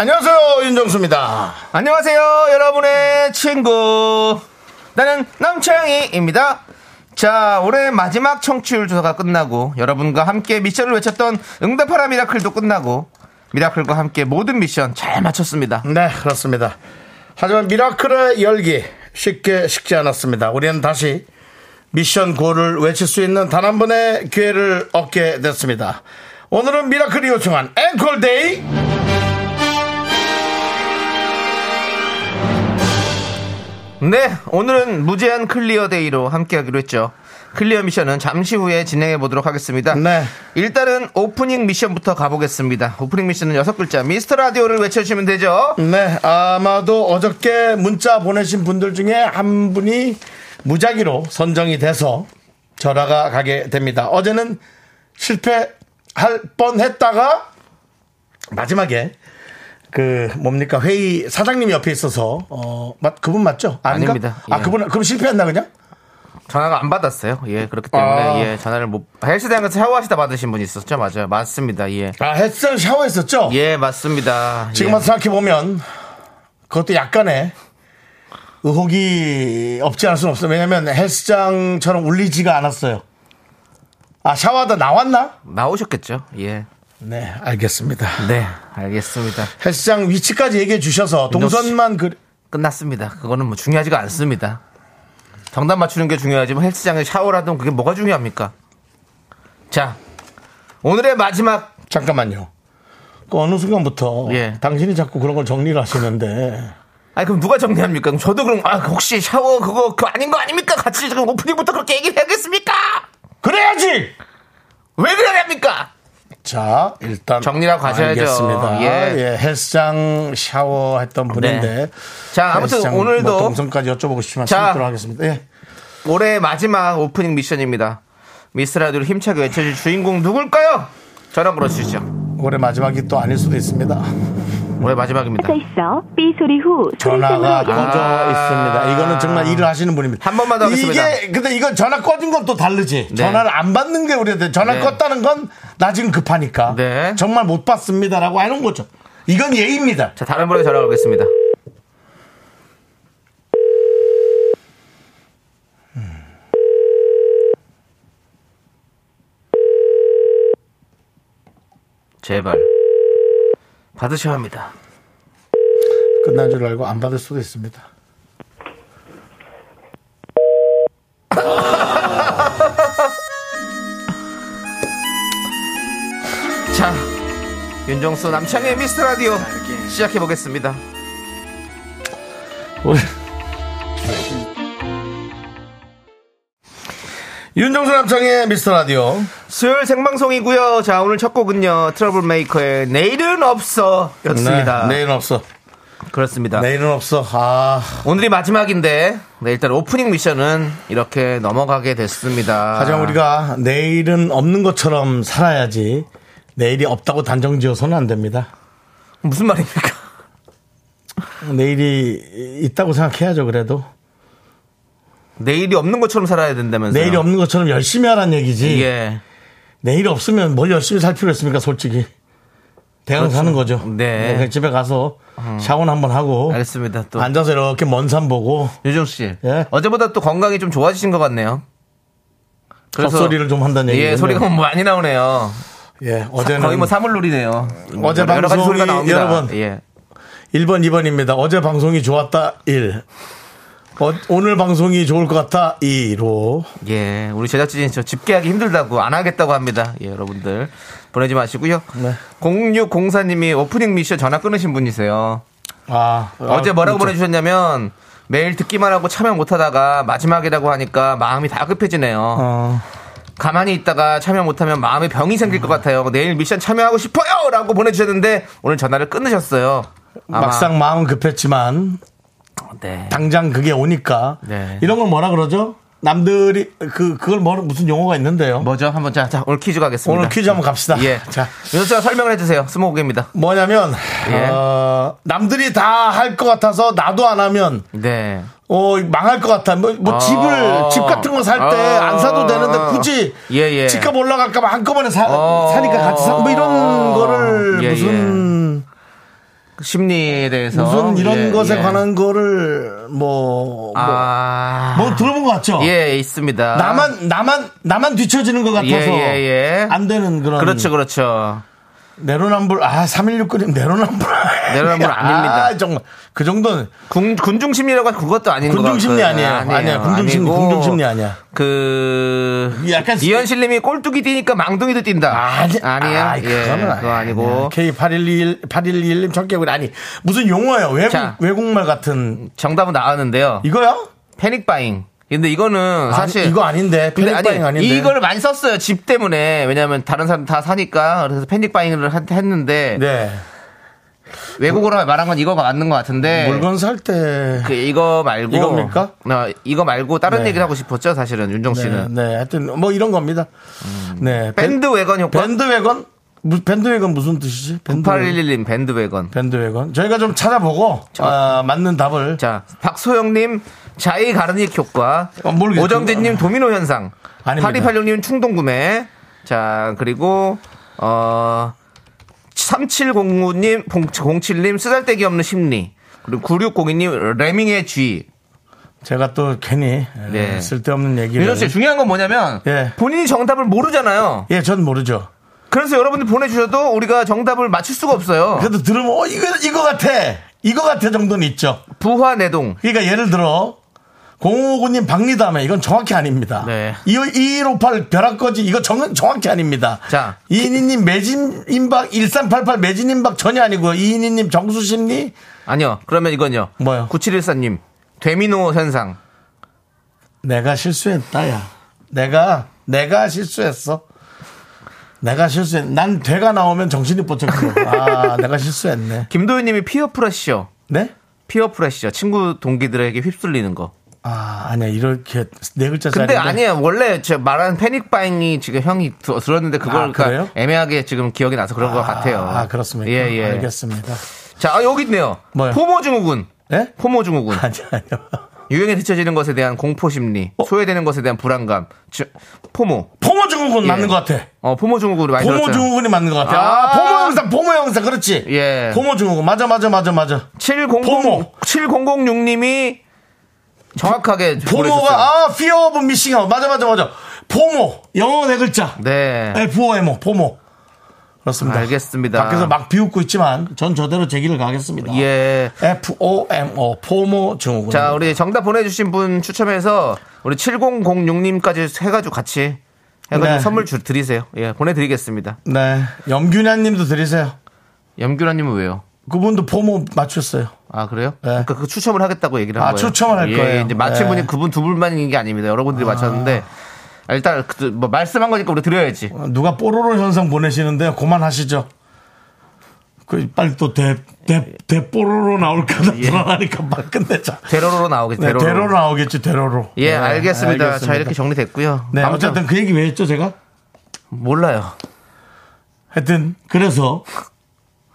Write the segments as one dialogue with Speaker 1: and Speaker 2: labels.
Speaker 1: 안녕하세요 윤정수입니다.
Speaker 2: 안녕하세요, 여러분의 친구. 나는 남창희입니다. 자, 올해 마지막 청취율 조사가 끝나고, 여러분과 함께 미션을 외쳤던 응답하라 미라클도 끝나고, 미라클과 함께 모든 미션 잘 마쳤습니다.
Speaker 1: 네 그렇습니다. 하지만 미라클의 열기 쉽게 식지 않았습니다. 우리는 다시 미션 고를 외칠 수 있는 단 한 번의 기회를 얻게 됐습니다. 오늘은 미라클이 요청한 앵콜데이
Speaker 2: 네, 오늘은 무제한 클리어 데이로 함께 하기로 했죠. 클리어 미션은 잠시 후에 진행해 보도록 하겠습니다.
Speaker 1: 네.
Speaker 2: 일단은 오프닝 미션부터 가보겠습니다. 오프닝 미션은 여섯 글자, 미스터 라디오를 외쳐주시면 되죠.
Speaker 1: 네, 아마도 어저께 문자 보내신 분들 중에 한 분이 무작위로 선정이 돼서 전화가 가게 됩니다. 어제는 실패할 뻔했다가 마지막에 그 뭡니까 회의 사장님 옆에 있어서 어맞 그분 맞죠? 아닌가?
Speaker 2: 아닙니다.
Speaker 1: 아
Speaker 2: 예.
Speaker 1: 그분 그럼 실패했나 그냥?
Speaker 2: 전화가 안 받았어요. 예, 그렇기 때문에
Speaker 1: 아.
Speaker 2: 예, 전화를 못 헬스장에서 샤워하시다 받으신 분이 있었죠. 맞아요. 맞습니다. 예.
Speaker 1: 아 헬스장 샤워했었죠?
Speaker 2: 예, 맞습니다.
Speaker 1: 지금
Speaker 2: 예.
Speaker 1: 와서 생각해 보면 그것도 약간의 의혹이 없지 않을 수는 없어요. 왜냐하면 헬스장처럼 울리지가 않았어요. 아 샤워하다 나왔나?
Speaker 2: 나오셨겠죠. 예.
Speaker 1: 네, 알겠습니다.
Speaker 2: 네, 알겠습니다.
Speaker 1: 헬스장 위치까지 얘기해 주셔서
Speaker 2: 민정 씨.
Speaker 1: 동선만 그
Speaker 2: 끝났습니다. 그거는 뭐 중요하지가 않습니다. 정답 맞추는 게 중요하지만 헬스장에 샤워를 하던 그게 뭐가 중요합니까? 자, 오늘의 마지막
Speaker 1: 잠깐만요. 그 어느 순간부터
Speaker 2: 예.
Speaker 1: 당신이 자꾸 그런 걸 정리를 하시는데
Speaker 2: 아니 그럼 누가 정리합니까? 그럼 저도 그럼 아 혹시 샤워 그거 그 아닌 거 아닙니까? 같이 지금 오프닝부터 그렇게 얘기를 해야겠습니까?
Speaker 1: 그래야지.
Speaker 2: 왜 그래야 합니까?
Speaker 1: 자 일단
Speaker 2: 정리하고 가셔야죠.
Speaker 1: 알겠습니다.
Speaker 2: 예.
Speaker 1: 예, 헬스장 샤워했던 분인데
Speaker 2: 네. 자, 아무튼
Speaker 1: 헬스장
Speaker 2: 오늘도
Speaker 1: 뭐 동선까지 여쭤보고 싶지만
Speaker 2: 자.
Speaker 1: 참도록 하겠습니다. 예.
Speaker 2: 올해 마지막 오프닝 미션입니다. 미스라디오를 힘차게 외쳐줄 주인공 누굴까요? 저랑 걸어주시죠.
Speaker 1: 올해 마지막이 또 아닐 수도 있습니다.
Speaker 2: 올해 마지막입니다.
Speaker 3: 써 있어. 삐 소리 후
Speaker 1: 전화가
Speaker 3: 소리샘으로
Speaker 1: 꺼져 있습니다. 이거는 정말 일을 하시는 분입니다.
Speaker 2: 아. 한 번만 더 하겠습니다.
Speaker 1: 이게 근데 이건 전화 꺼진 건 또 다르지.
Speaker 2: 네.
Speaker 1: 전화를 안 받는 게 우리한테 전화
Speaker 2: 네.
Speaker 1: 껐다는 건 나 지금 급하니까
Speaker 2: 네.
Speaker 1: 정말 못 받습니다라고 하는 거죠. 이건 예의입니다.
Speaker 2: 자, 다른 분에게 전화 걸겠습니다. 음. 제발 받으셔야 합니다.
Speaker 1: 끝난 줄 알고 안 받을 수도 있습니다.
Speaker 2: 자, 윤정수 남창의 미스터 라디오 시작해 보겠습니다.
Speaker 1: 윤정수 남창의 미스터 라디오.
Speaker 2: 수요일 생방송이고요. 자, 오늘 첫 곡은요. 트러블 메이커의 내일은 없어였습니다.
Speaker 1: 네, 내일은 없어.
Speaker 2: 그렇습니다.
Speaker 1: 내일은 없어. 아.
Speaker 2: 오늘이 마지막인데 네, 일단 오프닝 미션은 이렇게 넘어가게 됐습니다.
Speaker 1: 하지만 우리가 내일은 없는 것처럼 살아야지 내일이 없다고 단정 지어서는 안 됩니다.
Speaker 2: 무슨 말입니까?
Speaker 1: 내일이 있다고 생각해야죠, 그래도.
Speaker 2: 내일이 없는 것처럼 살아야 된다면서요?
Speaker 1: 내일이 없는 것처럼 열심히 하란 얘기지.
Speaker 2: 예.
Speaker 1: 내일이 없으면 뭘 열심히 살 필요 있습니까, 솔직히. 대강 사는 거죠.
Speaker 2: 그렇죠. 네. 어.
Speaker 1: 그냥 집에 가서 샤워는 한번 하고.
Speaker 2: 알겠습니다. 또
Speaker 1: 앉아서 이렇게 먼 산 보고.
Speaker 2: 유정 씨
Speaker 1: 예?
Speaker 2: 어제보다 또 건강이 좀 좋아지신 것 같네요.
Speaker 1: 헛소리를 좀 한다는 얘기군요.
Speaker 2: 예, 소리가 뭐 많이 나오네요.
Speaker 1: 예, 어제는
Speaker 2: 거의 뭐 사물놀이네요.
Speaker 1: 어제
Speaker 2: 여러 가지
Speaker 1: 방송이
Speaker 2: 소리가 나옵니다.
Speaker 1: 여러분.
Speaker 2: 예.
Speaker 1: 1번, 2번입니다. 어제 방송이 좋았다, 1. 어, 오늘 방송이 좋을 것 같다, 2로.
Speaker 2: 예, 우리 제작진이 저 집계하기 힘들다고 안 하겠다고 합니다. 예, 여러분들 보내지 마시고요.
Speaker 1: 네.
Speaker 2: 0604님이 오프닝 미션 전화 끊으신 분이세요.
Speaker 1: 아,
Speaker 2: 어제
Speaker 1: 아, 그렇죠.
Speaker 2: 뭐라고 보내주셨냐면 매일 듣기만 하고 참여 못하다가 마지막이라고 하니까 마음이 다급해지네요.
Speaker 1: 어,
Speaker 2: 가만히 있다가 참여 못하면 마음에 병이 생길 것 같아요. 내일 미션 참여하고 싶어요! 라고 보내주셨는데 오늘 전화를 끊으셨어요. 아마.
Speaker 1: 막상 마음 급했지만
Speaker 2: 네.
Speaker 1: 당장 그게 오니까
Speaker 2: 네.
Speaker 1: 이런 걸 뭐라 그러죠? 남들이 그 그걸 뭐 무슨 용어가 있는데요?
Speaker 2: 뭐죠? 한번 자, 자 오늘 퀴즈 가겠습니다.
Speaker 1: 오늘 퀴즈 한번 갑시다.
Speaker 2: 예.
Speaker 1: 자,
Speaker 2: 윤호 씨가 설명을 해주세요. 스모고개입니다.
Speaker 1: 뭐냐면
Speaker 2: 예.
Speaker 1: 어, 남들이 다 할 것 같아서 나도 안 하면
Speaker 2: 네.
Speaker 1: 어, 망할 것 같아. 뭐, 뭐
Speaker 2: 아.
Speaker 1: 집을 집 같은 거 살 때
Speaker 2: 아.
Speaker 1: 안 사도 되는데 굳이
Speaker 2: 예, 예.
Speaker 1: 집값 올라갈까 봐 한꺼번에 사,
Speaker 2: 어.
Speaker 1: 사니까 같이 사. 뭐 이런 거를
Speaker 2: 예,
Speaker 1: 무슨
Speaker 2: 그 심리에 대해서
Speaker 1: 무슨 이런
Speaker 2: 예,
Speaker 1: 것에
Speaker 2: 예.
Speaker 1: 관한 거를 뭐, 뭐,
Speaker 2: 아.
Speaker 1: 뭐 들어본 것 같죠?
Speaker 2: 예, 있습니다.
Speaker 1: 나만 나만 나만 뒤처지는 것 같아서
Speaker 2: 예, 예, 예.
Speaker 1: 안 되는 그런
Speaker 2: 그렇죠, 그렇죠.
Speaker 1: 내로남불 아 316그림 내로남불
Speaker 2: 내로남불 아닙니다.
Speaker 1: 아, 정말 그 정도는
Speaker 2: 군, 군중심리라고 그것도 아닌 것 같아요.
Speaker 1: 군중심리 아니에요. 아니야, 군중심리,
Speaker 2: 아니고
Speaker 1: 군중심리 아니야.
Speaker 2: 그
Speaker 1: 약간
Speaker 2: 이현실님이 꼴뚜기 뛰니까 망둥이도 뛴다.
Speaker 1: 아니,
Speaker 2: 아니에요.
Speaker 1: 아이,
Speaker 2: 예,
Speaker 1: 그거는
Speaker 2: 그거 아니고
Speaker 1: K8121, 8121님 적격을 아니. 무슨 용어예요? 외국,
Speaker 2: 자.
Speaker 1: 외국말 같은.
Speaker 2: 정답은 나왔는데요.
Speaker 1: 이거요?
Speaker 2: 패닉 바잉. 근데 이거는 사실
Speaker 1: 아니, 이거 아닌데.
Speaker 2: 근데
Speaker 1: 패닉 바잉
Speaker 2: 아니,
Speaker 1: 아닌데.
Speaker 2: 이걸 많이 썼어요 집 때문에 왜냐하면 다른 사람 다 사니까 그래서 패닉 바잉을 한- 했는데
Speaker 1: 네.
Speaker 2: 외국어로 말한 건 이거가 맞는 것 같은데
Speaker 1: 물건 살 때.
Speaker 2: 네. 그 이거 말고
Speaker 1: 이겁니까?
Speaker 2: 어, 이거 말고 다른
Speaker 1: 네.
Speaker 2: 얘기를 하고 싶었죠 사실은 윤정
Speaker 1: 네,
Speaker 2: 씨는 음.
Speaker 1: 네. 하여튼 뭐 이런 겁니다. 네.
Speaker 2: 밴드 뭐? 웨건 효과
Speaker 1: 밴드 웨건? 무- 밴드 웨건 무슨 뜻이지? 밴드 웨건.
Speaker 2: 9811님 밴드 웨건
Speaker 1: 밴드 웨건. 저희가 좀 찾아보고, 아, 맞는 답을.
Speaker 2: 자 박소영님 자이 가르닉 효과
Speaker 1: 어, 모르겠어요.
Speaker 2: 오정진님 도미노 현상
Speaker 1: 아닙니다.
Speaker 2: 8286님 충동 구매 자 그리고 어 3709님 07님 쓰잘데기 없는 심리 그리고 9602님 레밍의 쥐
Speaker 1: 제가 또 괜히
Speaker 2: 네.
Speaker 1: 에, 쓸데없는 얘기를.
Speaker 2: 윤정 씨 중요한 건 뭐냐면
Speaker 1: 예.
Speaker 2: 본인이 정답을 모르잖아요
Speaker 1: 예, 전 모르죠.
Speaker 2: 그래서 여러분들 보내주셔도 우리가 정답을 맞출 수가 없어요.
Speaker 1: 그래도 들으면, 어, 이거, 이거 같아! 이거 같아 정도는 있죠.
Speaker 2: 부화내동.
Speaker 1: 그러니까 예를 들어 0559님 박리담에 이건 정확히 아닙니다.
Speaker 2: 네.
Speaker 1: 2158 벼락거지 이거 정, 정확히 아닙니다.
Speaker 2: 자.
Speaker 1: 이인희님 매진임박 1388 매진임박 전혀 아니고요. 이인희님 정수심리
Speaker 2: 아니요. 그러면 이건요.
Speaker 1: 뭐요?
Speaker 2: 9714님. 되미노 현상.
Speaker 1: 내가 실수했다야. 내가 내가 실수했어. 내가 실수했. 난 돼가 나오면 정신이 번쩍 들어. 아, 내가 실수했네.
Speaker 2: 김도윤님이 피어 프레셔.
Speaker 1: 네?
Speaker 2: 피어 프레셔. 친구 동기들에게 휩쓸리는 거.
Speaker 1: 아, 아니야. 이렇게 네 글자짜리.
Speaker 2: 근데 아니에요. 원래 제가 말한 패닉바잉이 지금 형이 들- 들었는데 그걸
Speaker 1: 아,
Speaker 2: 그러니까
Speaker 1: 그래요?
Speaker 2: 애매하게 지금 기억이 나서 그런 것 같아요.
Speaker 1: 아, 그렇습니까?
Speaker 2: 예, 예.
Speaker 1: 알겠습니다.
Speaker 2: 자, 아, 여기 있네요.
Speaker 1: 뭐요?
Speaker 2: 포모증후군.
Speaker 1: 네?
Speaker 2: 포모증후군.
Speaker 1: 아니, 아니요.
Speaker 2: 예. 유행에 뒤처지는 것에 대한 공포심리.
Speaker 1: 어?
Speaker 2: 소외되는 것에 대한 불안감. 즉, 포모.
Speaker 1: 포모 증후군
Speaker 2: 예.
Speaker 1: 맞는 것 같아.
Speaker 2: 어, 포모증후군을 많이
Speaker 1: 포모
Speaker 2: 들었죠.
Speaker 1: 증후군이 맞는 것 같아. 아,
Speaker 2: 아.
Speaker 1: 포모 형사, 포모 형사, 그렇지.
Speaker 2: 예.
Speaker 1: 포모 증후군. 맞아, 맞아, 맞아, 맞아.
Speaker 2: 7006,
Speaker 1: 포모.
Speaker 2: 7006님이 정확하게 보내셨어요.
Speaker 1: 포모가, 아, fear of missing out. 맞아, 맞아, 맞아. 포모. 영어 네 글자.
Speaker 2: 네.
Speaker 1: F-O-M-O, 포모. 그렇습니다.
Speaker 2: 알겠습니다.
Speaker 1: 밖에서 막 아! 비웃고 있지만, 전 저대로 제 길을 가겠습니다.
Speaker 2: 예.
Speaker 1: F-O-M-O, 포모 증후군.
Speaker 2: 자, 우리 정답 보내주신 분 추첨해서 우리 7006님까지 해가지고 같이 해가지고
Speaker 1: 네.
Speaker 2: 선물 주, 드리세요. 예, 보내드리겠습니다.
Speaker 1: 네. 염균현 님도 드리세요.
Speaker 2: 염규라님은 왜요?
Speaker 1: 그분도 포모 맞췄어요.
Speaker 2: 아, 그래요?
Speaker 1: 네.
Speaker 2: 그러니까 그 추첨을 하겠다고 얘기를 한
Speaker 1: 아,
Speaker 2: 거예요.
Speaker 1: 추첨을 할
Speaker 2: 예,
Speaker 1: 거예요.
Speaker 2: 이제 맞힌
Speaker 1: 네.
Speaker 2: 분이 그분 두 분만인 게 아닙니다. 여러분들이 맞췄는데. 아, 일단 그, 뭐 말씀한 거니까 우리 드려야지.
Speaker 1: 누가 뽀로로 현상 보내시는데 그만하시죠. 그 빨리 또대대 뽀로로 나올까 나 불안하니까 막 끝내자.
Speaker 2: 대로로 나오겠지.
Speaker 1: 네,
Speaker 2: 예. 대로로.
Speaker 1: 대로로 나오겠지 대로로.
Speaker 2: 예,
Speaker 1: 네,
Speaker 2: 알겠습니다. 자, 이렇게 정리됐고요.
Speaker 1: 네,
Speaker 2: 아무튼
Speaker 1: 어쨌든 그 얘기 왜 했죠 제가?
Speaker 2: 몰라요.
Speaker 1: 하여튼 그래서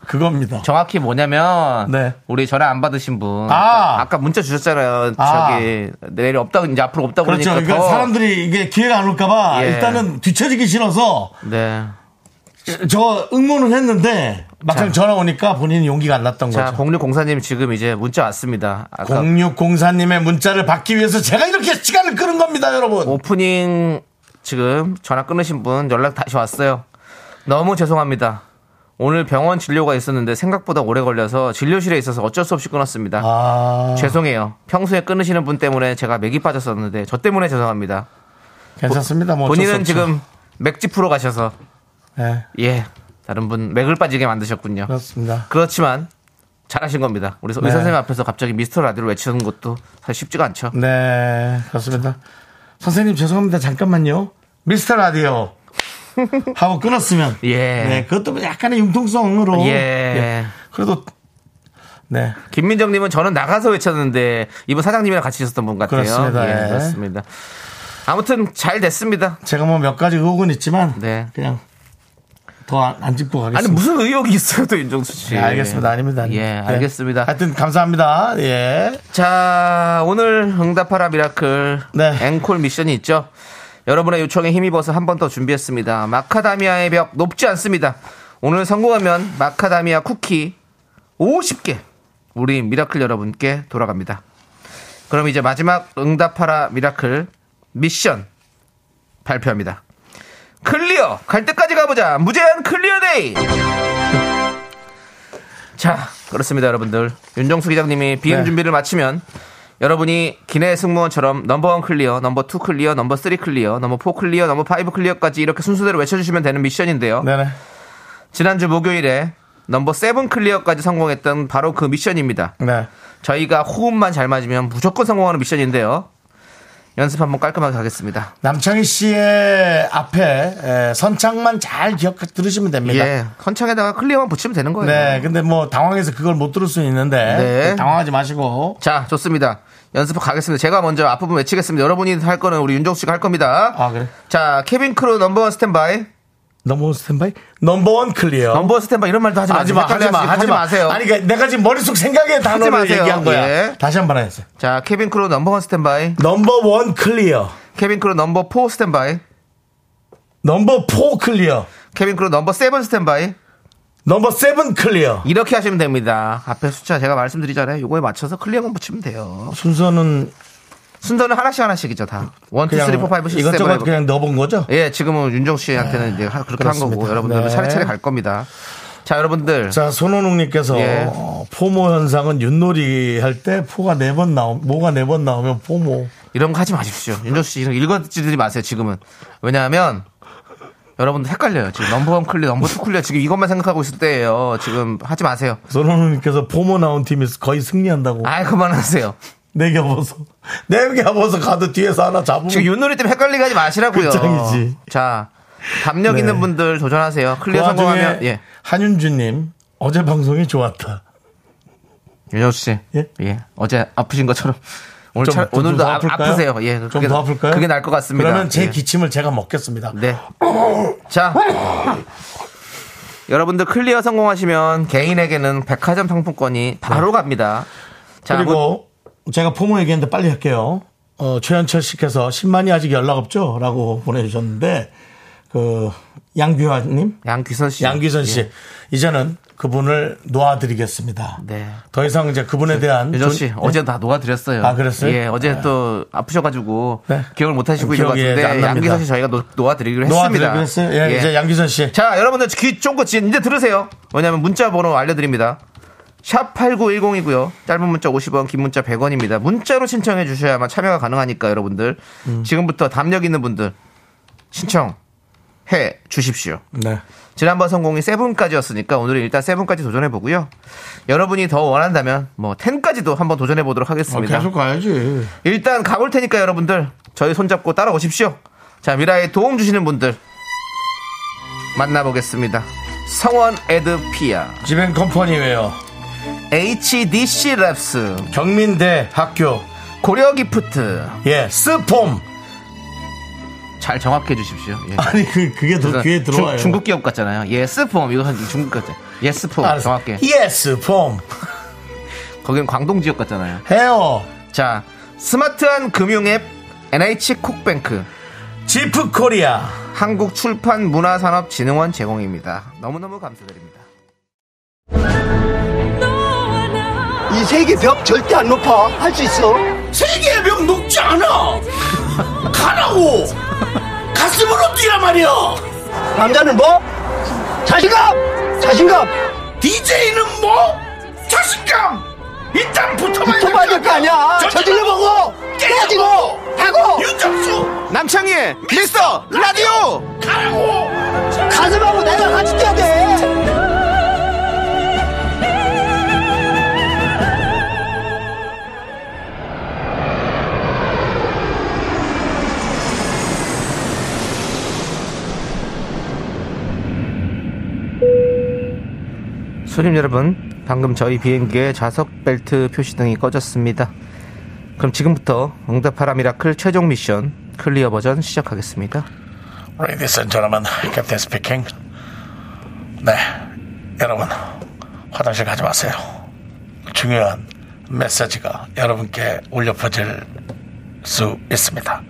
Speaker 1: 그겁니다.
Speaker 2: 정확히 뭐냐면
Speaker 1: 네.
Speaker 2: 우리 전화 안 받으신 분
Speaker 1: 아.
Speaker 2: 아까, 아까 문자 주셨잖아요.
Speaker 1: 아.
Speaker 2: 저기 내일 없다고 이제 앞으로 없다고
Speaker 1: 그렇죠.
Speaker 2: 그러니까
Speaker 1: 그러니까
Speaker 2: 더
Speaker 1: 사람들이 이게 기회가 안 올까봐
Speaker 2: 예.
Speaker 1: 일단은 뒤처지기 싫어서
Speaker 2: 네.
Speaker 1: 저 응모는 했는데 막상
Speaker 2: 자.
Speaker 1: 전화 오니까 본인이 용기가 안 났던
Speaker 2: 자,
Speaker 1: 거죠.
Speaker 2: 0604님 지금 이제 문자 왔습니다. 아까
Speaker 1: 0604님의 문자를 받기 위해서 제가 이렇게 시간을 끄는 겁니다, 여러분.
Speaker 2: 오프닝 지금 전화 끊으신 분 연락 다시 왔어요. 너무 죄송합니다. 오늘 병원 진료가 있었는데 생각보다 오래 걸려서 진료실에 있어서 어쩔 수 없이 끊었습니다.
Speaker 1: 아,
Speaker 2: 죄송해요. 평소에 끊으시는 분 때문에 제가 맥이 빠졌었는데 저 때문에 죄송합니다.
Speaker 1: 괜찮습니다. 뭐 어쩔 수
Speaker 2: 본인은
Speaker 1: 없죠.
Speaker 2: 지금 맥집 프로 가셔서
Speaker 1: 예,
Speaker 2: 예 다른 분 맥을 빠지게 만드셨군요.
Speaker 1: 그렇습니다.
Speaker 2: 그렇지만 잘하신 겁니다. 우리 서-
Speaker 1: 어. 네.
Speaker 2: 의사 선생님 앞에서 갑자기 미스터 라디오를 외치는 것도 사실 쉽지가 않죠.
Speaker 1: 네, 그렇습니다. 선생님 죄송합니다. 잠깐만요. 미스터 라디오 하고 끊었으면
Speaker 2: 예.
Speaker 1: 네, 그것도 뭐 약간의 융통성으로
Speaker 2: 예.
Speaker 1: 그래도 네.
Speaker 2: 김민정님은 저는 나가서 외쳤는데 이분 사장님이랑 같이 있었던 분 같아요.
Speaker 1: 그렇습니다.
Speaker 2: 예,
Speaker 1: 예.
Speaker 2: 그렇습니다. 아무튼 잘 됐습니다.
Speaker 1: 제가 뭐 몇 가지 의혹은 있지만
Speaker 2: 네.
Speaker 1: 그냥 더 안 짚고 가겠습니다.
Speaker 2: 아니 무슨 의혹이 있어요, 또 윤정수 씨.
Speaker 1: 네, 알겠습니다. 아닙니다. 아닙니다.
Speaker 2: 예,
Speaker 1: 네.
Speaker 2: 알겠습니다.
Speaker 1: 하여튼 감사합니다. 예.
Speaker 2: 자, 오늘 응답하라 미라클
Speaker 1: 네.
Speaker 2: 앵콜 미션이 있죠. 여러분의 요청에 힘입어서 한 번 더 준비했습니다. 마카다미아의 벽 높지 않습니다. 오늘 성공하면 마카다미아 쿠키 50개 우리 미라클 여러분께 돌아갑니다. 그럼 이제 마지막 응답하라 미라클 미션 발표합니다. 클리어 갈 때까지 가보자 무제한 클리어 데이 자 그렇습니다 여러분들 윤정수 기장님이 비행
Speaker 1: 네.
Speaker 2: 준비를 마치면 여러분이 기내 승무원처럼 넘버 1 클리어, 넘버 2 클리어, 넘버 3 클리어, 넘버 4 클리어, 넘버 5 클리어까지 이렇게 순서대로 외쳐주시면 되는 미션인데요.
Speaker 1: 네네.
Speaker 2: 지난주 목요일에 넘버 7 클리어까지 성공했던 바로 그 미션입니다.
Speaker 1: 네.
Speaker 2: 저희가 호흡만 잘 맞으면 무조건 성공하는 미션인데요. 연습 한번 깔끔하게 가겠습니다.
Speaker 1: 남창희 씨의 앞에 에, 선창만 잘 기억 들으시면 됩니다.
Speaker 2: 예. 컨창에다가 클리어만 붙이면 되는 거예요.
Speaker 1: 네, 근데 뭐 당황해서 그걸 못 들을 수는 있는데
Speaker 2: 네.
Speaker 1: 당황하지 마시고
Speaker 2: 자, 좋습니다. 연습 가겠습니다. 제가 먼저 앞부분 외치겠습니다. 여러분이 할 거는 우리 윤정수 씨가 할 겁니다.
Speaker 1: 아, 그래?
Speaker 2: 자, 케빈 크루 넘버원 스탠바이.
Speaker 1: 넘버원 스탠바이, 넘버원 클리어.
Speaker 2: 넘버원 스탠바이 이런 말도 하지 마세요.
Speaker 1: 하지 마, 하지 마,
Speaker 2: 헷갈려하시고
Speaker 1: 하지 마.
Speaker 2: 마세요.
Speaker 1: 아니, 그러니까 내가 지금 머릿속 생각의 단어를
Speaker 2: 마세요.
Speaker 1: 얘기한 거야.
Speaker 2: 예.
Speaker 1: 다시 한 번 하겠어요.
Speaker 2: 자, 케빈 크루 넘버원 스탠바이.
Speaker 1: 넘버원 클리어,
Speaker 2: 케빈 크루 넘버 포 스탠바이.
Speaker 1: 넘버 포 클리어,
Speaker 2: 케빈 크루 넘버 세븐 스탠바이.
Speaker 1: 넘버 세븐 클리어.
Speaker 2: 이렇게 하시면 됩니다. 앞에 숫자 제가 말씀드리잖아요. 요거에 맞춰서 클리어만 붙이면 돼요.
Speaker 1: 순서는
Speaker 2: 순서는 하나씩 하나씩이죠, 다. 원, 투,
Speaker 1: 그냥
Speaker 2: 쓰리, 포, 파이브, 식스, 세븐,
Speaker 1: 이것저것
Speaker 2: 에이트.
Speaker 1: 그냥 넣어본 거죠?
Speaker 2: 예, 지금은 윤정 씨한테는 이제 하- 그렇게 한
Speaker 1: 그렇습니다.
Speaker 2: 거고 여러분들은
Speaker 1: 네.
Speaker 2: 차례차례 갈 겁니다. 자, 여러분들.
Speaker 1: 자, 손호농님께서
Speaker 2: 예.
Speaker 1: 어, 포모 현상은 윷놀이 할 때 포가 네 번 나오, 모가 네 번 나오면 포모.
Speaker 2: 이런 거 하지 마십시오. 윤정 씨 이런 읽어지지 마세요, 지금은. 왜냐하면 여러분들 헷갈려요. 지금 넘버원 클리어, 넘버투 클리어 지금 이것만 생각하고 있을 때예요. 지금 하지 마세요.
Speaker 1: 손호농님께서 포모 나온 팀이 거의 승리한다고.
Speaker 2: 아이 그만하세요.
Speaker 1: 내 겹어서 내 겹어서 가도 뒤에서 하나 잡으면
Speaker 2: 지금 윷놀이 때문에 헷갈리게 하지 마시라고요.
Speaker 1: 끝장이지.
Speaker 2: 자, 담력
Speaker 1: 네.
Speaker 2: 있는 분들 도전하세요.
Speaker 1: 그
Speaker 2: 클리어
Speaker 1: 와중에
Speaker 2: 성공하면 예,
Speaker 1: 한윤주님 어제 방송이 좋았다.
Speaker 2: 윤정 씨,
Speaker 1: 예?
Speaker 2: 예, 어제 아프신 것처럼 오늘
Speaker 1: 좀-
Speaker 2: 차-
Speaker 1: 좀
Speaker 2: 오늘도
Speaker 1: 더
Speaker 2: 아,
Speaker 1: 아플까요?
Speaker 2: 프세요 예,
Speaker 1: 좀 더 아플까요?
Speaker 2: 그게 나을 것 같습니다.
Speaker 1: 그러면 제
Speaker 2: 예.
Speaker 1: 기침을 제가 먹겠습니다.
Speaker 2: 네. 자. 여러분들 클리어 성공하시면 개인에게는 백화점 상품권이 바로 갑니다. 자, 뭐-
Speaker 1: 네. 그리고 제가 포모 얘기했는데 빨리 할게요. 어, 최현철 씨께서 10만이 아직 연락 없죠? 라고 보내주셨는데 그 양규환님
Speaker 2: 양귀선 씨. 예.
Speaker 1: 양귀선 씨 이제는 그분을 놓아드리겠습니다.
Speaker 2: 네.
Speaker 1: 더 이상 이제 그분에 대한
Speaker 2: 유정
Speaker 1: 존-
Speaker 2: 씨 어제 다 녹아드렸어요.
Speaker 1: 아, 그랬어요?
Speaker 2: 예, 어제 또 아프셔가지고
Speaker 1: 네.
Speaker 2: 기억을 못하시고 있는 것
Speaker 1: 기억이 안
Speaker 2: 같은데
Speaker 1: 납니다.
Speaker 2: 양귀선 씨 저희가 노- 놓아드리기로 했습니다.
Speaker 1: 네, 놓아드리고 했어요. 예,
Speaker 2: 예.
Speaker 1: 이제 양귀선 씨
Speaker 2: 자, 여러분들 귀 쫑긋 진- 이제 들으세요. 왜냐면 문자 번호 알려드립니다. 샵 8910이고요. 짧은 문자 50원, 긴 문자 100원입니다. 문자로 신청해 주셔야만 참여가 가능하니까 여러분들 지금부터 담력 있는 분들 신청해 주십시오.
Speaker 1: 네.
Speaker 2: 지난번 성공이 7까지였으니까 오늘은 일단 7까지 도전해 보고요. 여러분이 더 원한다면 뭐 10까지도 한번 도전해 보도록
Speaker 1: 어,
Speaker 2: 하겠습니다.
Speaker 1: 가야지.
Speaker 2: 일단 가볼 테니까 여러분들 저희 손잡고 따라오십시오. 자 미라에 도움 주시는 분들 만나보겠습니다. 성원 에드피아,
Speaker 1: 지벤 컴퍼니웨어,
Speaker 2: HDC 랩스,
Speaker 1: 경민대 학교,
Speaker 2: 고려기프트
Speaker 1: 예, 스폼.
Speaker 2: 잘 정확해 주십시오. 예.
Speaker 1: 아니 그 그게 더 귀에
Speaker 2: 중-
Speaker 1: 들어와요.
Speaker 2: 중국 기업 같잖아요. 예스폼 이거 한 중국 같아. 예스폼
Speaker 1: 알았어.
Speaker 2: 정확해.
Speaker 1: 예스 폼
Speaker 2: 거긴 광동 지역 같잖아요.
Speaker 1: 헤어
Speaker 2: 자 스마트한 금융 앱 NH 콕뱅크
Speaker 1: 지프 코리아
Speaker 2: 한국 출판 문화산업진흥원 제공입니다. 너무너무 감사드립니다.
Speaker 4: 이 세계 벽 절대 안 높아. 할 수 있어.
Speaker 1: 세계의 벽 녹지 않아. 가라고 가슴으로 뛰란 말이야.
Speaker 4: 남자는 뭐? 자신감! 자신감!
Speaker 1: DJ는 뭐 자신감 일단 붙어봐야
Speaker 4: 토마야 될거 아니야. 저질러 보고! 깨지고! 하고!
Speaker 1: 윤정수
Speaker 2: 남창희의 미스터 라디오
Speaker 1: 가라고.
Speaker 4: 가슴하고 내가 같이 뛰어야 돼!
Speaker 2: 손님 여러분, 방금 저희 비행기의 좌석 벨트 표시등이 꺼졌습니다. 그럼 지금부터 응답하라 미라클 최종 미션 클리어 버전 시작하겠습니다.
Speaker 1: 레이디스 앤 저러면 캡틴 스피킹 네 여러분 화장실 가지 마세요 중요한 메시지가 여러분께 울려 퍼질 수 있습니다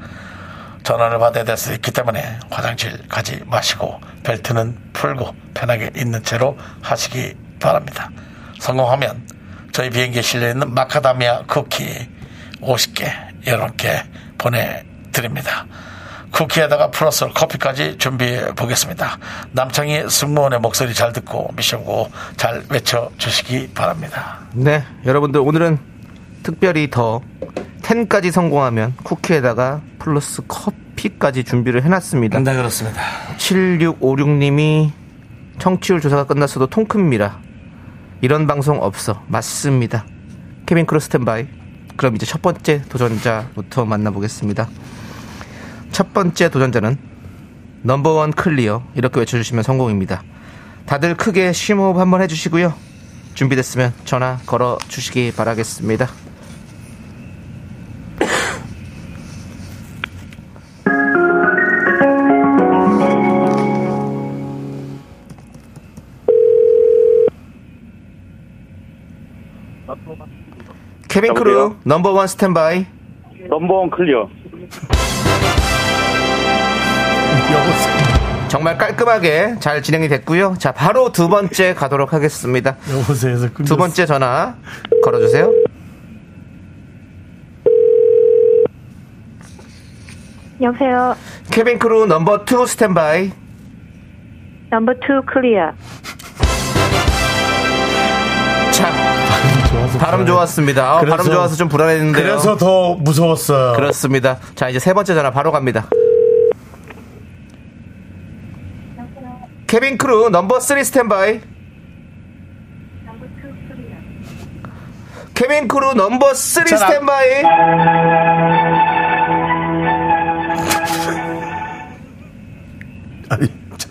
Speaker 1: 전화를 받아야 될 수 있기 때문에 화장실 가지 마시고 벨트는 풀고 편하게 있는 채로 하시기 바랍니다 성공하면 저희 비행기에 실려있는 마카다미아 쿠키 50개 여러분께 보내드립니다 쿠키에다가 플러스 커피까지 준비해 보겠습니다. 남창희 승무원의 목소리 잘 듣고 미션고 잘 외쳐 주시기 바랍니다.
Speaker 2: 네, 여러분들 오늘은 특별히 더 10까지 성공하면 쿠키에다가 플러스 커피까지 준비를 해놨습니다.
Speaker 1: 네 그렇습니다.
Speaker 2: 7656님이 청취율 조사가 끝났어도 통큼미라 이런 방송 없어 맞습니다 케빈 크로 스탠바이 그럼 이제 첫 번째 도전자부터 만나보겠습니다 첫 번째 도전자는 넘버원 클리어 이렇게 외쳐주시면 성공입니다 다들 크게 심호흡 한번 해주시고요 준비됐으면 전화 걸어주시기 바라겠습니다 케빈 크루
Speaker 5: 여보세요?
Speaker 2: 넘버원 스탠바이
Speaker 5: 넘버원 클리어.
Speaker 2: 정말 깔끔하게 잘 진행이 됐고요 자 바로 두 번째 가도록 하겠습니다
Speaker 1: 여보세요. 그 끝났어.
Speaker 2: 두 번째 전화 걸어주세요.
Speaker 3: 여보세요.
Speaker 2: 케빈 크루 넘버 투 스탠바이.
Speaker 3: 넘버 투 클리어.
Speaker 2: 자, 발음 좋았습니다. 아,
Speaker 1: 네. 그래서-
Speaker 2: 발음 좋아서 좀 불안했는데요.
Speaker 1: 그래서 더 무서웠어요.
Speaker 2: 그렇습니다. 자, 이제 세 번째 전화 바로 갑니다. 케빈 크루 넘버 쓰리 스탠바이. 케빈 크루 넘버 쓰리
Speaker 1: 잘 안-
Speaker 2: 스탠바이.
Speaker 1: 아니,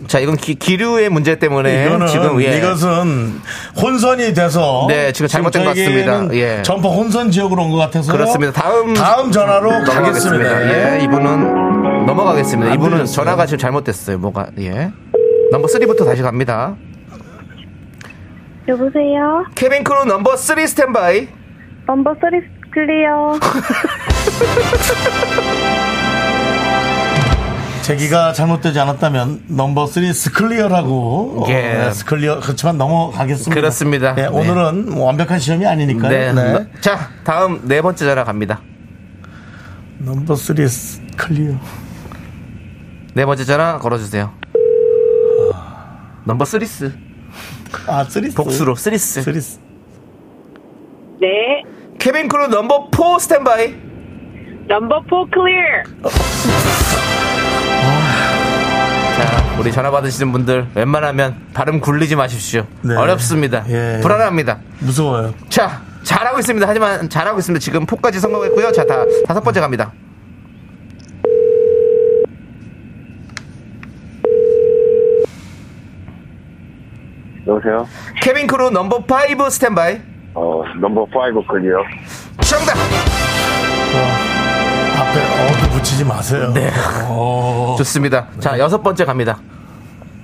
Speaker 2: 자, 이건 기, 기류의 문제 때문에
Speaker 1: 이거는
Speaker 2: 지금 예.
Speaker 1: 이것은 혼선이 돼서
Speaker 2: 네, 지금 잘못된 것 같습니다.
Speaker 1: 저희에게는
Speaker 2: 예.
Speaker 1: 점퍼 혼선 지역으로 온 것 같아서
Speaker 2: 그렇습니다. 다음
Speaker 1: 다음 전화로 가겠습니다.
Speaker 2: 넘어가겠습니다. 예, 이분은 넘어가겠습니다.
Speaker 1: 안
Speaker 2: 이분은
Speaker 1: 들렸어요.
Speaker 2: 전화가 지금 잘못됐어요. 뭐가 예. 넘버 3부터 다시 갑니다.
Speaker 3: 여보세요.
Speaker 2: 케빈 크루 넘버 3 스탠바이.
Speaker 3: 넘버 쓰리 클리어.
Speaker 1: 제기가 잘못되지 않았다면 넘버 3 스클리어라고
Speaker 2: 예.
Speaker 1: 어, 네, 스클리어 그렇지만 넘어가겠습니다.
Speaker 2: 그렇습니다.
Speaker 1: 예,
Speaker 2: 네.
Speaker 1: 오늘은 뭐 완벽한 시험이 아니니까요.
Speaker 2: 네.
Speaker 1: 네.
Speaker 2: 자, 다음 네 번째 전화 갑니다.
Speaker 1: 넘버 3 스클리어.
Speaker 2: 네 번째 전화 걸어 주세요. 넘버 3스.
Speaker 1: 아, 3
Speaker 2: 복수로 3스.
Speaker 1: 3
Speaker 6: 네.
Speaker 2: 케빈 크루 넘버 4 스탠바이.
Speaker 6: 넘버 4 클리어.
Speaker 2: 자, 우리 전화 받으시는 분들 웬만하면 발음 굴리지 마십시오.
Speaker 1: 네.
Speaker 2: 어렵습니다.
Speaker 1: 예.
Speaker 2: 불안합니다.
Speaker 1: 무서워요.
Speaker 2: 자, 잘하고 있습니다. 하지만 잘하고 있습니다. 지금 포까지 성공했고요. 자, 다 다섯 번째 갑니다.
Speaker 5: 여보세요?
Speaker 2: 케빈 크루 넘버 파이브 스탠바이.
Speaker 5: 어, 넘버 5 클리어.
Speaker 2: 정답.
Speaker 1: 앞에 어도 붙이지 마세요. 네.
Speaker 2: 좋습니다. 자, 여섯 번째 갑니다.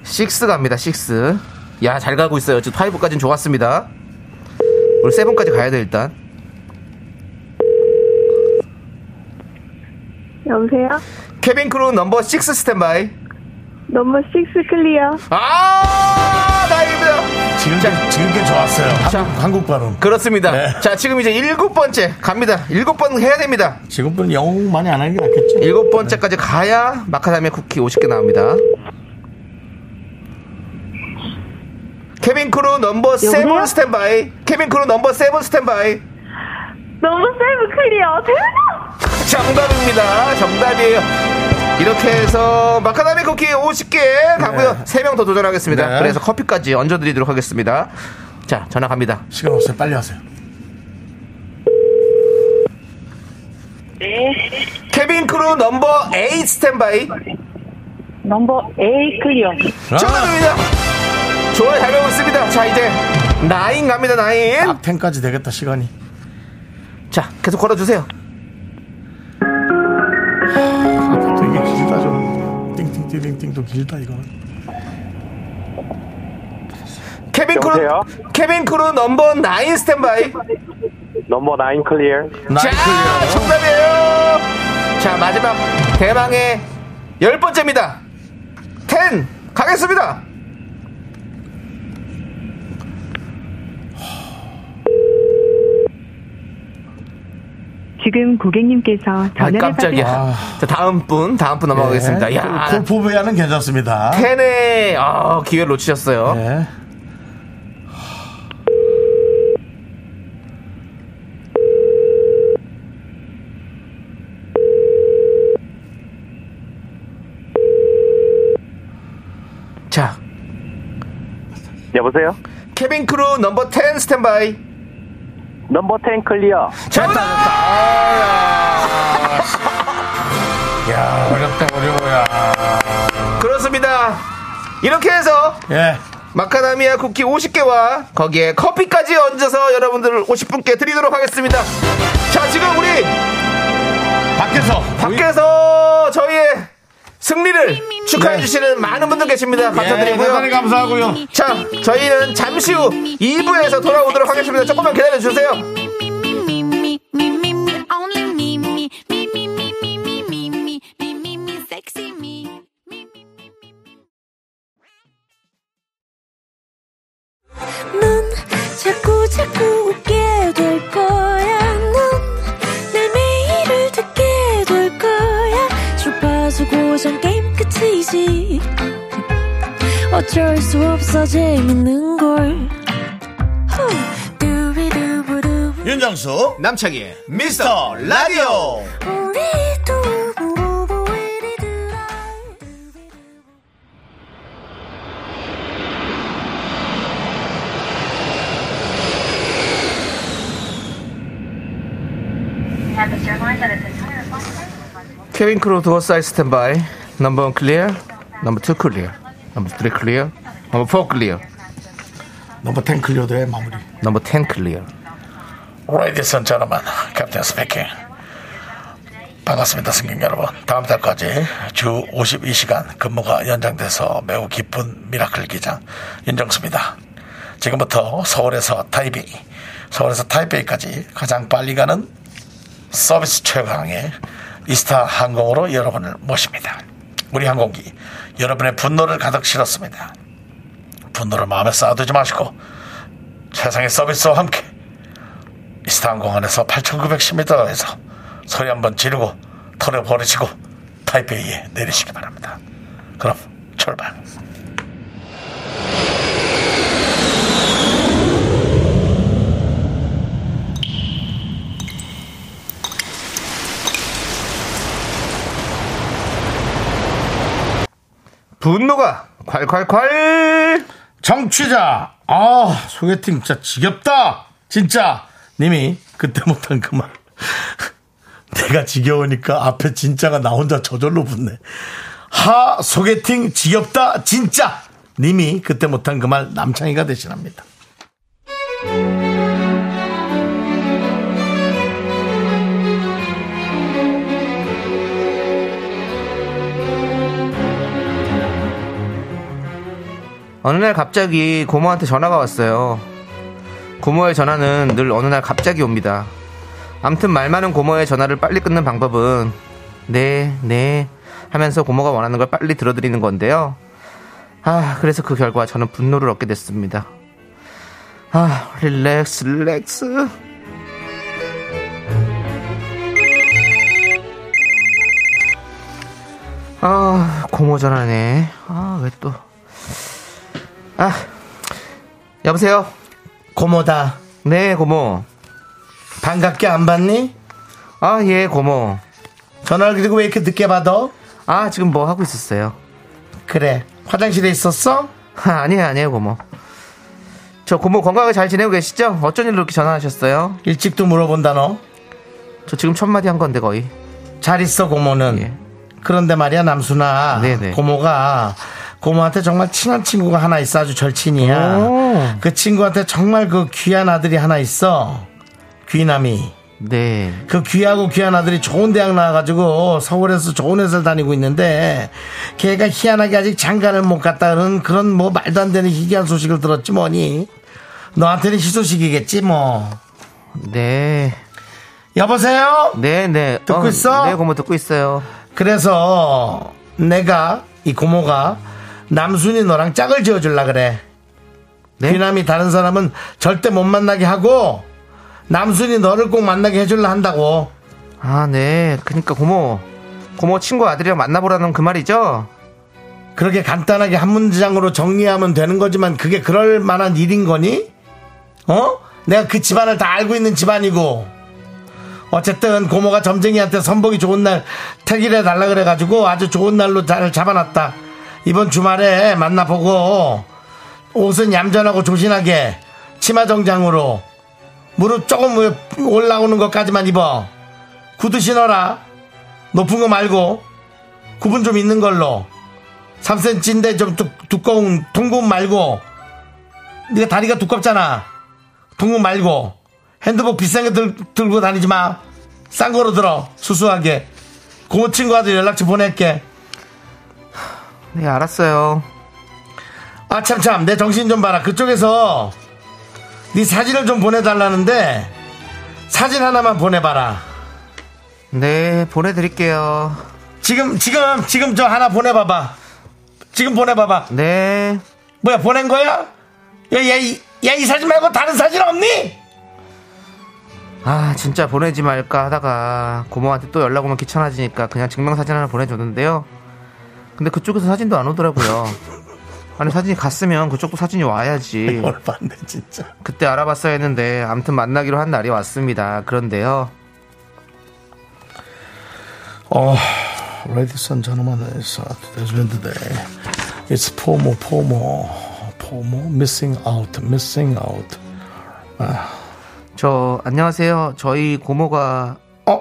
Speaker 2: 식스 갑니다. 식스. 야, 잘 가고 있어요. 지금 파이브까지는 좋았습니다. 우리 세븐까지 가야 돼 일단.
Speaker 3: 여보세요.
Speaker 2: 케빈 크루 넘버 식스 스탠바이.
Speaker 3: 넘버 식스 클리어.
Speaker 2: 아, 다행입니다.
Speaker 1: 지금
Speaker 2: 자.
Speaker 1: 지금 게 좋았어요. 한-
Speaker 2: 자.
Speaker 1: 한국 발음.
Speaker 2: 그렇습니다.
Speaker 1: 네.
Speaker 2: 자, 지금 이제 일곱 번째 갑니다. 일곱 번 해야 됩니다.
Speaker 1: 지금은 영어 공부 많이 안 하는 게 낫겠죠.
Speaker 2: 일곱 번째까지 가야 마카다미아 쿠키 50개 나옵니다. 케빈 크루 넘버 세븐 스탠바이. 케빈 크루 넘버 세븐 스탠바이.
Speaker 3: 넘버 세븐 클리어. 대박.
Speaker 2: 정답입니다. 정답이에요. 이렇게 해서 마카다미 쿠키 50개 가고요. 세 명 더 도전하겠습니다.
Speaker 1: 네.
Speaker 2: 그래서 커피까지 얹어드리도록 하겠습니다. 자, 전화 갑니다.
Speaker 1: 시간 없어요. 빨리 하세요.
Speaker 2: 케빈 크루 넘버 8 스탠바이.
Speaker 6: 넘버 8 클리어.
Speaker 1: 아,
Speaker 2: 정답입니다. 좋아요, 잘 배우고 있습니다. 자, 이제 나인 갑니다, 나인.
Speaker 1: 악텐까지 되겠다 시간이.
Speaker 2: 자, 계속 걸어주세요.
Speaker 1: 되게 길다 좀. 띵띵띵띵띵도 길다 이거는.
Speaker 2: 케빈 크루,
Speaker 5: 여보세요?
Speaker 2: 케빈 크루 넘버 나인 스탠바이.
Speaker 5: 넘버 나인 클리어.
Speaker 2: 자, 정답이에요. 자, 마지막 대망의 열 번째입니다. 텐 가겠습니다.
Speaker 7: 지금 고객님께서
Speaker 2: 아,
Speaker 7: 전화를
Speaker 2: 깜짝이야.
Speaker 7: 받으
Speaker 2: 자, 다음 분, 다음 분
Speaker 1: 네.
Speaker 2: 넘어가겠습니다. 야,
Speaker 1: 그 골프부야는 괜찮습니다.
Speaker 2: 텐의 아, 기회를 놓치셨어요.
Speaker 1: 예.
Speaker 2: 자,
Speaker 5: 여보세요?
Speaker 2: 케빈 크루 넘버 10 스탠바이.
Speaker 5: 넘버 10 클리어.
Speaker 2: 정답!
Speaker 1: 아, 야 어렵다 어려워야.
Speaker 2: 그렇습니다. 이렇게 해서
Speaker 1: 예.
Speaker 2: 마카다미아 쿠키 50개와 거기에 커피까지 얹어서 여러분들 50분께 드리도록 하겠습니다. 자, 지금 우리
Speaker 1: 밖에서
Speaker 2: 밖에서 저희의 승리를 축하해 주시는 많은 분들 계십니다.
Speaker 1: 예, 대단히
Speaker 2: 감사드리고요.
Speaker 1: 감사하고요.
Speaker 2: 자, 저희는 잠시 후 2부에서 돌아오도록 하겠습니다. 조금만 기다려 주세요.
Speaker 8: 넌 자꾸 자꾸 웃게 될 거야. 넌내 매일을 듣게 될 거야. 주파수 고정 게임 끝이지. 어쩔 수 없어 재밌는 걸. 후. 두비두부두.
Speaker 1: 윤정수
Speaker 2: 남창희의 미스터 라디오.
Speaker 8: 우리 두부부부 우리 두라. 두비두부.
Speaker 2: 케빈 크루 두어 사이 스탠바이. 넘버 1 클리어. 넘버 2 클리어. 넘버 3 클리어. 넘버 4 클리어.
Speaker 1: 넘버 10 클리어드의 마무리.
Speaker 2: 넘버 10 클리어.
Speaker 1: Ladies and gentlemen, 캡틴 스피킹. 반갑습니다, 승객 여러분. 다음 달까지 주 52시간 근무가 연장돼서 매우 기쁜 미라클 기장 윤정수입니다. 지금부터 서울에서 타이베이, 서울에서 타이베이까지 가장 빨리 가는 서비스 최강의 이스타 항공으로 여러분을 모십니다. 우리 항공기, 여러분의 분노를 가득 실었습니다. 분노를 마음에 쌓아두지 마시고 세상의 서비스와 함께 이스탄공항에서 8,910m에서 소리 한번 지르고 털어 버리시고 타이페이에 내리시기 바랍니다. 그럼 출발.
Speaker 2: 분노가 콸콸콸.
Speaker 1: 정취자, 아 소개팅 진짜 지겹다. 진짜 님이 그때 못한 그 말. 내가 지겨우니까 앞에 진짜가 나 혼자 저절로 붙네. 하 소개팅 지겹다 진짜 님이 그때 못한 그 말 남창희가 대신합니다.
Speaker 2: 어느 날 갑자기 고모한테 전화가 왔어요. 고모의 전화는 늘 어느 날 갑자기 옵니다. 암튼 말 많은 고모의 전화를 빨리 끊는 방법은 네, 네 하면서 고모가 원하는 걸 빨리 들어드리는 건데요. 아, 그래서 그 결과 저는 분노를 얻게 됐습니다. 아, 릴렉스, 릴렉스. 아, 고모 전화네. 아, 왜 또. 아, 여보세요?
Speaker 1: 고모다
Speaker 2: 네, 고모.
Speaker 1: 반갑게 안 받니?
Speaker 2: 아, 예, 고모.
Speaker 1: 전화를 그리고 왜 이렇게 늦게 받아?
Speaker 2: 아, 지금 뭐 하고 있었어요?
Speaker 1: 그래 화장실에 있었어?
Speaker 2: 아, 아니에요, 아니에요, 고모. 저 고모 건강하게 잘 지내고 계시죠? 어쩐 일로 이렇게 전화하셨어요?
Speaker 1: 일찍도 물어본다 너잘
Speaker 2: 저 지금 첫마디 한 건데, 거의.
Speaker 1: 있어 고모는
Speaker 2: 예.
Speaker 1: 그런데 말이야 남순아
Speaker 2: 네네.
Speaker 1: 고모가 고모한테 정말 친한 친구가 하나 있어 아주 절친이야. 그 친구한테 정말 그 귀한 아들이 하나 있어. 귀남이.
Speaker 2: 네.
Speaker 1: 그 귀하고 귀한 아들이 좋은 대학 나와가지고 서울에서 좋은 회사를 다니고 있는데 걔가 희한하게 아직 장가를 못 갔다는 그런 뭐 말도 안 되는 희귀한 소식을 들었지 뭐니 너한테는 희소식이겠지 뭐
Speaker 2: 네.
Speaker 1: 여보세요
Speaker 2: 네, 네.
Speaker 1: 듣고 있어?
Speaker 2: 네, 고모 듣고 있어요.
Speaker 1: 그래서 내가 이 고모가 남순이 너랑 짝을 지어줄라 그래
Speaker 2: 네?
Speaker 1: 귀남이 다른 사람은 절대 못 만나게 하고 남순이 너를 꼭 만나게 해줄라 한다고
Speaker 2: 아, 네. 그니까 고모. 고모 친구 아들이랑 만나보라는 그 말이죠?
Speaker 1: 그렇게 간단하게 한 문장으로 정리하면 되는 거지만 그게 그럴 만한 일인 거니? 어? 내가 그 집안을 다 알고 있는 집안이고 어쨌든 고모가 점쟁이한테 선복이 좋은 날 택일해 달라 그래가지고 아주 좋은 날로 잘 잡아놨다 이번 주말에 만나보고 옷은 얌전하고 조신하게 치마 정장으로 무릎 조금 위- 올라오는 것까지만 입어 구두 신어라 높은 거 말고 굽은 좀 있는 걸로 3cm인데 좀 두, 두꺼운 통금 말고 네가 다리가 두껍잖아 통금 말고 핸드백 비싼 거 들, 들고 다니지 마싼 거로 들어 수수하게 고모 친구한테 연락처 보낼게
Speaker 2: 네, 알았어요.
Speaker 1: 아 참참 내 정신 좀 봐라 그쪽에서 네 사진을 좀 보내달라는데 사진 하나만 보내봐라
Speaker 2: 네, 보내드릴게요.
Speaker 1: 지금 지금 지금 저 하나 보내봐봐 지금 보내봐봐
Speaker 2: 네.
Speaker 1: 뭐야 보낸 거야? 야야이 야, 이 사진 말고 다른 사진 없니?
Speaker 2: 아, 진짜 보내지 말까 하다가 고모한테 또 연락 오면 귀찮아지니까 그냥 증명사진 하나 보내줬는데요. 근데 그쪽에서 사진도 안 오더라고요. 아니, 사진이 갔으면 그쪽도 사진이 와야지.
Speaker 1: 얼마인데 진짜
Speaker 2: 그때 알아봤어야 했는데 아무튼 만나기로 한 날이 왔습니다. 그런데요.
Speaker 1: 어 레디슨 전화만에서 대전드데 It's FOMO FOMO FOMO missing out missing out
Speaker 2: 저 안녕하세요. 저희 고모가
Speaker 1: 어?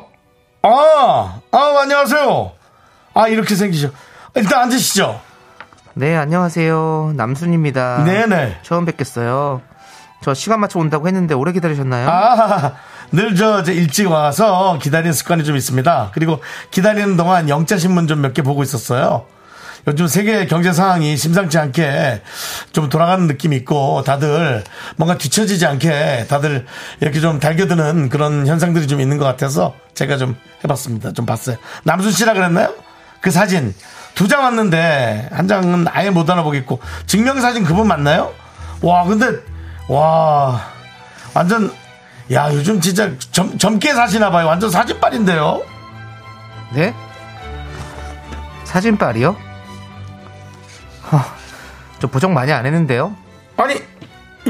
Speaker 1: 아! 아 안녕하세요 아 이렇게 생기죠 일단 앉으시죠
Speaker 2: 네 안녕하세요 남순입니다.
Speaker 1: 네네.
Speaker 2: 처음 뵙겠어요. 저 시간 맞춰 온다고 했는데 오래 기다리셨나요?
Speaker 1: 아늘저 저 일찍 와서 기다리는 습관이 좀 있습니다 그리고 기다리는 동안 영자신문 좀 몇 개 보고 있었어요 요즘 세계 경제 상황이 심상치 않게 좀 돌아가는 느낌이 있고 다들 뭔가 뒤처지지 않게 다들 이렇게 좀 달겨드는 그런 현상들이 좀 있는 것 같아서 제가 좀 해봤습니다. 좀 봤어요. 남순 씨라 그랬나요? 그 사진 두 장 왔는데 한 장은 아예 못 알아보겠고 증명사진 그분 맞나요? 와 근데 와 완전 야 요즘 진짜 젊, 젊게 사시나 봐요. 완전 사진빨인데요.
Speaker 2: 네? 사진빨이요? 허, 저 보정 많이 안 했는데요.
Speaker 1: 아니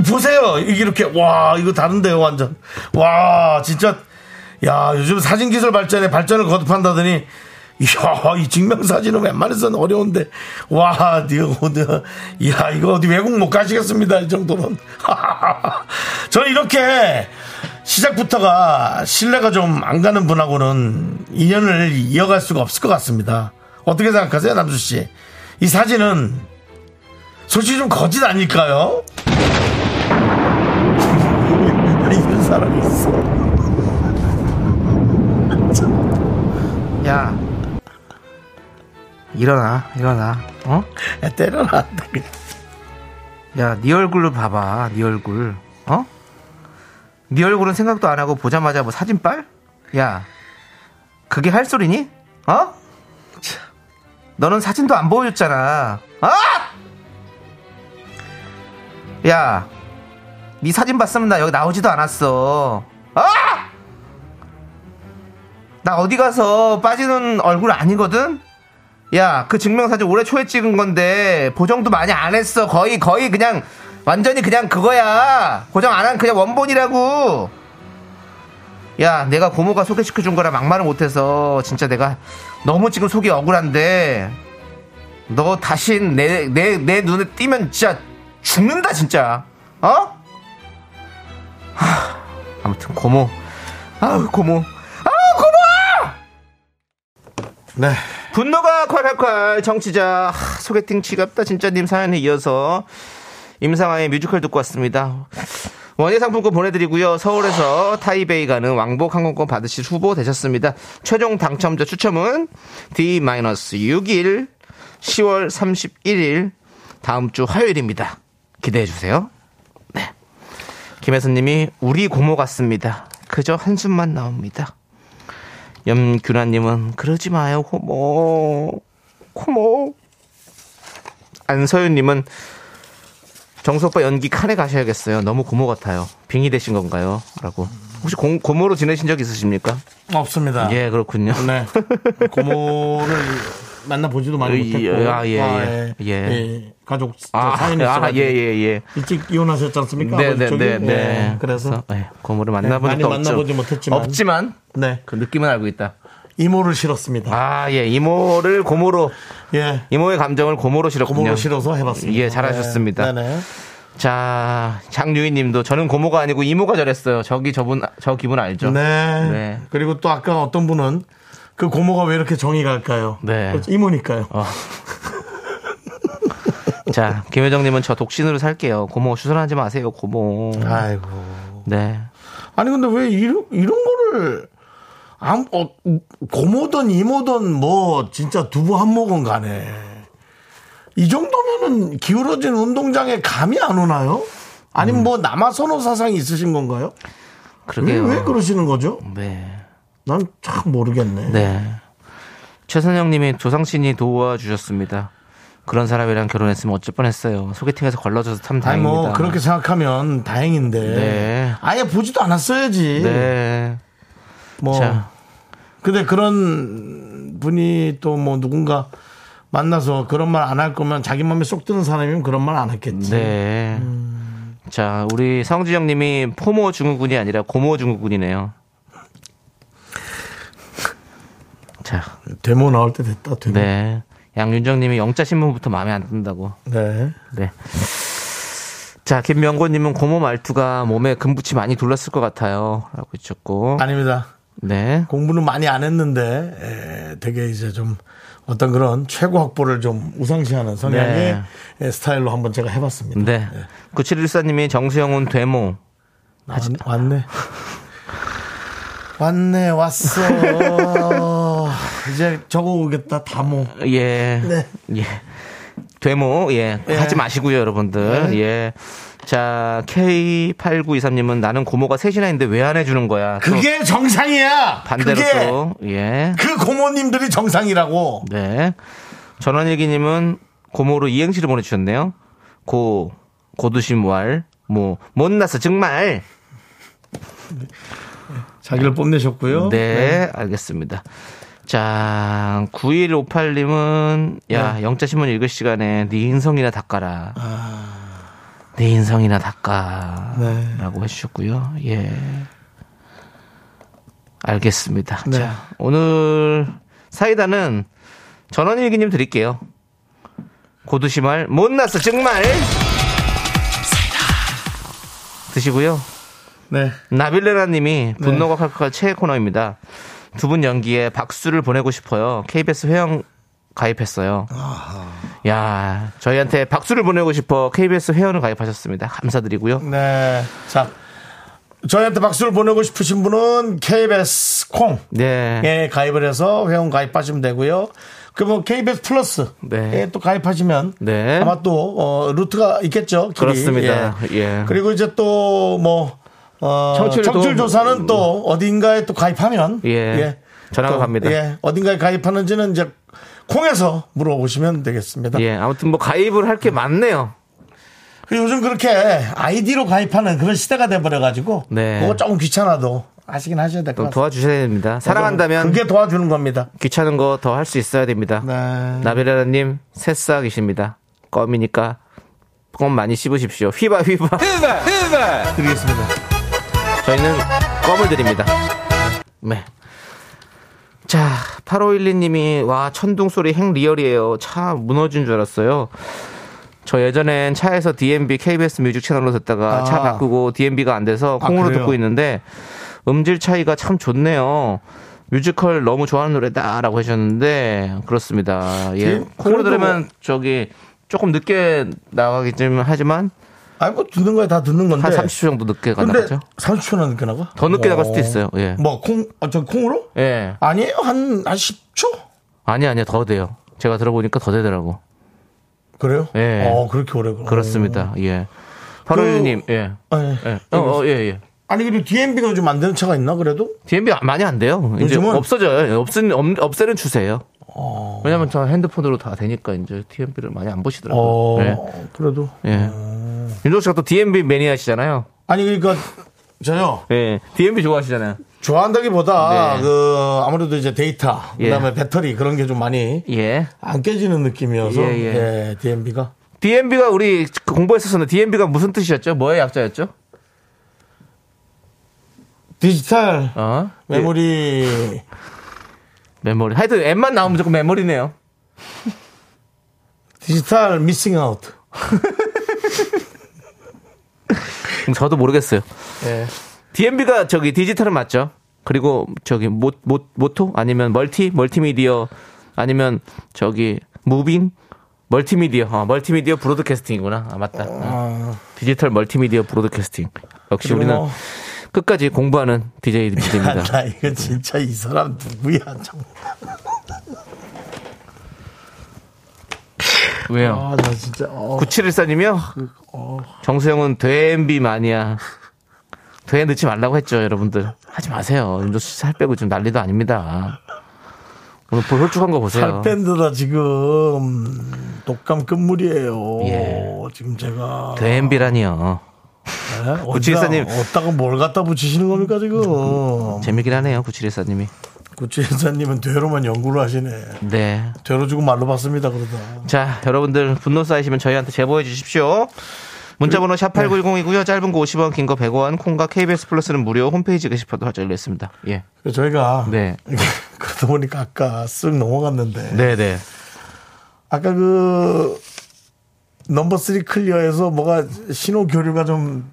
Speaker 1: 보세요 이게 이렇게 와 이거 다른데요 완전 와 진짜 야 요즘 사진 기술 발전에 발전을 거듭한다더니 이야 이 증명 사진은 웬만해서는 어려운데 와 이거 오늘 야 이거 어디 외국 못 가시겠습니다 이 정도는 저는 이렇게 시작부터가 신뢰가 좀 안 가는 분하고는 인연을 이어갈 수가 없을 것 같습니다 어떻게 생각하세요 남수 씨이 사진은 솔직히 좀 거짓 아닐까요? 이런 사람이 있어.
Speaker 2: 야 일어나 일어나 어?
Speaker 1: 야, 때려라.
Speaker 2: 야, 네 얼굴로 봐봐. 네 얼굴. 어? 네 얼굴은 생각도 안 하고 보자마자 뭐 사진빨? 야, 그게 할 소리니? 어? 참. 너는 사진도 안 보여줬잖아. 어? 야, 네 사진 봤으면 나 여기 나오지도 않았어. 어? 나 어디 가서 빠지는 얼굴 아니거든? 야, 그 증명사진 올해 초에 찍은 건데 보정도 많이 안 했어. 거의 거의 그냥 완전히 그냥 그거야. 고정 안 한 그냥 원본이라고. 야, 내가 고모가 소개시켜 준 거라 막말을 못해서 진짜 내가 너무 지금 속이 억울한데 너 다시 내 내 내 눈에 띄면 진짜 죽는다 진짜. 어? 하, 아무튼 고모. 아우 고모. 아우 고모!
Speaker 1: 네.
Speaker 2: 분노가 콸콸콸 정치자 하, 소개팅 지갑다 진짜님 사연에 이어서 임상아의 뮤지컬 듣고 왔습니다. 원예 상품권 보내드리고요. 서울에서 타이베이 가는 왕복 항공권 받으실 후보 되셨습니다. 최종 당첨자 추첨은 D-6일 10월 31일 다음 주 화요일입니다. 기대해 주세요. 네. 김혜선님이 우리 고모 같습니다. 그저 한숨만 나옵니다. 염규라님은 그러지 마요 고모 고모 안서윤님은 정수 오빠 연기 칸에 가셔야겠어요. 너무 고모 같아요. 빙의 되신 건가요? 라고. 혹시 고, 고모로 지내신 적 있으십니까?
Speaker 1: 없습니다.
Speaker 2: 예, 그렇군요.
Speaker 1: 네. 고모를 만나보지도 많이
Speaker 2: 예,
Speaker 1: 못했고.
Speaker 2: 아, 예,
Speaker 1: 아,
Speaker 2: 예.
Speaker 1: 예.
Speaker 2: 예.
Speaker 1: 예. 가족
Speaker 2: 아,
Speaker 1: 사연이
Speaker 2: 아, 예,
Speaker 1: 있어가지고.
Speaker 2: 예, 예.
Speaker 1: 일찍 이혼하셨지 않습니까?
Speaker 2: 네,
Speaker 1: 아버지
Speaker 2: 네,
Speaker 1: 쪽이?
Speaker 2: 네,
Speaker 1: 예,
Speaker 2: 네.
Speaker 1: 그래서 네,
Speaker 2: 예, 고모를 만나본
Speaker 1: 많이
Speaker 2: 적도
Speaker 1: 만나보지
Speaker 2: 없죠.
Speaker 1: 못했지만.
Speaker 2: 없지만
Speaker 1: 네
Speaker 2: 그 느낌은 알고 있다.
Speaker 1: 이모를 실었습니다.
Speaker 2: 아, 예. 이모를 고모로
Speaker 1: 예.
Speaker 2: 이모의 감정을 고모로 실었군요.
Speaker 1: 고모를 실어서 해봤습니다.
Speaker 2: 예, 잘하셨습니다.
Speaker 1: 네, 네.
Speaker 2: 자, 장유희 님도 저는 고모가 아니고 이모가 저랬어요. 저기 저분 저 기분 알죠?
Speaker 1: 네.
Speaker 2: 네.
Speaker 1: 그리고 또 아까 어떤 분은 그 고모가 왜 이렇게 정이 갈까요?
Speaker 2: 네.
Speaker 1: 그렇죠. 이모니까요.
Speaker 2: 자, 김효정 님은 저 독신으로 살게요. 고모 수선하지 마세요. 고모.
Speaker 1: 아이고.
Speaker 2: 네.
Speaker 1: 아니 근데 왜 이런 이런 거를 아무 어, 고모든 이모든 뭐 진짜 두부 한 모금 가네. 이 정도면은 기울어진 운동장에 감이 안 오나요? 아니면 뭐 남아선호 사상이 있으신 건가요? 왜,
Speaker 2: 음. 그러게요.
Speaker 1: 왜 그러시는 거죠?
Speaker 2: 네.
Speaker 1: 난 참 모르겠네.
Speaker 2: 네. 최선영 님이 조상신이 도와주셨습니다. 그런 사람이랑 결혼했으면 어쩔 뻔했어요. 소개팅에서 걸러져서 참
Speaker 1: 아니
Speaker 2: 다행입니다.
Speaker 1: 뭐 그렇게 생각하면 다행인데
Speaker 2: 네.
Speaker 1: 아예 보지도 않았어야지.
Speaker 2: 네.
Speaker 1: 뭐
Speaker 2: 자.
Speaker 1: 근데 그런 분이 또 뭐 누군가 만나서 그런 말 안 할 거면 자기 마음에 쏙 드는 사람이면 그런 말 안 했겠지.
Speaker 2: 네. 자, 우리 성지영 님이 포모 증후군이 아니라 고모 증후군이네요. 자,
Speaker 1: 데모 나올 때 됐다. 데모. 네.
Speaker 2: 네. 양윤정 님이 영자신문부터 마음에 안 든다고. 네. 자, 김명곤 님은 고모 말투가 몸에 금붙이 많이 둘렀을 것 같아요. 라고 해주셨고.
Speaker 1: 아닙니다.
Speaker 2: 네.
Speaker 1: 공부는 많이 안 했는데 에, 되게 이제 좀 어떤 그런 최고 확보를 좀 우상시하는 성향의 에, 스타일로 한번 제가 해봤습니다.
Speaker 2: 네. 9714님이 정수영은 되모.
Speaker 1: 아, 왔네. 왔네 왔어. 이제 저거 오겠다 다모.
Speaker 2: 예.
Speaker 1: 네.
Speaker 2: 예. 되모, 예.
Speaker 1: 예. 네.
Speaker 2: 하지 마시고요, 여러분들. 예. 자, K8923님은 나는 고모가 셋이나 있는데 왜 안 해주는 거야? 또
Speaker 1: 그게 정상이야.
Speaker 2: 어. 반대로
Speaker 1: 그게
Speaker 2: 또, 예.
Speaker 1: 그 고모님들이 정상이라고.
Speaker 2: 네. 전원일기님은 고모로 이행시를 보내주셨네요. 고, 고두심 왈, 뭐, 못났어, 정말.
Speaker 1: 자기를 뽐내셨고요.
Speaker 2: 네, 알겠습니다. 자, 9158님은 야,
Speaker 1: 네.
Speaker 2: 영자신문 읽을 시간에 네 인성이나 닦아라. 네 인성이나 닦아.
Speaker 1: 네.
Speaker 2: 라고 해주셨고요. 예. 알겠습니다.
Speaker 1: 네.
Speaker 2: 자, 오늘 사이다는 전원일기님 드릴게요. 고두시말 못났어 정말 드시고요.
Speaker 1: 네.
Speaker 2: 나빌레라님이 분노가 칼칼 최애 코너입니다. 두 분 연기에 박수를 보내고 싶어요. KBS 회원 가입했어요. 야 저희한테 박수를 보내고 싶어 KBS 회원을 가입하셨습니다. 감사드리고요.
Speaker 1: 네. 자, 저희한테 박수를 보내고 싶으신 분은 KBS 콩.
Speaker 2: 네,
Speaker 1: 에 가입을 해서 회원 가입하시면 되고요. 그뭐 KBS 플러스
Speaker 2: 네.
Speaker 1: 예, 또 가입하시면
Speaker 2: 네.
Speaker 1: 아마 또 어, 루트가 있겠죠. 길이.
Speaker 2: 그렇습니다. 예.
Speaker 1: 그리고 이제 또 뭐 어,
Speaker 2: 청취율
Speaker 1: 청취율
Speaker 2: 또-
Speaker 1: 조사는 또 어딘가에 또 가입하면
Speaker 2: 음, 예. 전화가
Speaker 1: 또,
Speaker 2: 갑니다.
Speaker 1: 예, 어딘가에 가입하는지는 이제 콩에서 물어보시면 되겠습니다.
Speaker 2: 예 아무튼 뭐 가입을 할 게 많네요.
Speaker 1: 그 요즘 그렇게 아이디로 가입하는 그런 시대가 돼버려가지고
Speaker 2: 네.
Speaker 1: 그거 조금 귀찮아도 하시긴 하셔야 될 것
Speaker 2: 또
Speaker 1: 같아요.
Speaker 2: 도와주셔야 됩니다. 사랑한다면
Speaker 1: 그게 도와주는 겁니다.
Speaker 2: 귀찮은 거 더 할 수 있어야 됩니다.
Speaker 1: 네.
Speaker 2: 나비라라님 새싹이십니다. 껌이니까 껌 많이 씹으십시오. 휘바 휘바.
Speaker 1: 드리겠습니다.
Speaker 2: 저희는 껌을 드립니다. 네. 자, 8512님이, 와, 천둥 소리 행 리얼이에요. 차 무너진 줄 알았어요. 저 예전엔 차에서 DMB KBS 뮤직 채널로 듣다가
Speaker 1: 아.
Speaker 2: 차 바꾸고 DMB가 안 돼서 콩으로
Speaker 1: 그래요?
Speaker 2: 듣고 있는데 음질 차이가 참 좋네요. 뮤지컬 너무 좋아하는 노래다라고 하셨는데 그렇습니다. 예.
Speaker 1: 지금
Speaker 2: 콩으로
Speaker 1: 그래도
Speaker 2: 들으면 저기 조금 늦게 나가겠지만 하지만
Speaker 1: 아니 뭐 듣는 거야 다 듣는 건데.
Speaker 2: 한 30초 정도 늦게
Speaker 1: 근데
Speaker 2: 가나가죠?
Speaker 1: 30초나 늦게 나가?
Speaker 2: 더 늦게 나갈 수도 있어요. 예.
Speaker 1: 뭐콩 어, 저 콩으로?
Speaker 2: 예.
Speaker 1: 아니에요 한한 10초?
Speaker 2: 아니 아니요. 더 돼요. 제가 들어보니까 더 되더라고.
Speaker 1: 그래요?
Speaker 2: 예.
Speaker 1: 어 그렇게 오래 걸
Speaker 2: 그렇습니다.
Speaker 1: 음.
Speaker 2: 예. 파로유 님.
Speaker 1: 그
Speaker 2: 예.
Speaker 1: 아니,
Speaker 2: 예. 어, 어, 예, 예.
Speaker 1: 아니 그리고 DMB가 요즘 안 되는 차가 있나 그래도?
Speaker 2: DMB 많이 안 돼요. 이제
Speaker 1: 요즘은? 어.
Speaker 2: 없어져요. 예, 없은 없- 없애는 추세예요. 왜냐면 저 핸드폰으로 다 되니까 이제 DMB를 많이 안 보시더라고요.
Speaker 1: 어
Speaker 2: 예.
Speaker 1: 그래도. 음.
Speaker 2: 예. 윤종 씨가 또 DMB 매니아시잖아요.
Speaker 1: 아니 그러니까 저요
Speaker 2: 예. DMB 좋아하시잖아요.
Speaker 1: 좋아한다기보다
Speaker 2: 네.
Speaker 1: 그 아무래도 이제 데이터
Speaker 2: 예.
Speaker 1: 그다음에 배터리 그런 게 좀 많이
Speaker 2: 예.
Speaker 1: 안 깨지는 느낌이어서
Speaker 2: 예, 예.
Speaker 1: 예, DMB가
Speaker 2: DMB가 우리 공부했었는데 DMB가 무슨 뜻이었죠? 뭐의 약자였죠?
Speaker 1: 디지털
Speaker 2: 어?
Speaker 1: 메모리
Speaker 2: 메모리. 하여튼 M만 나오면 무조건 메모리네요.
Speaker 1: 디지털 미싱 아웃
Speaker 2: 음, 저도 모르겠어요.
Speaker 1: 예.
Speaker 2: DMB가 저기 디지털은 맞죠? 그리고 저기 모, 모, 모토 아니면 멀티 멀티미디어 아니면 저기 무빙 멀티미디어 어, 멀티미디어 브로드캐스팅이구나 아 맞다 어, 디지털 멀티미디어 브로드캐스팅 역시
Speaker 1: 그리고
Speaker 2: 우리는
Speaker 1: 뭐-
Speaker 2: 끝까지 공부하는 DJ
Speaker 1: 아,
Speaker 2: 입니다
Speaker 1: 나 이거 진짜 이 사람 누구야 정말
Speaker 2: 왜요?
Speaker 1: 아나 진짜 어,
Speaker 2: 9714님이요 정수영은 되엠비 마니아 되 넣지 말라고 했죠 여러분들 하지 마세요 윤조 씨살 빼고 지금 난리도 아닙니다 오늘 볼 홀쭉한 거 보세요
Speaker 1: 살 뺀다 지금 독감 끝물이에요
Speaker 2: 예.
Speaker 1: 지금 제가 예?
Speaker 2: 되엠비라니요 구칠일사님.
Speaker 1: 어디다가 뭘 갖다 붙이시는 겁니까 지금
Speaker 2: 재밌긴 하네요, 9714님이.
Speaker 1: 구치회사님은 되로만 연구를 하시네
Speaker 2: 네.
Speaker 1: 되로 주고 말로 봤습니다 그러다
Speaker 2: 자, 여러분들 분노 쌓이시면 저희한테 제보해 주십시오. 문자번호 샵8910이고요. 짧은 거 50원, 긴 거 100원, 콩과 KBS 플러스는 무료 홈페이지 게시판도 활짝 열렸습니다. 예.
Speaker 1: 그래서 저희가
Speaker 2: 네.
Speaker 1: 그러다 보니까 아까 쓱 넘어갔는데
Speaker 2: 네네.
Speaker 1: 아까 그 넘버 쓰리 클리어에서 뭐가 신호 교류가 좀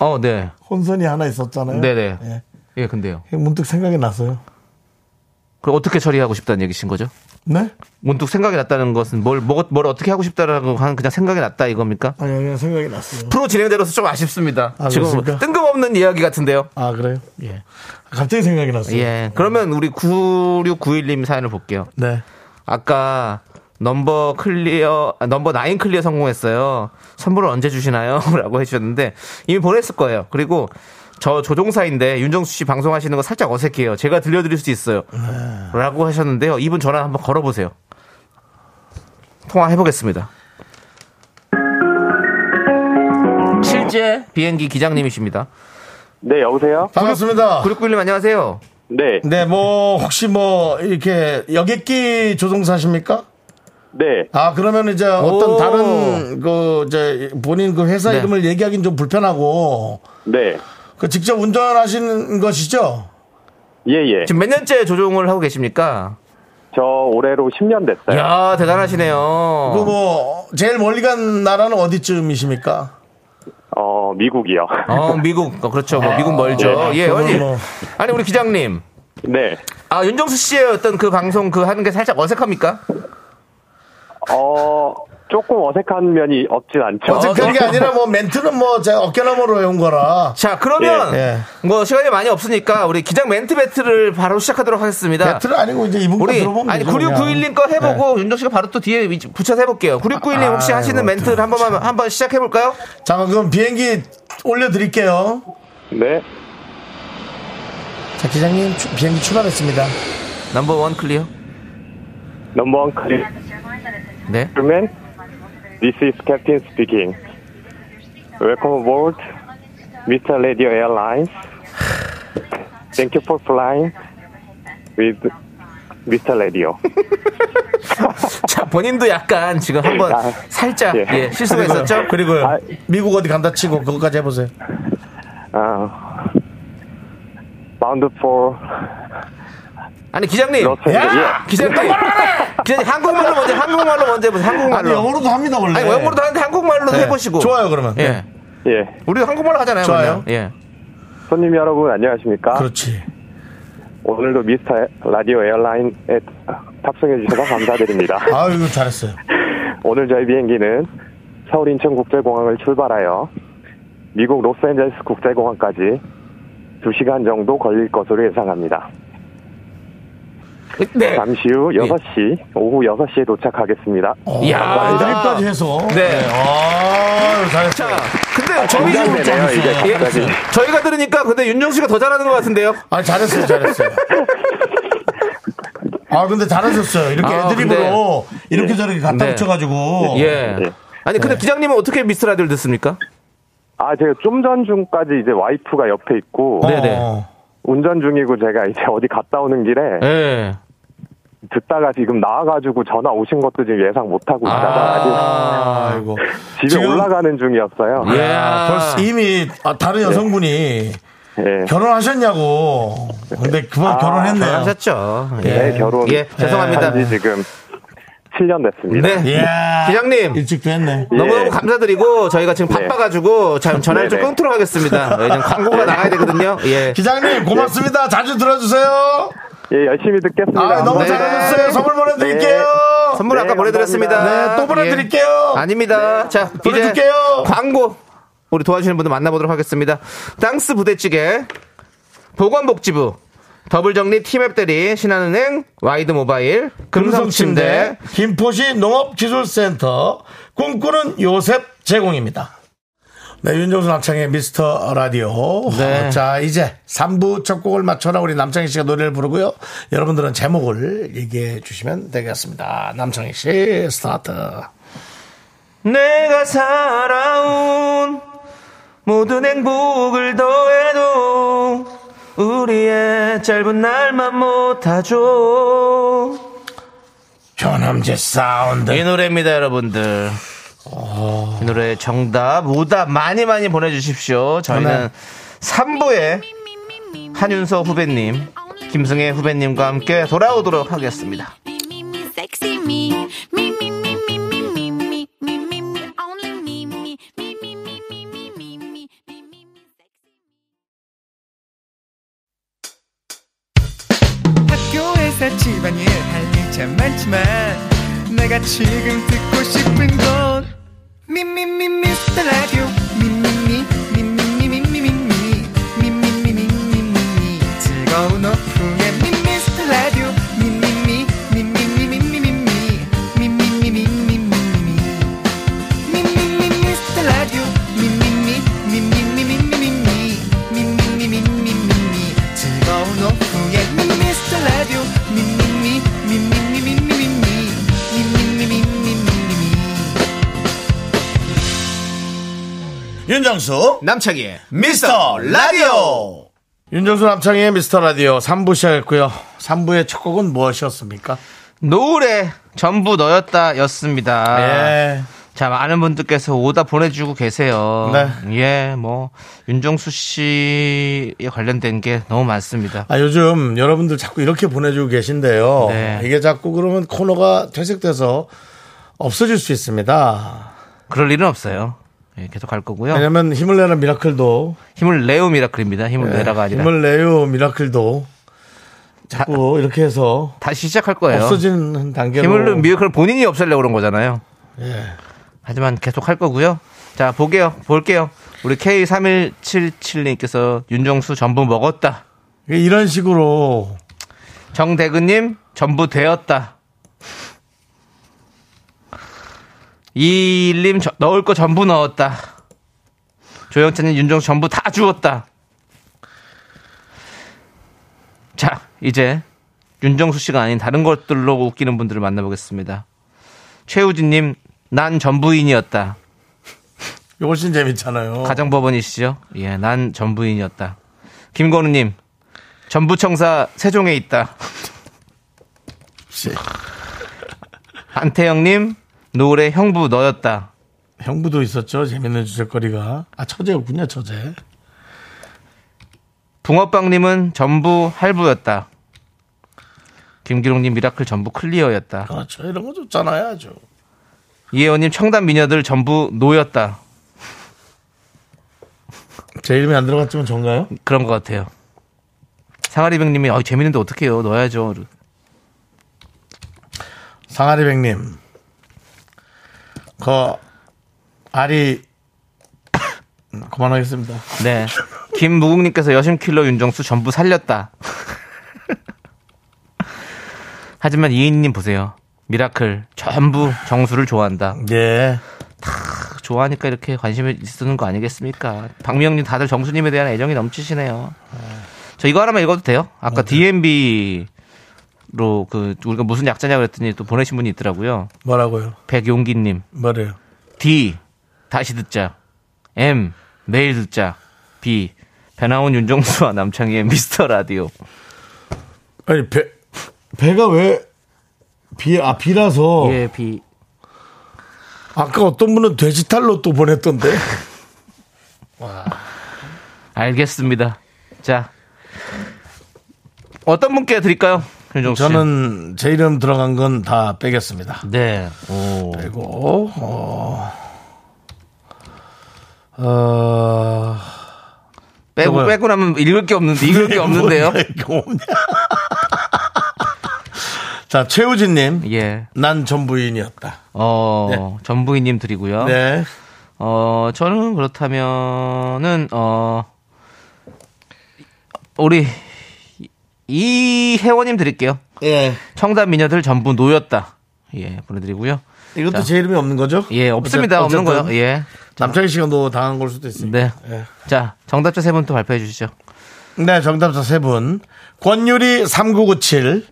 Speaker 2: 어, 네.
Speaker 1: 혼선이 하나 있었잖아요.
Speaker 2: 네네.
Speaker 1: 예.
Speaker 2: 예, 근데요.
Speaker 1: 문득 생각이 났어요.
Speaker 2: 그럼 어떻게 처리하고 싶다는 얘기신 거죠?
Speaker 1: 네?
Speaker 2: 문득 생각이 났다는 것은 뭘, 뭐, 뭘 어떻게 하고 싶다라고 한 그냥 생각이 났다 이겁니까?
Speaker 1: 아니 그냥 생각이 났어요.
Speaker 2: 프로 진행대로서 좀 아쉽습니다.
Speaker 1: 아,
Speaker 2: 지금
Speaker 1: 그렇습니까?
Speaker 2: 뜬금없는 이야기 같은데요.
Speaker 1: 아 그래요? 예. 갑자기 생각이 났어요.
Speaker 2: 예. 그러면 우리 9691님 사연을 볼게요.
Speaker 1: 네.
Speaker 2: 아까 넘버 클리어 아, 넘버 나인 클리어 성공했어요. 선물을 언제 주시나요?라고 해주셨는데 이미 보냈을 거예요. 그리고 저 조종사인데 윤정수 씨 방송하시는 거 살짝 어색해요. 제가 들려드릴 수도 있어요.라고 하셨는데요. 이분 전화 한번 걸어보세요. 통화 해보겠습니다. 실제 비행기 기장님이십니다.
Speaker 5: 네, 여보세요?
Speaker 1: 반갑습니다.
Speaker 2: 9691님 안녕하세요.
Speaker 5: 네,
Speaker 1: 네, 뭐 혹시 뭐 이렇게 여객기 조종사십니까?
Speaker 5: 네.
Speaker 1: 아 그러면 이제 어떤
Speaker 2: 오.
Speaker 1: 다른 그 이제 본인 그 회사
Speaker 2: 네.
Speaker 1: 이름을 얘기하기는 좀 불편하고
Speaker 5: 네.
Speaker 1: 그 직접 운전하시는 것이죠?
Speaker 5: 예, 예.
Speaker 2: 지금 몇 년째 조종을 하고 계십니까?
Speaker 5: 저 올해로 10년 됐어요.
Speaker 2: 야 대단하시네요.
Speaker 1: 그리고 뭐 제일 멀리 간 나라는 어디쯤이십니까?
Speaker 5: 어, 미국이요.
Speaker 2: 어, 미국. 어, 그렇죠. 뭐 미국 멀죠.
Speaker 1: 네.
Speaker 2: 예,
Speaker 1: 그거는
Speaker 2: 아니,
Speaker 1: 뭐.
Speaker 2: 아니, 우리 기장님.
Speaker 5: 네.
Speaker 2: 아, 윤정수 씨의 어떤 그 방송 그 하는 게 살짝 어색합니까?
Speaker 5: 어, 조금 어색한 면이 없진 않죠.
Speaker 2: 어색-
Speaker 1: 어쨌든
Speaker 2: 어,
Speaker 1: 그게
Speaker 2: 네.
Speaker 1: 아니라 뭐 멘트는 뭐 제 어깨너머로 해온 거라
Speaker 2: 자, 그러면
Speaker 1: 예.
Speaker 2: 뭐 시간이 많이 없으니까 우리 기장 멘트 배틀을 바로 시작하도록 하겠습니다.
Speaker 1: 멘트는 아니고 이제 이분 거
Speaker 2: 우리
Speaker 1: 들어보면
Speaker 2: 아니
Speaker 1: 되죠, 그냥.
Speaker 2: 9691님 거 해보고 윤정 씨가 바로 또 뒤에 위- 붙여서 해볼게요. 9691님 혹시
Speaker 1: 네. 아이고,
Speaker 2: 하시는 멘트를 한번 한번 시작해 볼까요?
Speaker 1: 잠깐 그럼 비행기 올려드릴게요.
Speaker 5: 네.
Speaker 1: 자 기장님 추- 비행기 출발했습니다.
Speaker 2: 넘버 원 클리어.
Speaker 5: 넘버 원 클리어.
Speaker 2: 네.
Speaker 5: 그러면 This is Captain speaking. Welcome aboard Mr. Radio Airlines. Thank you for flying with Mr. Radio.
Speaker 2: 자, 본인도 약간 지금 한번
Speaker 5: 아,
Speaker 2: 살짝
Speaker 5: 예.
Speaker 2: 예, 실수가 있었죠?
Speaker 1: 그리고요.
Speaker 5: 아.
Speaker 1: 미국 어디 간다 치고 그것까지 해보세요.
Speaker 5: 아, bound for
Speaker 2: 아니 기장님.
Speaker 5: 그렇죠. 러시아.
Speaker 2: 기장님, 기장님 한국말로 먼저 한국말로 먼저 해보세요.
Speaker 1: 아니
Speaker 2: 한국말로.
Speaker 1: 영어로도 합니다 원래.
Speaker 2: 아니 외국어로도 하는데 한국말로 도
Speaker 1: 네.
Speaker 2: 해보시고.
Speaker 1: 좋아요, 그러면.
Speaker 2: 예.
Speaker 1: 네.
Speaker 5: 예. 예.
Speaker 2: 우리도 한국말로 하잖아요.
Speaker 1: 좋아요.
Speaker 2: 그냥. 예.
Speaker 5: 손님 여러분 안녕하십니까?
Speaker 1: 그렇지.
Speaker 5: 오늘도 미스터 라디오 에어라인에 탑승해 주셔서 감사드립니다.
Speaker 1: 아유 잘했어요.
Speaker 5: 오늘 저희 비행기는 서울 인천 국제공항을 출발하여 미국 로스앤젤레스 국제공항까지 2시간 정도 걸릴 것으로 예상합니다.
Speaker 2: 네.
Speaker 5: 잠시 후 6시, 오후 6시에 도착하겠습니다.
Speaker 2: 이야.
Speaker 1: 드립까지 어, 해서.
Speaker 2: 네.
Speaker 1: 아유 잘했어.
Speaker 2: 자,
Speaker 1: 요
Speaker 2: 근데 저희
Speaker 5: 긴장되네요, 이게
Speaker 2: 예,
Speaker 5: 갑자기.
Speaker 2: 저희가 들으니까 근데 윤정 씨가 더 잘하는 것 같은데요.
Speaker 1: 아 잘했어요, 잘했어요. 아 근데 잘하셨어요. 이렇게
Speaker 2: 아,
Speaker 1: 애드립으로 이렇게
Speaker 5: 예.
Speaker 1: 저렇게 갖다
Speaker 2: 네.
Speaker 1: 붙여가지고.
Speaker 2: 예.
Speaker 5: 네.
Speaker 2: 아니 근데 기장님은 어떻게 미스터 라디오를 듣습니까?
Speaker 5: 아, 제가 좀 전 중까지 이제 와이프가 옆에 있고
Speaker 1: 어,
Speaker 2: 예, 네네.
Speaker 5: 운전 중이고 제가 이제 어디 갔다 오는 길에
Speaker 2: 예.
Speaker 5: 듣다가 지금 나와가지고 전화 오신 것도 지금 예상 못하고 있다가 아직
Speaker 1: 아이고.
Speaker 5: 집에
Speaker 1: 지금-
Speaker 5: 올라가는 중이었어요.
Speaker 2: 예.
Speaker 1: 아, 벌써 이미 아,
Speaker 2: 네.
Speaker 1: 다른 여성분이
Speaker 5: 예.
Speaker 1: 결혼하셨냐고. 근데 그만
Speaker 5: 아,
Speaker 1: 결혼했네요.
Speaker 2: 하셨죠.
Speaker 5: 네, 결혼.
Speaker 2: 예, 죄송합니다.
Speaker 5: 한지 지금 7년 됐습니다.
Speaker 2: 네.
Speaker 1: 예.
Speaker 2: 기장님.
Speaker 1: 일찍도 했네.
Speaker 5: 예.
Speaker 2: 너무너무 감사드리고 저희가 지금
Speaker 5: 네.
Speaker 2: 바빠가지고 참 전화를 좀
Speaker 5: 네네.
Speaker 2: 끊도록 하겠습니다. 예, 지금 광고가 나가야 되거든요. 예.
Speaker 1: 기장님 고맙습니다. 자주 들어주세요.
Speaker 5: 예, 열심히 듣겠습니다.
Speaker 1: 아 너무
Speaker 2: 네.
Speaker 1: 잘해줬어요. 선물 보내드릴게요.
Speaker 2: 선물
Speaker 5: 네,
Speaker 2: 아까 보내드렸습니다.
Speaker 1: 네, 또 보내드릴게요. 네.
Speaker 2: 예. 아닙니다. 자, 이제
Speaker 1: 보내줄게요.
Speaker 2: 광고 우리 도와주시는 분들 만나보도록 하겠습니다. 땅스 부대찌개, 보건복지부, 더블정리 팀앱 대리, 신한은행, 와이드 모바일,
Speaker 1: 금성침대
Speaker 2: 금성침대,
Speaker 1: 김포시 농업기술센터 꿈꾸는 요셉 제공입니다. 네, 윤정수 남창의 미스터 라디오.
Speaker 2: 네.
Speaker 1: 어, 자, 이제 3부 첫 곡을 맞춰라 우리 남창희 씨가 노래를 부르고요. 여러분들은 제목을 얘기해 주시면 되겠습니다. 남창희 씨, 스타트.
Speaker 2: 내가 살아온 모든 행복을 더해도 우리의 짧은 날만 못하죠.
Speaker 1: 현암제 사운드.
Speaker 2: 이 노래입니다, 여러분들. 이 노래 정답, 오답 많이 많이 보내주십시오. 저희는
Speaker 1: 네.
Speaker 2: 3부에 한윤서 후배님, 김승혜 후배님과 함께 돌아오도록 하겠습니다.
Speaker 8: Sexy me, me, me, me, me, me, me, me, me, me, me, only me, me, me, me, me, me, me, me, me, me, me, me.
Speaker 7: 학교에서 집안일 할 일 참 많지만 내가 지금 듣고 싶은 건 미미미 미스터 라디오 미미미 미미미 미미미 미미미 미미미
Speaker 9: Oh,
Speaker 7: 즐거운 오후에 미스터 라디오 미미미 미미미 미미미 미미미 미미미 미미미 미스터 라디오 미미미 미미미 미미미 미미미 미미미 즐거운 오후에 미스터 라디오 미미미 미미미 미미미 미미미 미미미
Speaker 1: 윤정수,
Speaker 2: 남창희의
Speaker 1: 미스터 라디오. 윤정수 남창희의 미스터 라디오 3부 시작했고요. 3부의 첫 곡은 무엇이었습니까?
Speaker 2: 노래 전부 너였다 였습니다.
Speaker 1: 예.
Speaker 2: 자, 많은 분들께서 오다 보내주고 계세요.
Speaker 1: 네.
Speaker 2: 예, 뭐, 윤정수 씨에 관련된 게 너무 많습니다.
Speaker 1: 아, 요즘 여러분들 자꾸 이렇게 보내주고 계신데요.
Speaker 2: 네.
Speaker 1: 이게 자꾸 그러면 코너가 퇴색돼서 없어질 수 있습니다.
Speaker 2: 그럴 일은 없어요. 예, 계속 갈 거고요.
Speaker 1: 왜냐면 힘을 내는 미라클도
Speaker 2: 힘을 내오 미라클입니다. 힘을 네. 내라가 아니라.
Speaker 1: 네. 힘을 내요 미라클도 자꾸 이렇게 해서
Speaker 2: 다시 시작할 거예요.
Speaker 1: 없어지는 단계로
Speaker 2: 힘을 내오 미라클 본인이 없애려고 그런 거잖아요.
Speaker 1: 예.
Speaker 2: 하지만 계속 할 거고요. 자, 보게요. 볼게요. 우리 K3177님께서 윤정수 전부 먹었다.
Speaker 1: 이런 식으로
Speaker 2: 정대근님 전부 되었다. 이일님 저- 넣을 거 전부 넣었다. 조영찬님 윤정수 전부 다 주었다. 자 이제 윤정수 씨가 아닌 다른 것들로 웃기는 분들을 만나보겠습니다. 최우진님 난 전부인이었다.
Speaker 1: 이것씬 재밌잖아요.
Speaker 2: 가정법원이시죠? 예, 난 전부인이었다. 김건우님 전부청사 세종에 있다.
Speaker 1: 혹시
Speaker 2: 안태영님 노래 형부 너였다.
Speaker 1: 형부도 있었죠. 재밌는 주제거리가 아 처제였군요 처제.
Speaker 2: 붕어빵님은 전부 할부였다. 김기록님 미라클 전부 클리어였다.
Speaker 1: 그렇죠. 이런 거 좋잖아요. 아주
Speaker 2: 이혜원님 청담 미녀들 전부 노였다.
Speaker 1: 제 이름이 안 들어갔지만 전가요?
Speaker 2: 그런 것 같아요. 사가리백님이 어, 재밌는데 어떡해요 넣어야죠.
Speaker 1: 상아리 백님, 그 알이 그만하겠습니다.
Speaker 2: 네. 김무국님께서 여심킬러 윤정수 전부 살렸다. 하지만 이인님 보세요. 미라클 전부 정수를 좋아한다.
Speaker 1: 예,
Speaker 2: 크, 좋아하니까 이렇게 관심이 있었는 거 아니겠습니까? 박미영님 다들 정수님에 대한 애정이 넘치시네요. 저 이거 하나만 읽어도 네. 돼요? 아까 DMB로 그 우리가 무슨 약자냐 그랬더니 또 보내신 분이 있더라고요.
Speaker 1: 뭐라고요?
Speaker 2: 백용기님
Speaker 1: 뭐래요?
Speaker 2: D 다시 듣자 M 매일 듣자 B 배나온 윤정수와 남창희의 미스터 라디오
Speaker 1: 아니 배 배가 왜 비, 아, 비라서.
Speaker 2: 예 B
Speaker 1: 아까 어떤 분은 돼지탈로 또 보냈던데.
Speaker 2: 알겠습니다 자 어떤 분께 드릴까요 윤정수 씨?
Speaker 1: 저는 제 이름 들어간 건 다 빼겠습니다.
Speaker 2: 네 오.
Speaker 1: 그리고, 어, 어,
Speaker 2: 빼고
Speaker 1: 저거요.
Speaker 2: 빼고 나면 읽을 게 없는데 읽을 게 없는데요
Speaker 1: 네, 뭐냐, 이거 뭐냐. 자, 최우진님.
Speaker 2: 예어 어,
Speaker 1: 난 전부인이었다.
Speaker 2: 전부인님 드리고요
Speaker 1: 네.
Speaker 2: 어, 저는 그렇다면은, 어, 우리, 이- 이혜원님 드릴게요.
Speaker 1: 예.
Speaker 2: 청담 미녀들 전부 놓였다. 예, 보내드리고요.
Speaker 1: 이것도
Speaker 2: 자.
Speaker 1: 제 이름이 없는 거죠?
Speaker 2: 예, 없습니다.
Speaker 1: 어쨌든
Speaker 2: 없는 거요. 예.
Speaker 1: 남창희 씨가 너 당한 걸 수도 있습니다.
Speaker 2: 네.
Speaker 1: 예.
Speaker 2: 자, 정답자 세 분 또 발표해 주시죠.
Speaker 1: 네, 정답자 세 분. 권유리 3997,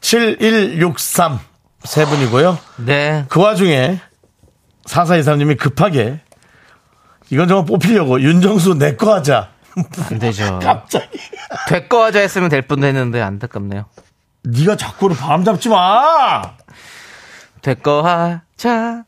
Speaker 1: 7163. 세 분이고요.
Speaker 2: 네.
Speaker 1: 그 와중에 4423님이 급하게 이건 정말 뽑히려고 윤정수 내 거 하자.
Speaker 2: 안 되죠.
Speaker 1: 갑자기.
Speaker 2: 됐거 하자 했으면 될 뻔도 했는데 안타깝네요.
Speaker 1: 네가 자꾸 바람 잡지 마!
Speaker 2: 됐거 하자.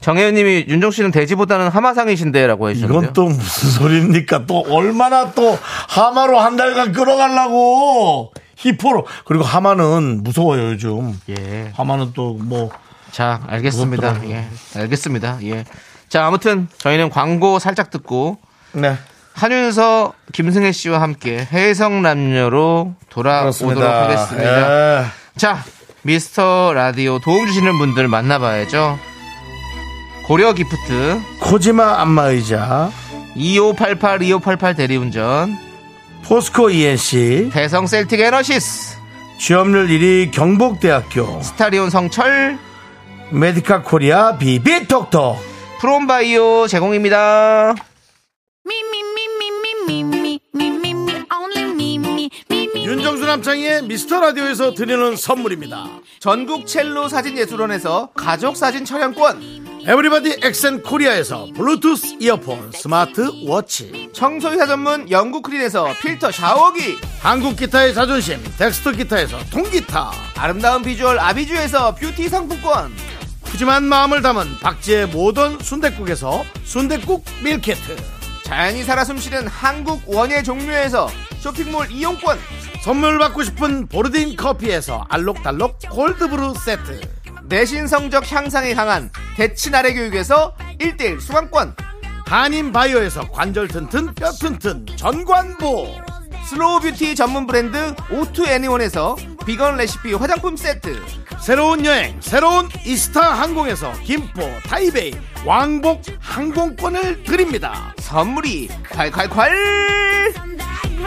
Speaker 2: 정혜윤 님이 윤종 씨는 돼지보다는 하마상이신데 라고 해주셨는데요.
Speaker 1: 이건 또 무슨 소리입니까? 또 얼마나 또 하마로 한 달간 끌어가려고! 히포로. 그리고 하마는 무서워요, 요즘.
Speaker 2: 예.
Speaker 1: 하마는 또 뭐.
Speaker 2: 자, 알겠습니다. 예. 알겠습니다. 예. 자, 아무튼 저희는 광고 살짝 듣고
Speaker 1: 네.
Speaker 2: 한윤서 김승혜 씨와 함께 해성 남녀로 돌아오도록
Speaker 1: 그렇습니다.
Speaker 2: 하겠습니다.
Speaker 1: 예.
Speaker 2: 자, 미스터 라디오 도움 주시는 분들 만나봐야죠. 고려 기프트,
Speaker 1: 코지마 안마의자,
Speaker 2: 2588, 2588 대리운전,
Speaker 1: 포스코 ENC,
Speaker 2: 대성 셀틱 에너시스,
Speaker 1: 취업률 1위 경북대학교,
Speaker 2: 스타리온 성철,
Speaker 1: 메디카 코리아 비비톡톡,
Speaker 2: 프롬바이오 제공입니다.
Speaker 8: Me, me, me, me, me, me, me, me, me, me, only me, me, me, me.
Speaker 1: 윤정수 남창희의 미스터 라디오에서 드리는 선물입니다.
Speaker 2: 전국 첼로 사진 예술원에서 가족 사진 촬영권,
Speaker 1: 에브리바디 엑센 코리아에서 블루투스 이어폰, 스마트 워치,
Speaker 2: 청소이사 전문 영국 크린에서 필터 샤워기,
Speaker 1: 한국 기타의 자존심, 덱스터 기타에서 통기타,
Speaker 2: 아름다운 비주얼 아비주에서 뷰티 상품권,
Speaker 1: 푸짐한 마음을 담은 박지의 모던 순댓국에서순댓국 밀키트,
Speaker 2: 자연이 살아 숨쉬는 한국 원예 종류에서 쇼핑몰 이용권,
Speaker 1: 선물 받고 싶은 보르딘 커피에서 알록달록 골드브루 세트,
Speaker 2: 내신 성적 향상에 강한 대치나래 교육에서 1대1 수강권
Speaker 1: 한인 바이오에서 관절 튼튼 뼈 튼튼 전관보
Speaker 2: 슬로우 뷰티 전문 브랜드 오투 애니원에서 비건 레시피 화장품 세트
Speaker 1: 새로운 여행 새로운 이스타 항공에서 김포 타이베이 왕복 항공권을 드립니다
Speaker 2: 선물이 콸콸콸
Speaker 8: On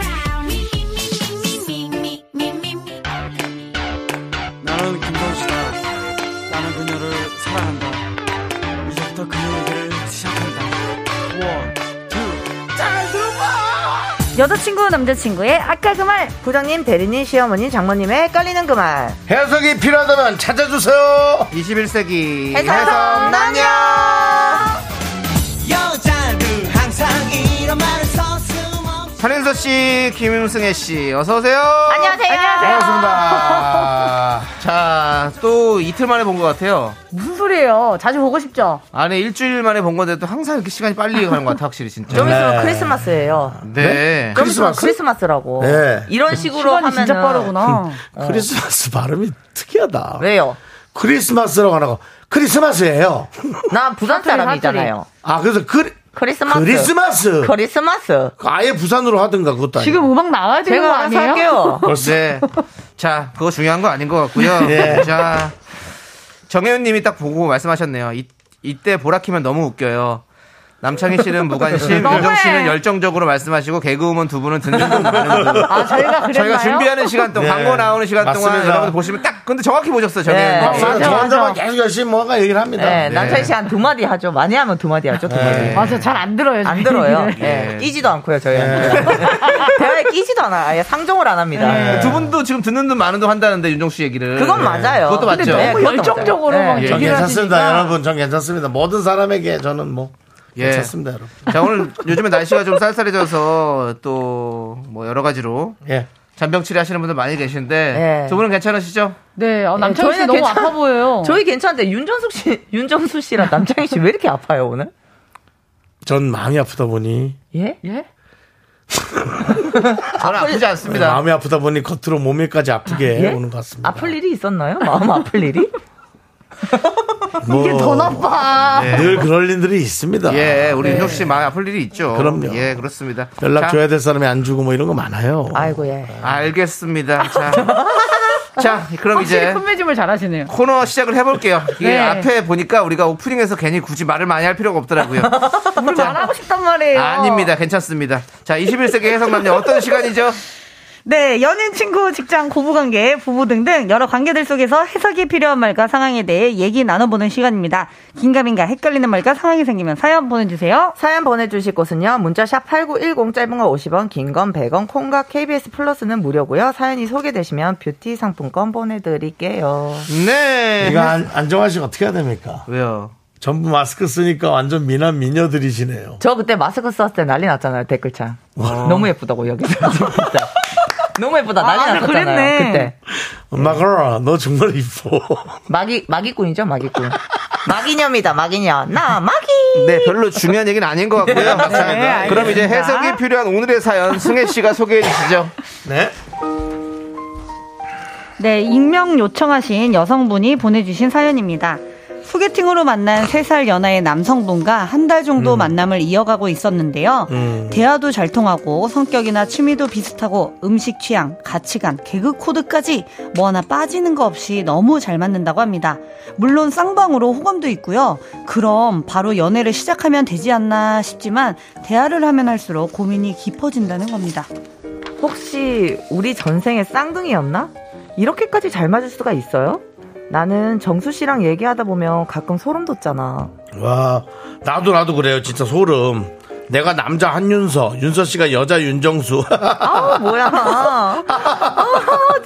Speaker 8: the ground. Me, me, me, me, me, me, me, me.
Speaker 7: 나는 김선수다. 나는 그녀를 사랑한다. 이제부터 그녀에게 시작한다. 원, 투,
Speaker 10: 여자친구 남자친구의 아까 그 말 부장님 대리님 시어머니 장모님의 깔리는 그말
Speaker 1: 해석이 필요하다면 찾아주세요
Speaker 2: 21세기
Speaker 10: 해성 남녀
Speaker 7: 여자들 항상 이런 말을 서슴없이
Speaker 2: 한은서 씨, 김승혜 씨, 어서 오세요.
Speaker 10: 안녕하세요.
Speaker 1: 반갑습니다
Speaker 2: 자, 또 이틀 만에 본 것 같아요.
Speaker 10: 무슨 소리예요 자주 보고 싶죠
Speaker 2: 아니 일주일 만에 본 건데 또 항상 이렇게 시간이 빨리 가는 것 같아 확실히 진짜.
Speaker 10: 좀 있으면
Speaker 1: 네.
Speaker 10: 크리스마스예요
Speaker 2: 네.
Speaker 10: 좀 있으면
Speaker 1: 크리스마스?
Speaker 10: 크리스마스라고
Speaker 1: 네.
Speaker 10: 이런 식으로 하면 진짜 빠르구나
Speaker 1: 크리스마스 발음이 특이하다
Speaker 10: 왜요
Speaker 1: 크리스마스라고 안 하고 크리스마스예요
Speaker 10: 난 부산 사람이잖아요
Speaker 1: 아 그래서 크리
Speaker 10: 크리스마스.
Speaker 1: 크리스마스.
Speaker 10: 크리스마스.
Speaker 1: 아예 부산으로 하든가 그것도 아니고.
Speaker 9: 지금 음악 나와야 되는 거
Speaker 10: 제가 알아서
Speaker 9: 아니에요?
Speaker 10: 할게요.
Speaker 2: 네. 자, 그거 중요한 거 아닌 것 같고요.
Speaker 1: 예.
Speaker 2: 자, 정혜윤 님이 딱 보고 말씀하셨네요. 이, 이때 보라키면 너무 웃겨요. 남창희 씨는 무관심,
Speaker 9: 너무해.
Speaker 2: 유정 씨는 열정적으로 말씀하시고 개그우먼 두 분은 듣는 둥 마는 둥.
Speaker 9: 아, 저희가 그랬나요?
Speaker 2: 저희가 준비하는 시간 동안
Speaker 1: 네.
Speaker 2: 광고 나오는 시간 동안
Speaker 1: 맞습니다.
Speaker 2: 여러분 보시면 딱 근데 정확히 보셨어요. 정혜윤 님.
Speaker 10: 네. 맞아요.
Speaker 1: 저
Speaker 10: 맞아.
Speaker 1: 혼자만 계속 열심히 뭔가 얘기를 합니다.
Speaker 10: 네,
Speaker 2: 네.
Speaker 10: 남창희 씨 한 두 마디 하죠. 많이 하면 두 마디 하죠. 두 마디.
Speaker 1: 네.
Speaker 9: 맞아, 잘 안 들어요.
Speaker 10: 안 들어요.
Speaker 9: 저희는.
Speaker 10: 예.
Speaker 2: 예.
Speaker 10: 끼지도 않고요, 저희.
Speaker 2: 네.
Speaker 10: 대화에 끼지도 않아요. 아예 상종을 안 합니다.
Speaker 2: 두 분도 지금 듣는 둥 마는 둥 한다는데 윤종 씨 얘기를.
Speaker 10: 그건 맞아요.
Speaker 2: 네. 그것도
Speaker 10: 근데
Speaker 2: 맞죠.
Speaker 10: 네,
Speaker 9: 너무
Speaker 10: 그것도
Speaker 9: 열정적으로
Speaker 10: 맞아요. 네.
Speaker 9: 막
Speaker 2: 예.
Speaker 1: 전
Speaker 9: 얘기를
Speaker 1: 괜찮습니다,
Speaker 9: 하시니까.
Speaker 1: 여러분. 전 괜찮습니다. 모든 사람에게 저는 뭐
Speaker 2: 예.
Speaker 1: 괜찮습니다, 여러분.
Speaker 2: 자 오늘 요즘에 날씨가 좀 쌀쌀해져서 또 뭐 여러 가지로
Speaker 1: 예.
Speaker 2: 잔병치레 하시는 분들 많이 계신데
Speaker 10: 예.
Speaker 2: 두 분은 괜찮으시죠?
Speaker 9: 네, 어, 남창희 씨
Speaker 10: 저희는
Speaker 9: 너무
Speaker 10: 괜찮-
Speaker 9: 아파 보여요.
Speaker 10: 저희 괜찮은데 윤정수 씨, 윤정수 씨랑 남창희 씨 왜 이렇게 아파요 오늘?
Speaker 1: 전 마음이 아프다 보니
Speaker 10: 예?
Speaker 9: 예?
Speaker 2: 저는 아프지 않습니다.
Speaker 1: 마음이 아프다 보니 겉으로 몸에까지 아프게
Speaker 10: 예?
Speaker 1: 오는 것 같습니다.
Speaker 10: 아플 일이 있었나요? 마음 아플 일이?
Speaker 1: 이게 더 나빠. 뭐 늘 그럴 일들이 있습니다.
Speaker 2: 예, 우리 윤종 씨 마음 아플 일이 있죠.
Speaker 1: 그럼요.
Speaker 2: 예, 그렇습니다.
Speaker 1: 연락
Speaker 2: 자,
Speaker 1: 줘야 될 사람이 안 주고 뭐 이런 거 많아요.
Speaker 10: 아이고 예.
Speaker 2: 알겠습니다. 자, 자 그럼
Speaker 9: 확실히
Speaker 2: 이제
Speaker 9: 판매즘을 잘 하시네요.
Speaker 2: 코너 시작을 해볼게요. 이게
Speaker 9: 네.
Speaker 2: 앞에 보니까 우리가 오프닝에서 괜히 굳이 말을 많이 할 필요가 없더라고요.
Speaker 10: 아,
Speaker 9: 우리 말하고 싶단 말이에요.
Speaker 2: 아닙니다. 괜찮습니다. 자, 21세기 해석남녀 어떤 시간이죠?
Speaker 11: 네, 연인, 친구, 직장, 고부관계, 부부 등등 여러 관계들 속에서 해석이 필요한 말과 상황에 대해 얘기 나눠보는 시간입니다. 긴가민가 헷갈리는 말과 상황이 생기면 사연 보내주세요.
Speaker 10: 사연 보내주실 곳은요. 문자 샵 8910 짧은 거 50원 긴 건 100원 콩과 KBS 플러스는 무료고요. 사연이 소개되시면 뷰티 상품권 보내드릴게요.
Speaker 2: 네.
Speaker 1: 이거 안, 안정환 씨 어떻게 해야 됩니까?
Speaker 2: 왜요?
Speaker 1: 전부 마스크 쓰니까 완전 미남 미녀들이시네요.
Speaker 10: 저 그때 마스크 썼을 때 난리 났잖아요 댓글창. 너무 예쁘다고 여기서 진짜. 너무 예쁘다 난리
Speaker 11: 아,
Speaker 10: 났었잖아요
Speaker 11: 그랬네.
Speaker 10: 그때.
Speaker 1: 마그라, 너 정말 이뻐.
Speaker 10: 마기 마기꾼이죠 마기꾼. 마기념이다 마기념 나 마기.
Speaker 2: 네, 별로 중요한 얘기는 아닌 것 같고요. 맞습니다.
Speaker 11: 네,
Speaker 2: 그럼 이제
Speaker 11: 알겠습니다.
Speaker 2: 해석이 필요한 오늘의 사연 승혜 씨가 소개해 주시죠.
Speaker 1: 네.
Speaker 11: 네, 익명 요청하신 여성분이 보내주신 사연입니다. 소개팅으로 만난 3살 연하의 남성분과 한 달 정도 만남을 이어가고 있었는데요. 대화도 잘 통하고 성격이나 취미도 비슷하고 음식 취향, 가치관, 개그 코드까지 뭐 하나 빠지는 거 없이 너무 잘 맞는다고 합니다. 물론 쌍방으로 호감도 있고요. 그럼 바로 연애를 시작하면 되지 않나 싶지만 대화를 하면 할수록 고민이 깊어진다는 겁니다.
Speaker 10: 혹시 우리 전생에 쌍둥이였나? 이렇게까지 잘 맞을 수가 있어요? 나는 정수 씨랑 얘기하다 보면 가끔 소름 돋잖아.
Speaker 1: 와, 나도 나도 그래요. 진짜 소름. 내가 남자 한윤서, 윤서 씨가 여자 윤정수.
Speaker 10: 아우 뭐야. 아,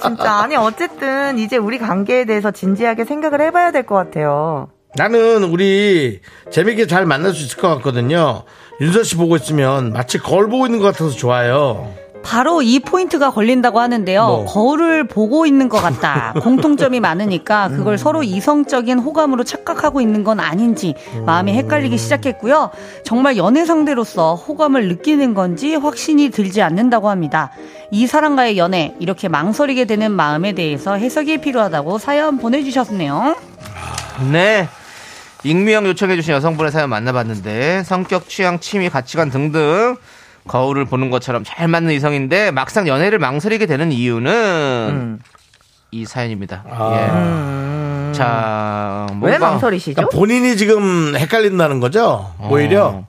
Speaker 10: 진짜 아니 어쨌든 이제 우리 관계에 대해서 진지하게 생각을 해봐야 될 것 같아요.
Speaker 1: 나는 우리 재밌게 잘 만날 수 있을 것 같거든요. 윤서 씨 보고 있으면 마치 거울 보고 있는 것 같아서 좋아요.
Speaker 11: 바로 이 포인트가 걸린다고 하는데요.
Speaker 1: 뭐.
Speaker 11: 거울을 보고 있는 것 같다. 공통점이 많으니까 그걸 서로 이성적인 호감으로 착각하고 있는 건 아닌지 마음이 헷갈리기 시작했고요. 정말 연애 상대로서 호감을 느끼는 건지 확신이 들지 않는다고 합니다. 이 사람과의 연애 이렇게 망설이게 되는 마음에 대해서 해석이 필요하다고 사연 보내주셨네요.
Speaker 2: 네. 익명 요청해주신 여성분의 사연 만나봤는데 성격, 취향, 취미, 가치관 등등 거울을 보는 것처럼 잘 맞는 이성인데 막상 연애를 망설이게 되는 이유는
Speaker 10: 음.
Speaker 2: 이 사연입니다. 예. 자, 뭔가
Speaker 10: 왜 망설이시죠?
Speaker 1: 그러니까 본인이 지금 헷갈린다는 거죠?
Speaker 2: 음,
Speaker 1: 오히려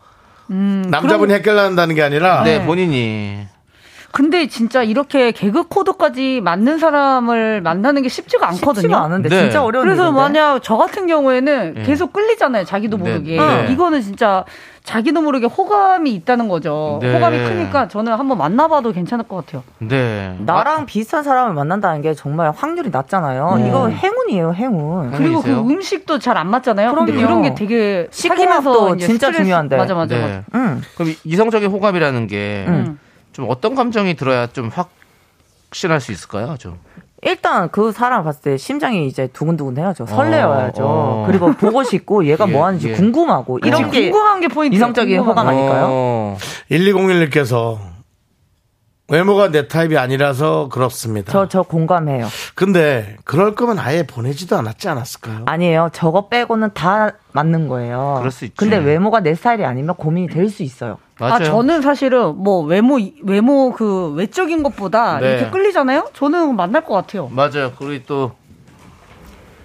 Speaker 1: 남자분이 헷갈린다는 게 아니라
Speaker 2: 네, 본인이
Speaker 9: 근데 진짜 이렇게 개그 코드까지 맞는 사람을 만나는 게 쉽지가 않거든요.
Speaker 10: 쉽지가 않은데
Speaker 2: 네.
Speaker 10: 진짜 어려운
Speaker 9: 그래서
Speaker 10: 일인데.
Speaker 9: 만약 저 같은 경우에는
Speaker 2: 예.
Speaker 9: 계속 끌리잖아요. 자기도
Speaker 2: 네,
Speaker 9: 모르게.
Speaker 2: 네.
Speaker 9: 이거는 진짜 자기도 모르게 호감이 있다는 거죠.
Speaker 2: 네.
Speaker 9: 호감이 크니까 저는 한번 만나봐도 괜찮을 것 같아요.
Speaker 2: 네.
Speaker 10: 나랑 비슷한 사람을 만난다는 게 정말 확률이 낮잖아요. 이거 행운이에요, 행운.
Speaker 9: 그리고 그
Speaker 2: 행운이세요?
Speaker 9: 음식도 잘 안 맞잖아요. 근데
Speaker 10: 음, 그럼요.
Speaker 9: 이런 게 되게
Speaker 10: 식구 맛도
Speaker 9: 사귀면서 이제
Speaker 10: 진짜
Speaker 9: 스트레스-
Speaker 10: 중요한데.
Speaker 9: 맞아 맞아. 맞아. 음.
Speaker 2: 네.
Speaker 10: 응.
Speaker 2: 그럼 이성적인 호감이라는 게 좀 어떤 감정이 들어야 좀 확신할 수 있을까요? 좀.
Speaker 10: 일단 그 사람 봤을 때 심장이 이제 두근두근 해야죠. 설레어야죠.
Speaker 2: 어.
Speaker 10: 그리고 보고 싶고 얘가
Speaker 2: 예,
Speaker 10: 뭐 하는지
Speaker 2: 예.
Speaker 10: 궁금하고 이런
Speaker 9: 그치,
Speaker 10: 게
Speaker 9: 궁금한 게 포인트.
Speaker 10: 이성적인 호감 아닐까요?
Speaker 2: 어.
Speaker 1: 1201님께서 외모가 내 타입이 아니라서 그렇습니다.
Speaker 10: 저, 저 공감해요.
Speaker 1: 근데 그럴 거면 아예 보내지도 않았지 않았을까요?
Speaker 10: 아니에요. 저거 빼고는 다 맞는 거예요.
Speaker 1: 그럴 수 있지.
Speaker 10: 근데 외모가 내 스타일이 아니면 고민이 될 수 있어요.
Speaker 9: 아 저는 사실은 뭐 외모 외모 그 외적인 것보다
Speaker 2: 네.
Speaker 9: 이렇게 끌리잖아요. 저는 만날 것 같아요.
Speaker 2: 맞아요. 그리고 또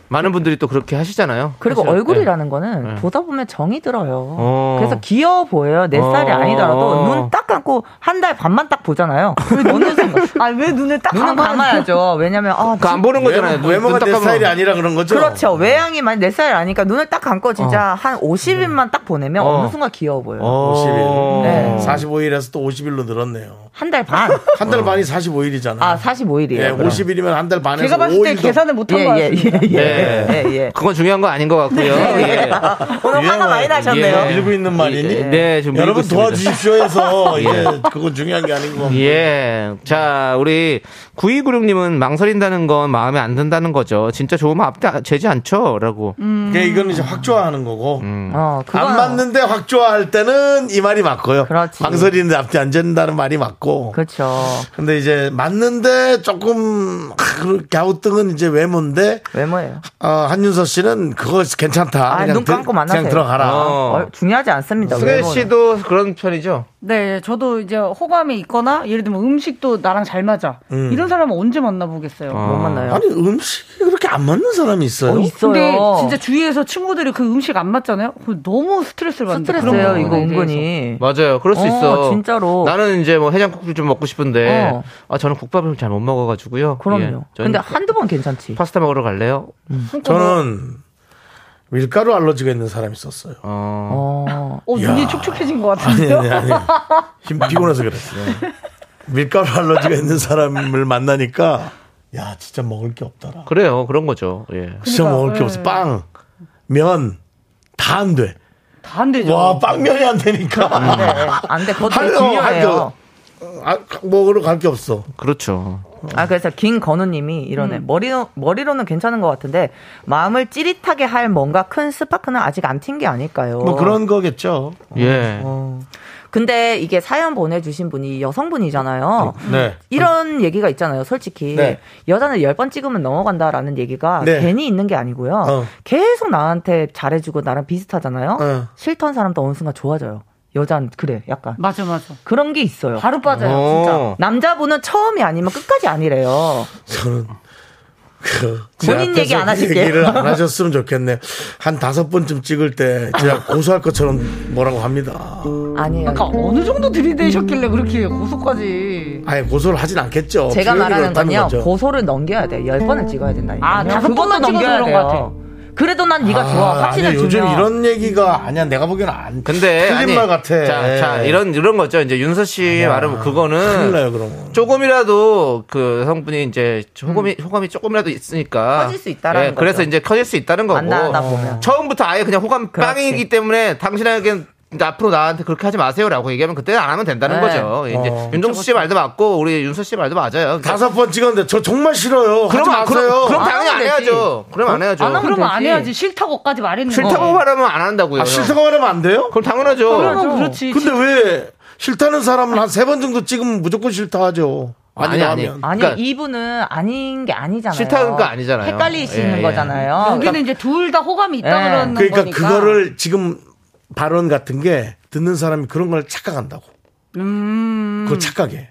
Speaker 2: 많은 분들이 또 그렇게 하시잖아요.
Speaker 10: 그리고
Speaker 2: 사실은.
Speaker 10: 얼굴이라는 거는
Speaker 2: 네.
Speaker 10: 보다 보면 정이 들어요.
Speaker 2: 어.
Speaker 10: 그래서 귀여워 보여요. 내 스타일이
Speaker 2: 어.
Speaker 10: 아니더라도 눈 딱 감고 한 달 반만 딱 보잖아요.
Speaker 9: 아왜 눈을 딱
Speaker 10: 눈은
Speaker 9: 감아야
Speaker 10: 감아야죠. 왜냐면 아,
Speaker 2: 그안 보는 거잖아요. 눈-
Speaker 1: 외모가
Speaker 2: 눈
Speaker 1: 내
Speaker 2: 닦아보면.
Speaker 1: 스타일이 아니라 그런 거죠?
Speaker 10: 그렇죠. 외양이 많이 내 스타일 아니까 눈을 딱 감고 진짜 한 50일만 딱 보내면
Speaker 1: 어.
Speaker 10: 어. 느 순간 귀여워 보여요.
Speaker 1: 50일.
Speaker 10: 네.
Speaker 1: 45일에서 또 50일로 늘었네요.
Speaker 10: 한 달 반.
Speaker 1: 한 달 반이 45일이잖아요.
Speaker 10: 아, 45일이에요.
Speaker 2: 네,
Speaker 1: 예, 50일이면 한 달 반에서
Speaker 10: 제가 봤을 때
Speaker 1: 5일 더-
Speaker 10: 계산을 못한 것 같습니다. 예,
Speaker 2: 예. 그건 중요한 건 아닌 것 같고요.
Speaker 10: 네.
Speaker 2: 예.
Speaker 10: 오늘 화가 많이 나셨네요.
Speaker 1: 밀고 있는 말이니?
Speaker 2: 예. 네, 좀 밀고
Speaker 1: 여러분
Speaker 2: 있습니다.
Speaker 1: 도와주십시오 해서
Speaker 2: 예.
Speaker 1: 이제 그건 중요한 게 아닌 거.
Speaker 2: 예. 자, 우리 9296님은 망설인다는 건 마음에 안 든다는 거죠. 진짜 좋으면 앞대 재지 않죠? 라고.
Speaker 10: 음.
Speaker 1: 그러니까 이거는 이제 확 좋아하는 거고.
Speaker 10: 어,
Speaker 1: 안 맞는데 확 좋아할 때는 이 말이 맞고요. 망설이는데 앞뒤 안 된다는 말이 맞고.
Speaker 10: 그렇죠.
Speaker 1: 근데 이제 맞는데 조금 하, 그런 갸우뚱은 이제 외모인데
Speaker 10: 외모예요.
Speaker 1: 어, 한윤서 씨는 그거 괜찮다.
Speaker 10: 아,
Speaker 1: 그냥
Speaker 10: 눈
Speaker 1: 들-
Speaker 10: 감고 만나세요.
Speaker 1: 그냥 들어가라.
Speaker 10: 어, 중요하지
Speaker 1: 네.
Speaker 10: 않습니다.
Speaker 2: 승혜
Speaker 10: 외모는.
Speaker 2: 씨도 그런 편이죠?
Speaker 9: 네, 저도 이제 호감이 있거나 예를 들면 음식도 나랑 잘 맞아.
Speaker 1: 음.
Speaker 9: 이런 사람은 언제 만나보겠어요.
Speaker 1: 아. 아니 음식이 그렇게 안 맞는 사람이 있어요?
Speaker 9: 근데 진짜 주위에서 친구들이 그 음식 안 맞잖아요. 그럼 너무 스트레스를 받는다.
Speaker 10: 스트레스예요,
Speaker 9: 그런
Speaker 10: 이거
Speaker 9: 거에 대해서.
Speaker 10: 은근히.
Speaker 2: 맞아요. 그럴 수
Speaker 9: 어,
Speaker 2: 있어.
Speaker 10: 진짜로.
Speaker 2: 나는 이제 뭐 해장국을 좀 먹고 싶은데,
Speaker 10: 어.
Speaker 2: 아, 저는 국밥을 잘 못 먹어가지고요.
Speaker 10: 그럼요.
Speaker 2: 예. 저는
Speaker 10: 근데 한두 번 괜찮지.
Speaker 2: 파스타 먹으러 갈래요?
Speaker 1: 저는 밀가루 알러지가 있는 사람이 있었어요.
Speaker 10: 어,
Speaker 9: 어,
Speaker 1: 이야.
Speaker 9: 눈이 촉촉해진 것
Speaker 1: 아니
Speaker 9: 같은데요?
Speaker 1: 아니 아니. 힘 피곤해서 그랬어요. 밀가루 알러지가 있는 사람을 만나니까 야 진짜 먹을 게 없더라.
Speaker 2: 그래요. 그런 거죠. 예.
Speaker 10: 그러니까,
Speaker 1: 진짜 먹을 게 없어. 빵, 면, 다 안 돼.
Speaker 9: 다 안 되죠.
Speaker 1: 와, 빵면이 안 되니까.
Speaker 10: 안 돼. 안 돼. 음. 네. 아, 그것도
Speaker 1: 할- 어,
Speaker 10: 중요해요.
Speaker 1: 할 거- 아, 먹으러 갈 게 없어.
Speaker 2: 그렇죠.
Speaker 1: 어.
Speaker 10: 아, 그래서 긴 건우님이 이러네.
Speaker 1: 음.
Speaker 10: 머리로, 머리로는 괜찮은 것 같은데, 마음을 찌릿하게 할 뭔가 큰 스파크는 아직 안 튄 게 아닐까요?
Speaker 1: 뭐 그런 거겠죠.
Speaker 2: 예.
Speaker 1: 어.
Speaker 10: 근데 이게 사연 보내주신 분이 여성분이잖아요.
Speaker 1: 네.
Speaker 10: 이런 얘기가 있잖아요, 솔직히.
Speaker 1: 네.
Speaker 10: 여자는 열 번 찍으면 넘어간다라는 얘기가
Speaker 1: 네.
Speaker 10: 괜히 있는 게 아니고요.
Speaker 1: 어.
Speaker 10: 계속 나한테 잘해주고 나랑 비슷하잖아요. 싫던 사람도 어느 순간 좋아져요. 여잔, 그래, 약간.
Speaker 9: 맞아, 맞아.
Speaker 10: 그런 게 있어요.
Speaker 9: 바로 빠져요,
Speaker 1: 어. 진짜.
Speaker 10: 남자분은 처음이 아니면 끝까지 아니래요.
Speaker 1: 저는 그
Speaker 10: 본인
Speaker 1: 제
Speaker 10: 얘기
Speaker 1: 앞에서
Speaker 10: 안 하실게요.
Speaker 1: 얘기를 안 하셨으면 좋겠네. 한 다섯 번쯤 찍을 때 제가 고소할 것처럼 뭐라고 합니다.
Speaker 10: 아니에요.
Speaker 9: 그러니까 어느 정도 들이대셨길래 그렇게 고소까지.
Speaker 1: 아예 고소를 하진 않겠죠.
Speaker 10: 제가
Speaker 1: 표현이
Speaker 10: 말하는
Speaker 1: 그렇다는
Speaker 10: 건요
Speaker 1: 어, 거죠.
Speaker 10: 고소를 넘겨야 돼. 열 번을 찍어야 된다니까.
Speaker 9: 아, 다섯 번만 찍어서 그런 것 같아요.
Speaker 10: 그래도 난 네가 좋아. 확신을
Speaker 1: 아니야,
Speaker 10: 주면.
Speaker 1: 요즘 이런 얘기가 아니야. 내가 보기엔 안.
Speaker 2: 근데
Speaker 1: 틀린
Speaker 2: 아니,
Speaker 1: 말 같아. 예. 아,
Speaker 2: 자, 자, 이런 이런 거죠. 이제 윤서 씨 말은
Speaker 1: 큰일
Speaker 2: 그거는
Speaker 1: 나요, 그럼.
Speaker 2: 조금이라도 그 성분이 이제
Speaker 1: 음.
Speaker 2: 호감이 호감이 조금이라도 있으니까 예,
Speaker 10: 커질 수 있다라는 거죠.
Speaker 2: 그래서 이제 커질 수 있다는 거고.
Speaker 10: 만나다 보면.
Speaker 2: 처음부터 아예 그냥 호감 빵이기 때문에 당신에게 앞으로 나한테 그렇게 하지 마세요라고 얘기하면 그때는 안 하면 된다는
Speaker 10: 네.
Speaker 2: 거죠. 이제
Speaker 1: 어.
Speaker 2: 윤정수 씨 말도 맞고 우리 윤서 씨 말도 맞아요.
Speaker 1: 다섯 번 찍었는데 저 정말 싫어요.
Speaker 2: 그럼
Speaker 1: 하지
Speaker 2: 안- 그럼-
Speaker 1: 마세요. 아,
Speaker 2: 그럼
Speaker 9: 안
Speaker 2: 당연히 안
Speaker 9: 하면 되지.
Speaker 2: 해야죠. 그럼
Speaker 10: 어?
Speaker 2: 안 해야죠.
Speaker 9: 안 그러면 안 해야지. 싫다고까지 말했는데.
Speaker 2: 싫다고 말하면 안 한다고요.
Speaker 1: 아, 싫다고 말하면 안 돼요?
Speaker 2: 그럼 당연하죠.
Speaker 9: 그러면 그렇지.
Speaker 1: 근데 왜 싫다는 사람은 한 세 번 정도 찍으면 무조건 싫다 하죠. 아니, 아니.
Speaker 2: 아니, 아니.
Speaker 1: 하면.
Speaker 10: 아니
Speaker 2: 그러니까-
Speaker 10: 이분은 아닌 게 아니잖아요.
Speaker 2: 싫다는 거 아니잖아요.
Speaker 10: 헷갈리시는
Speaker 2: 예, 예.
Speaker 10: 거잖아요. 그러니까,
Speaker 9: 여기는 이제 둘 다 호감이 있다
Speaker 10: 예.
Speaker 9: 그러는
Speaker 1: 그러니까
Speaker 9: 거니까.
Speaker 1: 그거를 지금 발언 같은 게 듣는 사람이 그런 걸 착각한다고.
Speaker 9: 음.
Speaker 1: 그걸 착각해.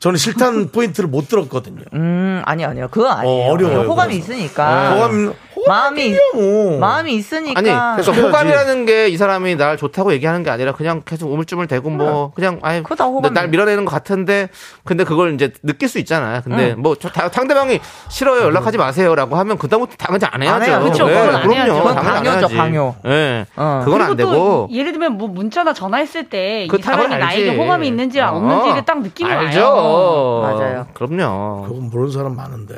Speaker 1: 저는 싫다는 포인트를 못 들었거든요.
Speaker 10: 음 아니 아니요 그거 아니에요.
Speaker 1: 어, 어려워요,
Speaker 10: 호감이
Speaker 1: 그래서. 예,
Speaker 10: 있으니까.
Speaker 1: 호감-
Speaker 10: 아. 마음이
Speaker 1: 뭐.
Speaker 10: 마음이 있으니까.
Speaker 2: 아니, 그러니까
Speaker 1: 그래야지.
Speaker 2: 호감이라는 게 이 사람이 날 좋다고 얘기하는 게 아니라 그냥 계속 우물쭈물 대고 뭐 그냥 아예
Speaker 10: 그러니까. 그거 다 호감이야.
Speaker 2: 날 밀어내는 것 같은데 근데 그걸 이제 느낄 수 있잖아. 근데 뭐 저- 다- 상대방이 싫어요 연락하지 마세요라고 하면 그다음부터 당연히 안 해야죠.
Speaker 10: 안 해요. 그쵸,
Speaker 2: 예,
Speaker 10: 그건 안 해야죠.
Speaker 2: 그럼요.
Speaker 10: 그건
Speaker 2: 당연히 안
Speaker 10: 강요죠,
Speaker 2: 해야지.
Speaker 10: 강요.
Speaker 2: 예,
Speaker 10: 어.
Speaker 2: 그건 안
Speaker 9: 그리고
Speaker 2: 되고.
Speaker 9: 또 예를 들면 뭐 문자나 전화했을 때 이
Speaker 2: 그거
Speaker 9: 사람이
Speaker 2: 당연히 알지.
Speaker 9: 나에게 호감이 있는지
Speaker 2: 어.
Speaker 9: 없는지를 딱 느낌이
Speaker 2: 알죠. 어.
Speaker 9: 와요. 어.
Speaker 10: 맞아요.
Speaker 2: 그럼요.
Speaker 1: 그건 모르는 사람 많은데.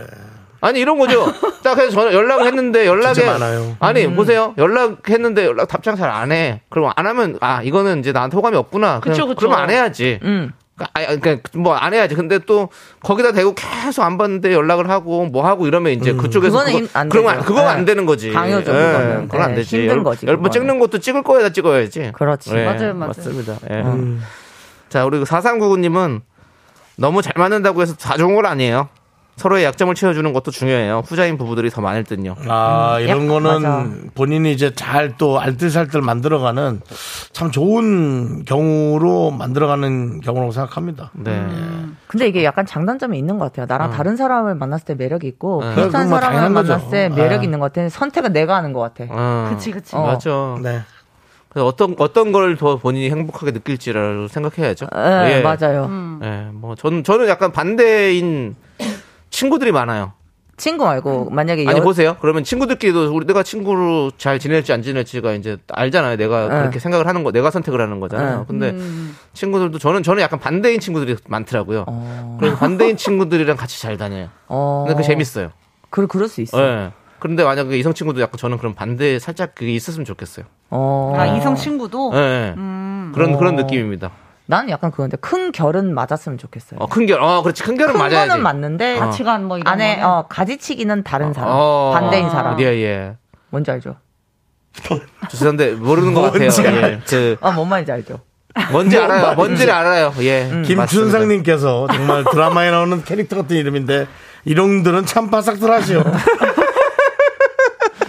Speaker 2: 아니 이런 거죠. 딱 그래서 저는 연락을 했는데 연락에
Speaker 1: 진짜 많아요.
Speaker 2: 아니
Speaker 10: 음.
Speaker 2: 보세요. 연락했는데 연락 답장 잘 안 해. 그럼 안 하면 아 이거는 이제 나한테 호감이 없구나. 그냥
Speaker 9: 그쵸, 그쵸.
Speaker 2: 그러면 안 해야지.
Speaker 10: 음.
Speaker 2: 아, 그러니까 뭐 안 해야지. 근데 또 거기다 대고 계속 안 봤는데 연락을 하고 뭐 하고 이러면
Speaker 1: 음.
Speaker 2: 이제 그쪽에서
Speaker 10: 그거는
Speaker 2: 그거,
Speaker 10: 힘- 안
Speaker 2: 그러면
Speaker 10: 되죠.
Speaker 2: 그거 안
Speaker 10: 네.
Speaker 2: 되는 거지.
Speaker 10: 강요죠,
Speaker 2: 예,
Speaker 10: 그거는.
Speaker 2: 그건 안
Speaker 10: 네,
Speaker 2: 되지.
Speaker 10: 힘든
Speaker 2: 열-
Speaker 10: 거지,
Speaker 2: 열번
Speaker 10: 그거는.
Speaker 2: 찍는 것도 찍을 거에다 찍어야지.
Speaker 10: 그렇지. 음.
Speaker 2: 예,
Speaker 9: 맞아요, 맞아요.
Speaker 2: 맞습니다. 예. 자, 우리 4399님은 너무 잘 맞는다고 해서 다 좋은 건 아니에요. 서로의 약점을 채워주는 것도 중요해요. 후자인 부부들이 더 많을 듯요.
Speaker 1: 아, 이런
Speaker 2: 음, 약-
Speaker 1: 거는
Speaker 2: 맞아.
Speaker 1: 본인이 이제 잘 또 알뜰살뜰 만들어가는 참 좋은 경우로 만들어가는 경우라고 생각합니다.
Speaker 2: 네.
Speaker 10: 근데 이게 약간 장단점이 있는 것 같아요. 나랑
Speaker 1: 음.
Speaker 10: 다른 사람을 만났을 때 매력이 있고
Speaker 1: 네. 그건
Speaker 10: 비슷한
Speaker 1: 뭐
Speaker 10: 사람을
Speaker 1: 당연한 거죠.
Speaker 10: 만났을 때 매력이
Speaker 1: 네.
Speaker 10: 있는 것 같아. 선택은 내가 하는 것 같아.
Speaker 2: 어.
Speaker 10: 어.
Speaker 2: 맞아.
Speaker 1: 네.
Speaker 2: 그래서 어떤 어떤 걸 더 본인이 행복하게 느낄지를 생각해야죠.
Speaker 10: 네, 맞아요.
Speaker 9: 음.
Speaker 2: 예, 뭐 저는 저는 약간 반대인 친구들이 많아요.
Speaker 10: 친구 말고 만약에
Speaker 2: 아니 뭐,
Speaker 10: 여-
Speaker 2: 보세요. 그러면 친구들끼리도 우리 내가 친구로 잘 지낼지 안 지낼지가 이제 알잖아요. 내가
Speaker 10: 네.
Speaker 2: 그렇게 생각을 하는 거, 내가 선택을 하는 거잖아요.
Speaker 10: 네.
Speaker 2: 근데
Speaker 9: 음.
Speaker 2: 친구들도 저는 저는 약간 반대인 친구들이 많더라고요. 그래서 반대인 친구들이랑 같이 잘 다녀요.
Speaker 10: 어.
Speaker 2: 근데 그 재밌어요.
Speaker 10: 그 그럴 수 있어.
Speaker 2: 예. 그런데 만약에 이성 친구도 약간 저는 그런 반대 살짝 그게 있었으면 좋겠어요.
Speaker 10: 어.
Speaker 11: 아, 이성 친구도?
Speaker 2: 예, 예.
Speaker 11: 음.
Speaker 2: 그런 그런
Speaker 10: 어.
Speaker 2: 느낌입니다.
Speaker 10: 나는 약간 그건데 큰 결은 맞았으면 좋겠어요.
Speaker 2: 어, 큰 결, 어, 그렇지. 큰 결은
Speaker 10: 큰
Speaker 2: 맞아야지.
Speaker 10: 거는 맞는데
Speaker 2: 어.
Speaker 10: 뭐
Speaker 11: 아, 네.
Speaker 10: 안에 어, 가지치기는 다른 사람,
Speaker 2: 어.
Speaker 10: 반대인 사람.
Speaker 2: 예, 예.
Speaker 10: 뭔지 알죠?
Speaker 2: 죄송한데, 모르는 것 같아요.
Speaker 1: 뭔지
Speaker 2: 예.
Speaker 1: 알죠.
Speaker 2: 그,
Speaker 10: 어, 뭔 말인지 알죠?
Speaker 2: 뭔지
Speaker 1: 뭔
Speaker 2: 알아요.
Speaker 1: 말인지.
Speaker 2: 뭔지를 알아요. 예.
Speaker 10: 음.
Speaker 2: 맞습니다.
Speaker 1: 김준상님께서 정말 드라마에 나오는 캐릭터 같은 이름인데 이름들은 참 바삭들하시오.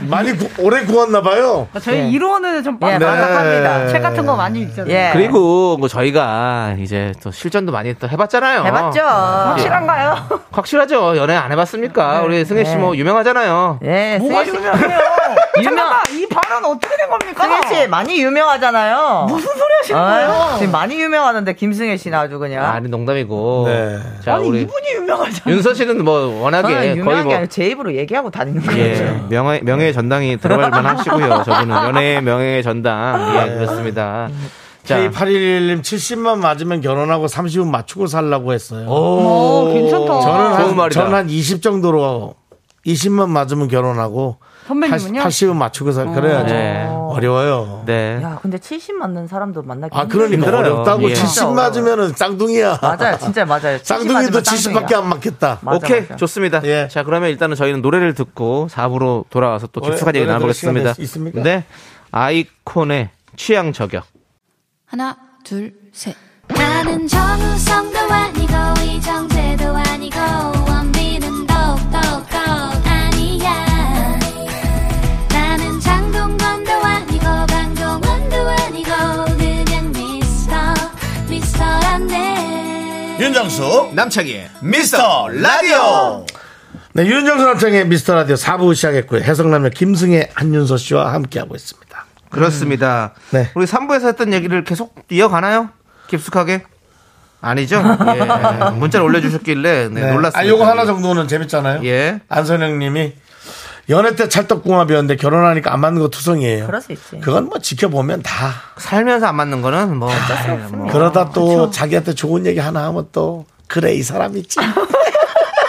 Speaker 1: 많이 구- 오래 구웠나 봐요.
Speaker 9: 그러니까 저희
Speaker 11: 네.
Speaker 9: 이론은 좀
Speaker 1: 예,
Speaker 9: 빠삭합니다.
Speaker 1: 네.
Speaker 9: 책 같은 거 많이 읽잖아요.
Speaker 11: 예.
Speaker 10: 예. 네.
Speaker 2: 그리고 뭐 저희가 이제 또 실전도 많이 또
Speaker 10: 어.
Speaker 2: 해봤잖아요.
Speaker 9: 해봤죠.
Speaker 2: 예.
Speaker 9: 확실한가요?
Speaker 2: 확실하죠. 연애 안 해봤습니까? 우리 승혜 씨
Speaker 9: 네.
Speaker 2: 뭐 유명하잖아요.
Speaker 10: 예,
Speaker 9: 뭐가
Speaker 10: 승희 씨-
Speaker 9: 유명해요?
Speaker 10: 유명.
Speaker 9: 아, 이 발언 어떻게 된 겁니까?
Speaker 10: 승혜 씨 많이 유명하잖아요.
Speaker 9: 무슨 소리 하시는
Speaker 10: 아,
Speaker 9: 거예요?
Speaker 10: 지금 많이 유명하던데 김승혜 씨는 아주 그냥.
Speaker 2: 아니 네. 농담이고.
Speaker 1: 네.
Speaker 2: 자
Speaker 10: 아니,
Speaker 2: 우리
Speaker 10: 이분이 유명하잖아요.
Speaker 2: 윤서 씨는 뭐
Speaker 10: 저는
Speaker 2: 워낙에 거의
Speaker 10: 유명한 게 그렇죠.
Speaker 2: 뭐
Speaker 10: 아니라 제 입으로 얘기하고 다니는 거예요.
Speaker 2: 예, 명예, 명예 전당이 들어갈 만하시고요. 저분은 연애 명예 전당.
Speaker 1: 네.
Speaker 2: 예, 그렇습니다. 자,
Speaker 1: K811님 70만 맞으면 결혼하고 30은 맞추고 살라고 했어요.
Speaker 2: 오, 괜찮다.
Speaker 1: 저는
Speaker 2: 좋은
Speaker 1: 한,
Speaker 2: 말이다.
Speaker 1: 저는 한 20 정도로 20만 맞으면 결혼하고
Speaker 10: 선배님은요?
Speaker 1: 80, 은 맞추고 살 그래야죠.
Speaker 2: 네.
Speaker 1: 어려워요.
Speaker 2: 네.
Speaker 10: 야, 근데 70 맞는 사람도 만나기
Speaker 1: 아, 그러니까
Speaker 10: 힘들어요.
Speaker 1: 어렵다고
Speaker 10: 예.
Speaker 1: 70 맞으면은 쌍둥이야.
Speaker 10: 맞아요, 진짜 맞아요. 70
Speaker 1: 쌍둥이도
Speaker 10: 맞으면
Speaker 1: 70밖에
Speaker 10: 쌍둥이야.
Speaker 1: 안 맞겠다.
Speaker 2: 오케이, 좋습니다.
Speaker 1: 예.
Speaker 2: 자, 그러면 일단은 저희는 노래를 듣고 4부로 돌아와서 또
Speaker 1: 어, 노래-
Speaker 2: 깊숙한 얘기
Speaker 1: 노래 들을 시간
Speaker 2: 나눠보겠습니다.
Speaker 1: 될 수 있습니까?
Speaker 2: 네. 아이콘의 취향 저격.
Speaker 12: 하나, 둘, 셋.
Speaker 8: 나는 정우성도 아니고 이정재도 아니고 원빈은 더욱더 아니야 나는 장동건도 아니고 강동원도 아니고 그냥 미스터 미스터란데
Speaker 1: 윤정수 남창희의 미스터 라디오 네, 윤정수 남창희의 미스터 라디오 4부 시작했고요. 해성남의 김승혜, 한윤서 씨와 함께하고 있습니다.
Speaker 2: 그렇습니다.
Speaker 1: 음. 네.
Speaker 2: 우리 3부에서 했던 얘기를 계속 이어가나요? 깊숙하게? 아니죠? 예. 문자를 올려주셨길래 네,
Speaker 1: 네.
Speaker 2: 놀랐습니다.
Speaker 1: 아, 요거 하나 정도는 재밌잖아요. 안선영 님이 연애 때 찰떡궁합이었는데 결혼하니까 안 맞는 거 투성이에요.
Speaker 2: 그럴 수 있지.
Speaker 1: 건뭐 지켜보면 다.
Speaker 2: 살면서 안 맞는 거는
Speaker 1: 아,
Speaker 2: 뭐 어쩔 수 없습니다.
Speaker 1: 그러다 또 자기한테 좋은 얘기 하나 하면 또 그래 이 사람 있지.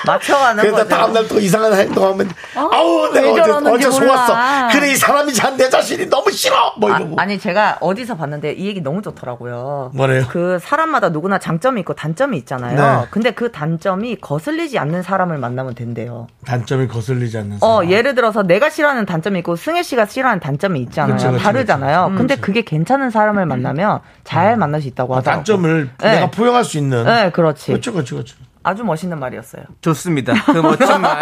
Speaker 10: 맞춰가는
Speaker 1: 그래서
Speaker 10: 거죠.
Speaker 1: 다음날 또 이상한 행동하면 아우 내가
Speaker 10: 왜
Speaker 1: 어제,
Speaker 10: 저러는지
Speaker 1: 어제
Speaker 10: 몰라.
Speaker 1: 속았어. 그래 이 사람이 잔내 자신이 너무 싫어. 뭐 이러고.
Speaker 10: 아, 니 제가 어디서 봤는데 이 얘기 너무 좋더라고요.
Speaker 1: 뭐래요?
Speaker 10: 그 사람마다 누구나 장점이 있고 단점이 있잖아요.
Speaker 1: 네.
Speaker 10: 근데 그 단점이 거슬리지 않는 사람을 만나면 된대요.
Speaker 1: 단점이 거슬리지 않는
Speaker 10: 어, 예를 들어서 내가 싫어하는 단점이 있고 승혜 씨가 싫어하는 단점이 있잖아요.
Speaker 1: 그쵸, 그쵸, 음.
Speaker 10: 다르잖아요. 근데 그게 괜찮은 사람을 만나면 잘 만날 수 있다고 하더라고요.
Speaker 1: 아, 단점을
Speaker 11: 예.
Speaker 10: 네.
Speaker 1: 내가 포용할 수 있는.
Speaker 10: 네, 그렇지.
Speaker 1: 그렇죠, 그렇죠, 그렇죠.
Speaker 10: 아주 멋있는 말이었어요.
Speaker 2: 좋습니다. 그 멋진 말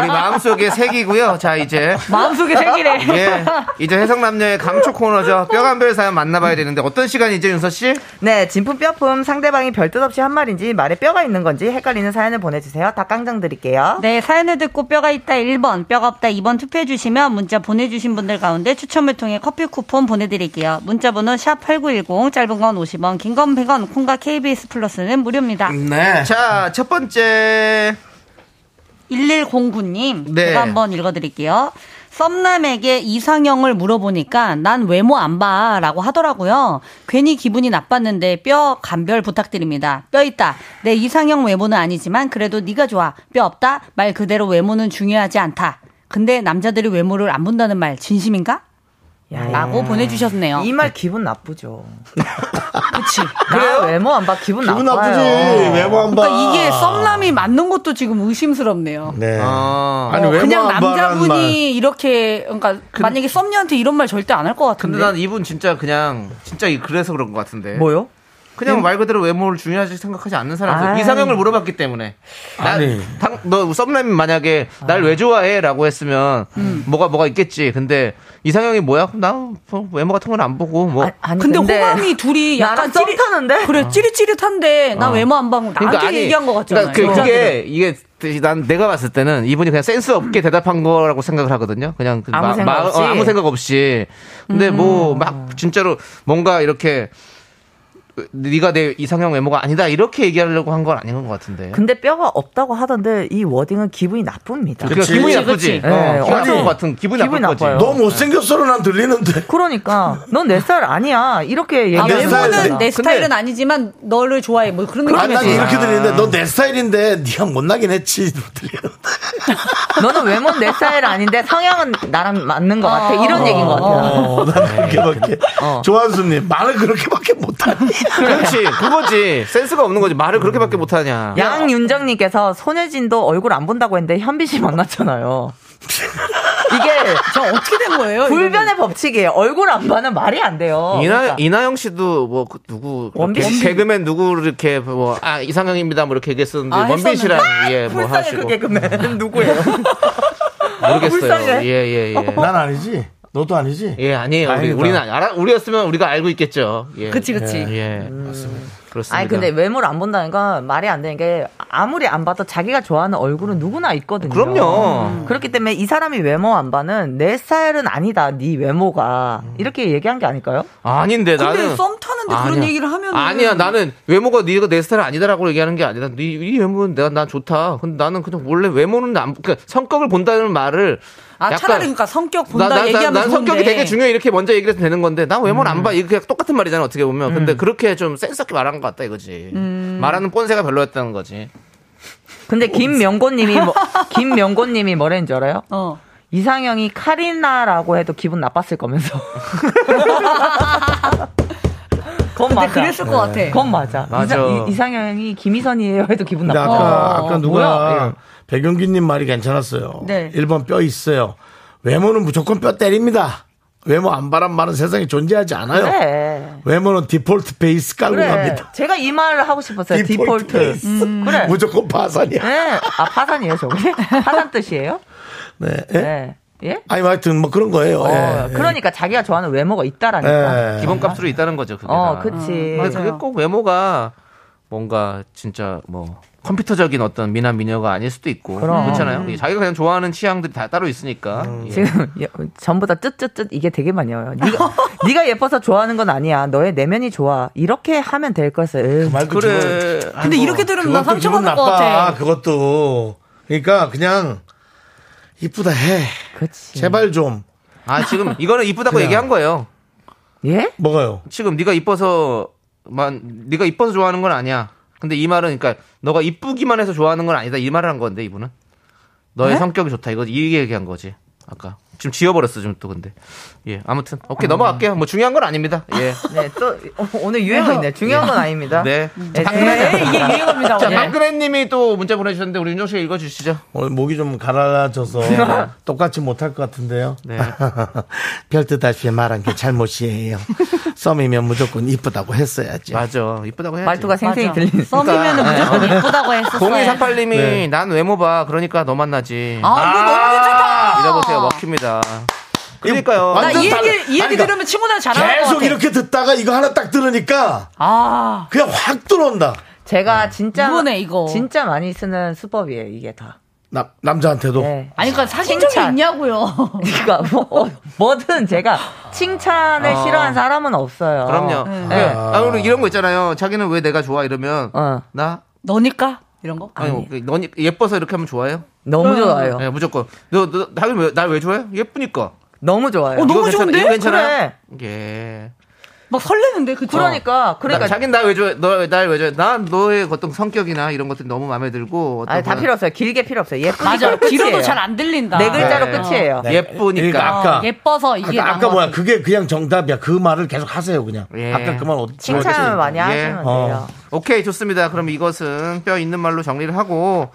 Speaker 2: 우리 마음속에 새기고요. 자 이제
Speaker 10: 마음속에 새기래.
Speaker 2: 예, 이제 해성남녀의 감초 코너죠. 뼈간별 사연 만나봐야 되는데 어떤 시간이죠, 윤서 씨?
Speaker 10: 네, 진품 뼈품 상대방이 별뜻 없이 한 말인지 말에 뼈가 있는 건지 헷갈리는 사연을 보내주세요. 다 깡장 드릴게요.
Speaker 11: 네, 사연을 듣고 뼈가 있다 1번, 뼈가 없다 2번 투표해주시면 문자 보내주신 분들 가운데 추첨을 통해 커피 쿠폰 보내드릴게요. 문자번호 샵8910, 짧은 건 50원, 긴 건 100원, 콩과 KBS 플러스는 무료입니다.
Speaker 2: 네. 자, 첫 번째.
Speaker 11: 1109님,
Speaker 2: 네.
Speaker 11: 제가 한번 읽어드릴게요. 썸남에게 이상형을 물어보니까 난 외모 안 봐. 라고 하더라고요. 괜히 기분이 나빴는데 뼈 감별 부탁드립니다. 뼈 있다. 내 이상형 외모는 아니지만 그래도 네가 좋아. 뼈 없다. 말 그대로 외모는 중요하지 않다. 근데 남자들이 외모를 안 본다는 말 진심인가?
Speaker 1: 네.
Speaker 2: 음.
Speaker 11: 라고 보내주셨네요.
Speaker 10: 이 말 기분 나쁘죠. 그치. 그래요? 외모 안 봐. 기분,
Speaker 11: 기분
Speaker 10: 나빠요.
Speaker 11: 나쁘지.
Speaker 1: 외모 안 봐.
Speaker 11: 그러니까 이게 썸남이 맞는 것도 지금 의심스럽네요.
Speaker 1: 네.
Speaker 11: 어, 그냥
Speaker 2: 안 봐라는
Speaker 11: 남자분이 이렇게 그러니까 만약에 썸녀한테 이런 말 절대 안 할 것 같은데.
Speaker 2: 근데 난 이분 진짜 그냥 진짜 이- 그래서 그런 것 같은데.
Speaker 10: 뭐요?
Speaker 13: 예?
Speaker 2: 그냥 말 그대로 외모를 중요하게 생각하지 않는 사람들
Speaker 1: 아이.
Speaker 2: 이상형을 물어봤기 때문에 나,
Speaker 13: 네.
Speaker 1: 아니.
Speaker 2: 당, 너 썸남이 만약에
Speaker 13: 아.
Speaker 2: 날 왜 좋아해라고 했으면
Speaker 13: 음.
Speaker 2: 뭐가 뭐가 있겠지 근데 이상형이 뭐야 그럼 나 뭐, 외모 같은 건 안 보고 뭐
Speaker 13: 근데, 호감이 둘이 약간 찌릿 하는데 그래 찌릿찌릿한데 나
Speaker 2: 어.
Speaker 13: 외모 안 봐고 나한테
Speaker 2: 아니,
Speaker 13: 얘기한 것 같잖아.
Speaker 2: 그러니까 그, 그게 이게 난 내가 봤을 때는 이분이 그냥 센스 없게 대답한 거라고 생각을 하거든요. 그냥 그
Speaker 13: 아무 생각 없이? 음.
Speaker 2: 어, 아무 생각 없이. 근데 뭐 막 진짜로 뭔가 이렇게 네가 내 이상형 외모가 아니다 이렇게 얘기하려고 한 건 아닌 것 같은데.
Speaker 10: 근데 뼈가 없다고 하던데 이 워딩은 기분이 나쁩니다.
Speaker 2: 그러니까 그치. 기분이 나쁘지. 어, 기분
Speaker 10: 아니,
Speaker 2: 나쁜 것 같은 기분이 나쁜 거지.
Speaker 10: 나빠요.
Speaker 2: 너
Speaker 1: 못생겼어로 난 들리는데.
Speaker 10: 그러니까 넌 내 스타일 아니야. 이렇게
Speaker 13: 아,
Speaker 10: 얘기하는
Speaker 13: 외모는 내 스타일은
Speaker 10: 근데-
Speaker 13: 아니지만 너를 좋아해 뭐 그런
Speaker 1: 아, 난
Speaker 13: 느낌이지.
Speaker 1: 이렇게 들리는데 너 내 스타일인데 네가 못나긴 했지.
Speaker 10: 너는 외모는 내 스타일 아닌데 성향은 나랑 맞는 것 같아. 이런 얘기인 것 같아요.
Speaker 1: 어, 나는 그렇게밖에.
Speaker 11: 어.
Speaker 1: 조한수님 말을 그렇게밖에 못하니.
Speaker 2: 그렇지 그거지 센스가 없는 거지 말을 그렇게밖에 못하냐.
Speaker 10: 양윤정님께서 손혜진도 얼굴 안 본다고 했는데 현빈 씨 만났잖아요. 이게 저 어떻게 된 거예요? 불변의 법칙이에요. 얼굴 안 봐는 말이 안 돼요.
Speaker 2: 이나
Speaker 10: 그러니까.
Speaker 2: 이나영 씨도 뭐그 누구 이렇게
Speaker 10: 원빈 씨?
Speaker 2: 개그맨 누구 이렇게 뭐 아 이상형입니다 뭐 이렇게 얘기했었는데
Speaker 10: 아,
Speaker 2: 원빈 씨랑
Speaker 10: 했었는데?
Speaker 2: 네, 예뭐
Speaker 10: 불쌍해,
Speaker 2: 하시고
Speaker 10: 그 개그맨 누구예요?
Speaker 2: 모르겠어요.
Speaker 10: 불쌍해.
Speaker 2: 예예 예, 예.
Speaker 1: 난 아니지. 너도 아니지.
Speaker 2: 예 아니에요. 우리,
Speaker 1: 다행이다.
Speaker 2: 우리는 알아, 우리였으면 우리가 알고 있겠죠. 예.
Speaker 10: 그치, 그치.
Speaker 2: 예, 예. 맞습니다. 그렇습니다.
Speaker 10: 아니 근데 외모를 안 본다니까 말이 안 되는 게 아무리 안 봐도 자기가 좋아하는 얼굴은 누구나 있거든요.
Speaker 2: 그럼요. 음.
Speaker 10: 그렇기 때문에 이 사람이 외모 안 봐는 내 스타일은 아니다. 네 외모가 이렇게 얘기한 게 아닐까요?
Speaker 2: 아닌데
Speaker 10: 근데
Speaker 2: 나는
Speaker 10: 썸 타는데 그런 얘기를 하면은-
Speaker 2: 아니야 나는 외모가 네가 내 스타일 아니다라고 얘기하는 게 아니라 네, 네 외모는 내가 난 좋다. 근데 나는 그냥 원래 외모는 안 그러니까 성격을 본다는 말을
Speaker 13: 아
Speaker 2: 약간
Speaker 13: 차라리 그러니까 성격 본다
Speaker 2: 나, 나,
Speaker 13: 얘기하면
Speaker 2: 나, 난 성격이
Speaker 13: 좋은데. 음.
Speaker 2: 되게 중요해 이렇게 먼저 얘기를 해도 되는 건데 나 외모는 안 봐. 이게 그냥 똑같은 말이잖아 어떻게 보면. 근데 그렇게 좀 센스 없게 말한 것 같다 이거지.
Speaker 10: 음.
Speaker 2: 말하는 뻔세가 별로였다는 거지. 어,
Speaker 10: 근데 김명곤님이 뭐, 김명곤님이 뭐라는 줄 알아요?
Speaker 13: 어.
Speaker 10: 이상형이 카리나라고 해도 기분 나빴을 거면서. 그건 맞아.
Speaker 13: 그랬을 것
Speaker 2: 네. 예.
Speaker 13: 같아.
Speaker 10: 그건 맞아.
Speaker 1: 맞아.
Speaker 10: 이상, 이, 상형이 김희선이에요 해도 기분
Speaker 1: 근데
Speaker 10: 나빠.
Speaker 1: 아까, 아까
Speaker 10: 뭐야?
Speaker 1: 누가 백용기님 말이 괜찮았어요.
Speaker 10: 네.
Speaker 1: 1번 뼈 있어요. 외모는 무조건 뼈 때립니다. 외모 안 바란 말은 세상에 존재하지 않아요.
Speaker 10: 그래.
Speaker 1: 외모는 디폴트 베이스 깔고
Speaker 10: 그래.
Speaker 1: 갑니다.
Speaker 10: 제가 이 말을 하고 싶었어요.
Speaker 1: 디폴트. 네. 뭐.
Speaker 10: 디폴트. 음, 그래.
Speaker 1: 무조건 파산이야.
Speaker 10: 네. 아, 파산이에요, 저게? 파산 뜻이에요?
Speaker 1: 네. 예?
Speaker 10: 예?
Speaker 1: 아니, 뭐 하여튼 뭐 그런 거예요.
Speaker 10: 어,
Speaker 1: 예.
Speaker 10: 그러니까 자기가 좋아하는 외모가
Speaker 1: 네.
Speaker 10: 있다라니까.
Speaker 2: 기본값으로 있다는 거죠. 그게
Speaker 10: 어,
Speaker 2: 다.
Speaker 13: 음,
Speaker 10: 그치.
Speaker 2: 근데 그게 꼭 외모가 뭔가 진짜 뭐 컴퓨터적인 어떤 미남 미녀가 아닐 수도 있고
Speaker 10: 그럼.
Speaker 2: 그렇잖아요.
Speaker 10: 음.
Speaker 2: 자기가 그냥 좋아하는 취향들이 다 따로 있으니까. 예.
Speaker 10: 지금 예, 전부 다 쯧쯧쯧 이게 되게 많이 와요. 네가, 네가 예뻐서 좋아하는 건 아니야. 너의 내면이 좋아. 이렇게 하면 될 것을.
Speaker 1: 그래.
Speaker 13: 근데 이렇게 들으면 나
Speaker 1: 그것도 기분
Speaker 13: 상처받을 것 같아.
Speaker 1: 나빠, 그것도. 그러니까 그냥 이쁘다 해.
Speaker 10: 그치.
Speaker 1: 제발 좀.
Speaker 2: 아 지금 이거는 이쁘다고
Speaker 1: 그냥.
Speaker 2: 얘기한 거예요.
Speaker 10: 예?
Speaker 1: 뭐가요?
Speaker 2: 지금 네가 이뻐서만 네가 이뻐서 좋아하는 건 아니야. 근데 이 말은 그러니까 너가 이쁘기만 해서 좋아하는 건 아니다 이 말을 한 건데 이분은 너의
Speaker 10: 네?
Speaker 2: 성격이 좋다 이거 이 얘기한 거지 아까 지금 지워버렸어 지금 또 근데 예 아무튼 오케이 넘어갈게요 뭐 중요한 건 아닙니다 예
Speaker 10: 네, 또 어, 오늘 유행어 있네. 중요한 건 아닙니다.
Speaker 2: 네.
Speaker 10: 네, 네, 이게 유행어입니다,
Speaker 2: 아, 자,
Speaker 10: 오늘.
Speaker 2: 박근혜님이 또 문자 보내주셨는데 우리 윤종 씨가 읽어주시죠.
Speaker 1: 오늘 목이 좀 갈라져서 똑같이 못할 것 같은데요.
Speaker 2: 네.
Speaker 1: 별뜻 다시 말한 게 잘못이에요. 썸이면 무조건 이쁘다고 했어야지.
Speaker 2: 예. 맞아. 이쁘다고 해야지.
Speaker 10: 말투가 생생히
Speaker 2: 맞아.
Speaker 10: 들리는.
Speaker 13: 썸이면은 무조건 이쁘다고 했었어요.
Speaker 2: 0238님이 난 외모 봐. 그러니까 너 만나지.
Speaker 13: 아, 이거 너무 괜찮다.
Speaker 2: 이러보세요. 먹힙니다. 그러니까요.
Speaker 13: 나 이 얘기 이 얘기 들으면 친구들 잘하는 것 같아.
Speaker 1: 계속 이렇게 듣다가 이거 하나 딱 들으니까
Speaker 13: 아
Speaker 1: 그냥 확 들어온다.
Speaker 10: 제가 진짜
Speaker 13: 이거네, 이거.
Speaker 10: 진짜 많이 쓰는 수법이에요. 이게 다. 예.
Speaker 1: 남, 남자한테도.
Speaker 2: 네.
Speaker 13: 아니 그러니까 사귄 적이
Speaker 10: 칭찬.
Speaker 13: 있냐고요.
Speaker 10: 그러니까 뭐, 어, 든 제가 칭찬을
Speaker 2: 아.
Speaker 10: 싫어하는 사람은 없어요.
Speaker 2: 그럼요.
Speaker 10: 네.
Speaker 2: 예. 아, 그리고 이런 거 있잖아요. 자기는 왜 내가 좋아 이러면
Speaker 13: 어.
Speaker 10: 어,
Speaker 2: 나
Speaker 13: 너니까 이런 거?
Speaker 2: 아니, 너 예뻐서 이렇게 하면 좋아해요?
Speaker 10: 너무
Speaker 13: 어.
Speaker 10: 좋아요.
Speaker 2: 예, 무조건. 너, 너 날왜 좋아해? 예쁘니까.
Speaker 10: 너무 좋아요.
Speaker 13: 어, 너무 좋은데?
Speaker 2: 이거 괜찮아요? 예.
Speaker 13: 막 설레는데 그
Speaker 10: 그러니까
Speaker 2: 나- 자긴 나왜 좋아해? 너날왜 좋아해? 난 너의 어떤 성격이나 이런 것들이 너무 마음에 들고. 어떤
Speaker 10: 아니, 다
Speaker 2: 그런-
Speaker 10: 필요 없어요. 길게 필요 없어요. 예쁘니까
Speaker 13: 맞아.
Speaker 10: 끝이에요.
Speaker 13: 길어도 잘 그러니까. 안 들린다.
Speaker 10: 네 글자로 끝이에요.
Speaker 1: 네.
Speaker 2: 예쁘니까.
Speaker 1: 그러니까 아까
Speaker 13: 어, 예뻐서 이게
Speaker 1: 아까, 아까
Speaker 13: 나온
Speaker 1: 뭐야
Speaker 13: 것
Speaker 1: 그게 그냥 정답이야 그 말을 계속 하세요 그냥
Speaker 2: 예.
Speaker 1: 아까 그말 어디
Speaker 2: 어.
Speaker 10: 칭찬을 많이 하시면 돼요.
Speaker 2: 오케이 좋습니다. 그럼 이것은 뼈 있는 말로 정리를 하고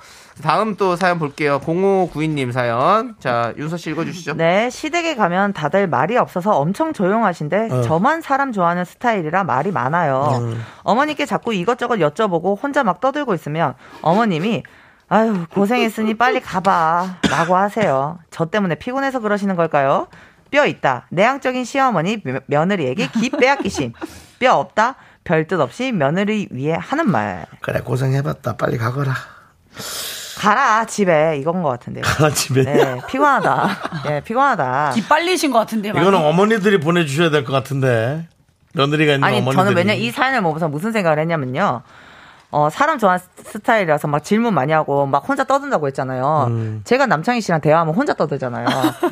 Speaker 2: 다음 또 사연 볼게요. 0592님 사연. 자, 윤서 씨 읽어주시죠.
Speaker 10: 네, 시댁에 가면 다들 말이 없어서 엄청 조용하신데
Speaker 2: 어.
Speaker 10: 저만 사람 좋아하는 스타일이라 말이 많아요.
Speaker 14: 음.
Speaker 10: 어머니께 자꾸 이것저것 여쭤보고 혼자 막 떠들고 있으면 어머님이 아유 고생했으니 빨리 가봐라고 하세요. 저 때문에 피곤해서 그러시는 걸까요? 뼈 있다. 내향적인 시어머니 며- 며느리에게 기 빼앗기심. 뼈 없다. 별뜻 없이 며느리 위해 하는 말.
Speaker 1: 그래 고생해봤다 빨리 가거라
Speaker 10: 가라 집에 이건 것 같은데요.
Speaker 1: 가라 집에
Speaker 10: 네, 피곤하다. 네, 피곤하다.
Speaker 13: 기 빨리신 것 같은데. 많이.
Speaker 1: 이거는 어머니들이 보내주셔야 될 것 같은데 며느리가 있는
Speaker 10: 아니
Speaker 1: 어머니들이
Speaker 10: 저는 왜냐 이 사연을 보면서 무슨 생각을 했냐면요. 어 사람 좋아하는 스타일이라서 막 질문 많이 하고 막 혼자 떠든다고 했잖아요.
Speaker 14: 음.
Speaker 10: 제가 남창희 씨랑 대화하면 혼자 떠들잖아요.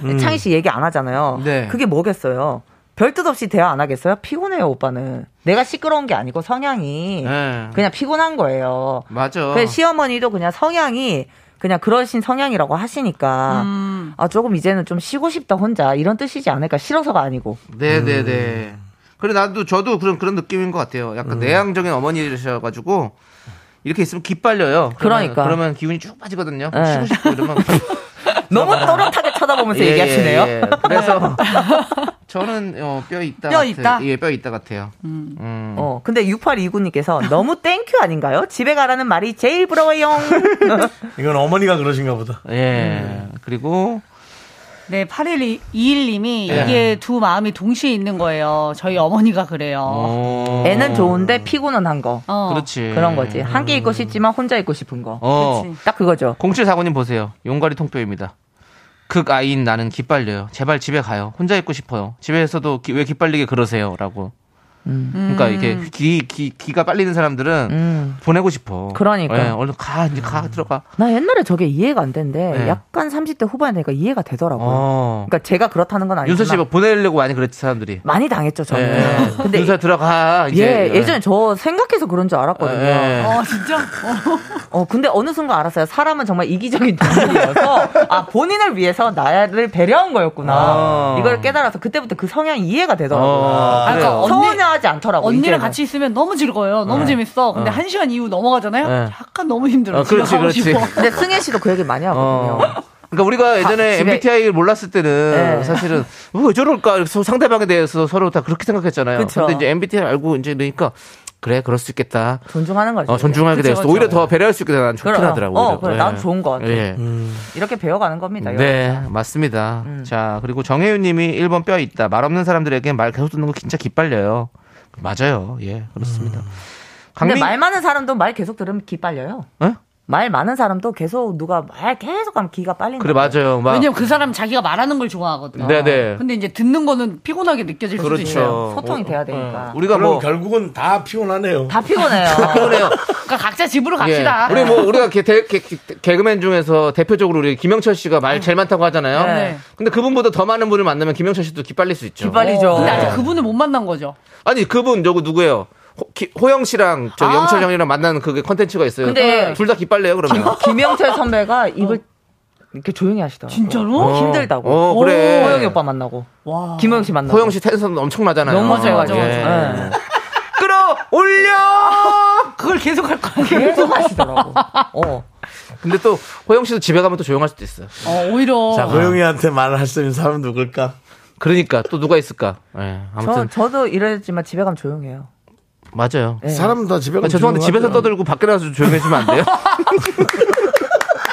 Speaker 14: 음.
Speaker 10: 창희 씨 얘기 안 하잖아요.
Speaker 14: 네.
Speaker 10: 그게 뭐겠어요? 별뜻 없이 대화 안 하겠어요? 피곤해요 오빠는. 내가 시끄러운 게 아니고 성향이
Speaker 2: 네.
Speaker 10: 그냥 피곤한 거예요.
Speaker 2: 맞아.
Speaker 10: 그래서 시어머니도 그냥 성향이 그냥 그러신 성향이라고 하시니까 아 조금 이제는 좀 쉬고 싶다 혼자 이런 뜻이지 않을까 싫어서가 아니고.
Speaker 2: 네네네.
Speaker 10: 음.
Speaker 2: 그래 나도 저도 그런 그런 느낌인 것 같아요. 약간 내향적인 어머니이셔가지고 이렇게 있으면 기빨려요.
Speaker 10: 그러니까.
Speaker 2: 그러면 기운이 쭉 빠지거든요.
Speaker 10: 네.
Speaker 2: 쉬고 싶고 이러면
Speaker 10: 너무 또렷하게 쳐다보면서
Speaker 2: 예,
Speaker 10: 얘기하시네요.
Speaker 2: 예, 예. 그래서 저는 어, 뼈 있다.
Speaker 10: 뼈
Speaker 2: 같아.
Speaker 10: 있다?
Speaker 2: 예, 뼈 있다 같아요. 음.
Speaker 10: 어, 근데 6829님께서 너무 땡큐 아닌가요? 집에 가라는 말이 제일 부러워요.
Speaker 1: 이건 어머니가 그러신가 보다
Speaker 2: 예
Speaker 10: 음.
Speaker 2: 그리고
Speaker 13: 네, 8121님이
Speaker 2: 네.
Speaker 10: 예.
Speaker 13: 이게 두 마음이 동시에 있는 거예요. 저희 어머니가 그래요.
Speaker 2: 어.
Speaker 10: 애는 좋은데 피곤은 한 거.
Speaker 13: 어.
Speaker 2: 그렇지.
Speaker 10: 그런 거지. 한 끼 있고 싶지만 혼자 있고 싶은 거.
Speaker 2: 어.
Speaker 10: 딱 그거죠.
Speaker 2: 0749님 보세요. 용가리 통뼈입니다. 극 아이인 나는 기빨려요. 제발 집에 가요. 혼자 있고 싶어요. 집에서도 기- 왜 기빨리게 그러세요? 라고.
Speaker 10: 음.
Speaker 2: 그러니까 이게 기, 기, 기가 빨리는 사람들은 보내고 싶어.
Speaker 10: 음. 그러니까. 음.
Speaker 2: 예, 얼른 가, 이제 가, 들어가.
Speaker 10: 나 옛날에 저게 이해가 안 되는데
Speaker 2: 예.
Speaker 10: 약간 30대 후반에 되니까 이해가 되더라고요.
Speaker 2: 어.
Speaker 10: 그러니까 제가 그렇다는 건
Speaker 2: 윤서 씨
Speaker 10: 아니지만
Speaker 2: 뭐 보내려고 많이 그랬지, 사람들이.
Speaker 10: 많이 당했죠, 저는.
Speaker 2: 예. 윤서 들어가. 이제.
Speaker 10: 음. 예, 예전에 저 생각해서 그런 줄 알았거든요.
Speaker 2: 예. 어,
Speaker 10: 진짜? 어, 근데 어느 순간 알았어요. 사람은 정말 이기적인 동물이어서, 아, 본인을 위해서 나를 배려한 거였구나.
Speaker 13: 어.
Speaker 10: 이걸 깨달아서 그때부터 그 성향이 이해가 되더라고요.
Speaker 13: 어,
Speaker 10: 아, 그러니까
Speaker 13: 그래요.
Speaker 10: 언니- 서운해하지 않더라고요.
Speaker 13: 언니랑
Speaker 10: 이제는.
Speaker 13: 같이 있으면 너무 즐거워요. 너무
Speaker 10: 네.
Speaker 13: 재밌어. 근데
Speaker 10: 어.
Speaker 13: 한 시간 이후 넘어가잖아요.
Speaker 2: 네.
Speaker 13: 약간 너무 힘들어.
Speaker 2: 어,
Speaker 13: 집에
Speaker 2: 그렇지,
Speaker 13: 가고
Speaker 2: 그렇지.
Speaker 13: 싶어.
Speaker 10: 근데 승혜 씨도 그 얘기 많이 하거든요.
Speaker 2: 그러니까 우리가 예전에
Speaker 10: 가- 아, 집에-
Speaker 2: MBTI를 몰랐을 때는
Speaker 10: 네.
Speaker 2: 사실은 왜 저럴까 그래서 상대방에 대해서 서로 다 그렇게 생각했잖아요.
Speaker 10: 그쵸.
Speaker 2: 근데 이제 MBTI를 알고 이제 그러니까 그래 그럴 수 있겠다.
Speaker 10: 존중하는 거죠.
Speaker 2: 어, 존중하게
Speaker 10: 그렇죠. 그쵸,
Speaker 2: 되었어.
Speaker 10: 그쵸.
Speaker 2: 오히려 더 배려할 수 있게 난 좋긴
Speaker 10: 그래요.
Speaker 2: 하더라고요.
Speaker 10: 어,
Speaker 2: 오히려.
Speaker 10: 그래. 난 좋은 것 같아.
Speaker 2: 예.
Speaker 10: 이렇게 배워가는 겁니다. 여러분.
Speaker 2: 네, 맞습니다.
Speaker 10: 음.
Speaker 2: 자, 그리고 정혜윤 님이 1번 뼈 있다. 말 없는 사람들에게 말 계속 듣는 거 진짜 기빨려요. 맞아요. 예, 그렇습니다.
Speaker 10: 근데 말 많은 사람도 말 계속 들으면 기 빨려요.
Speaker 2: 예?
Speaker 10: 말 많은 사람도 계속 누가 말 계속 하면 기가 빨린다.
Speaker 2: 그래, 맞아요. 막-
Speaker 13: 왜냐면 그 사람 자기가 말하는 걸 좋아하거든.
Speaker 2: 네네.
Speaker 13: 근데 이제 듣는 거는 피곤하게 느껴질
Speaker 2: 그렇죠.
Speaker 13: 수도 있어요.
Speaker 10: 소통이
Speaker 2: 어,
Speaker 10: 돼야 되니까.
Speaker 2: 우리가
Speaker 1: 그럼
Speaker 2: 뭐
Speaker 1: 결국은 다 피곤하네요
Speaker 10: 다 피곤해요.
Speaker 2: 피곤해요.
Speaker 13: 그러니까 각자 집으로 갑시다.
Speaker 2: 예. 우리 뭐 우리가 개, 대, 개, 그맨 중에서 대표적으로 우리 김영철 씨가
Speaker 10: 음.
Speaker 2: 말 제일 많다고 하잖아요.
Speaker 13: 네.
Speaker 2: 근데 그분보다 더 많은 분을 만나면 김영철 씨도 기빨릴 수 있죠.
Speaker 13: 어, 근데 아직
Speaker 2: 네.
Speaker 13: 그분을 못 만난 거죠.
Speaker 2: 아니 그분 저거 누구예요? 호, 기- 호영 씨랑 저
Speaker 13: 아.
Speaker 2: 영철 형이랑 만나는 그게 컨텐츠가 있어요. 네.
Speaker 10: 근데
Speaker 2: 둘 다 기빨래요 그러면.
Speaker 10: 김영철 선배가 입을 이렇게 조용히 하시더라고요.
Speaker 13: 진짜로?
Speaker 2: 어.
Speaker 10: 힘들다고.
Speaker 2: 어, 그래.
Speaker 10: 호영이 오빠 만나고.
Speaker 13: 와.
Speaker 10: 김호영 씨 만나고.
Speaker 2: 호영 씨 텐션 엄청나잖아요.
Speaker 10: 너무 맞아요, 맞아요,
Speaker 2: 예.
Speaker 10: 맞아요. 네.
Speaker 2: 끌어올려.
Speaker 13: 그걸 계속 할 거야.
Speaker 10: 계속 하시더라고. 어.
Speaker 2: 근데 또 호영 씨도 집에 가면 또 조용할 수도 있어요.
Speaker 13: 어, 오히려.
Speaker 2: 아.
Speaker 1: 자 고영이한테 말을 할 수 있는 사람은 누굴까
Speaker 2: 그러니까 또 누가 있을까? 예, 아무튼
Speaker 10: 저, 저도 이랬지만 집에 가면 조용해요.
Speaker 2: 맞아요.
Speaker 10: 예. 사람은 다 집에 가면
Speaker 2: 아, 죄송한데 집에서
Speaker 10: 조용하죠.
Speaker 2: 떠들고 밖에 나가서 조용해지면 안 돼요?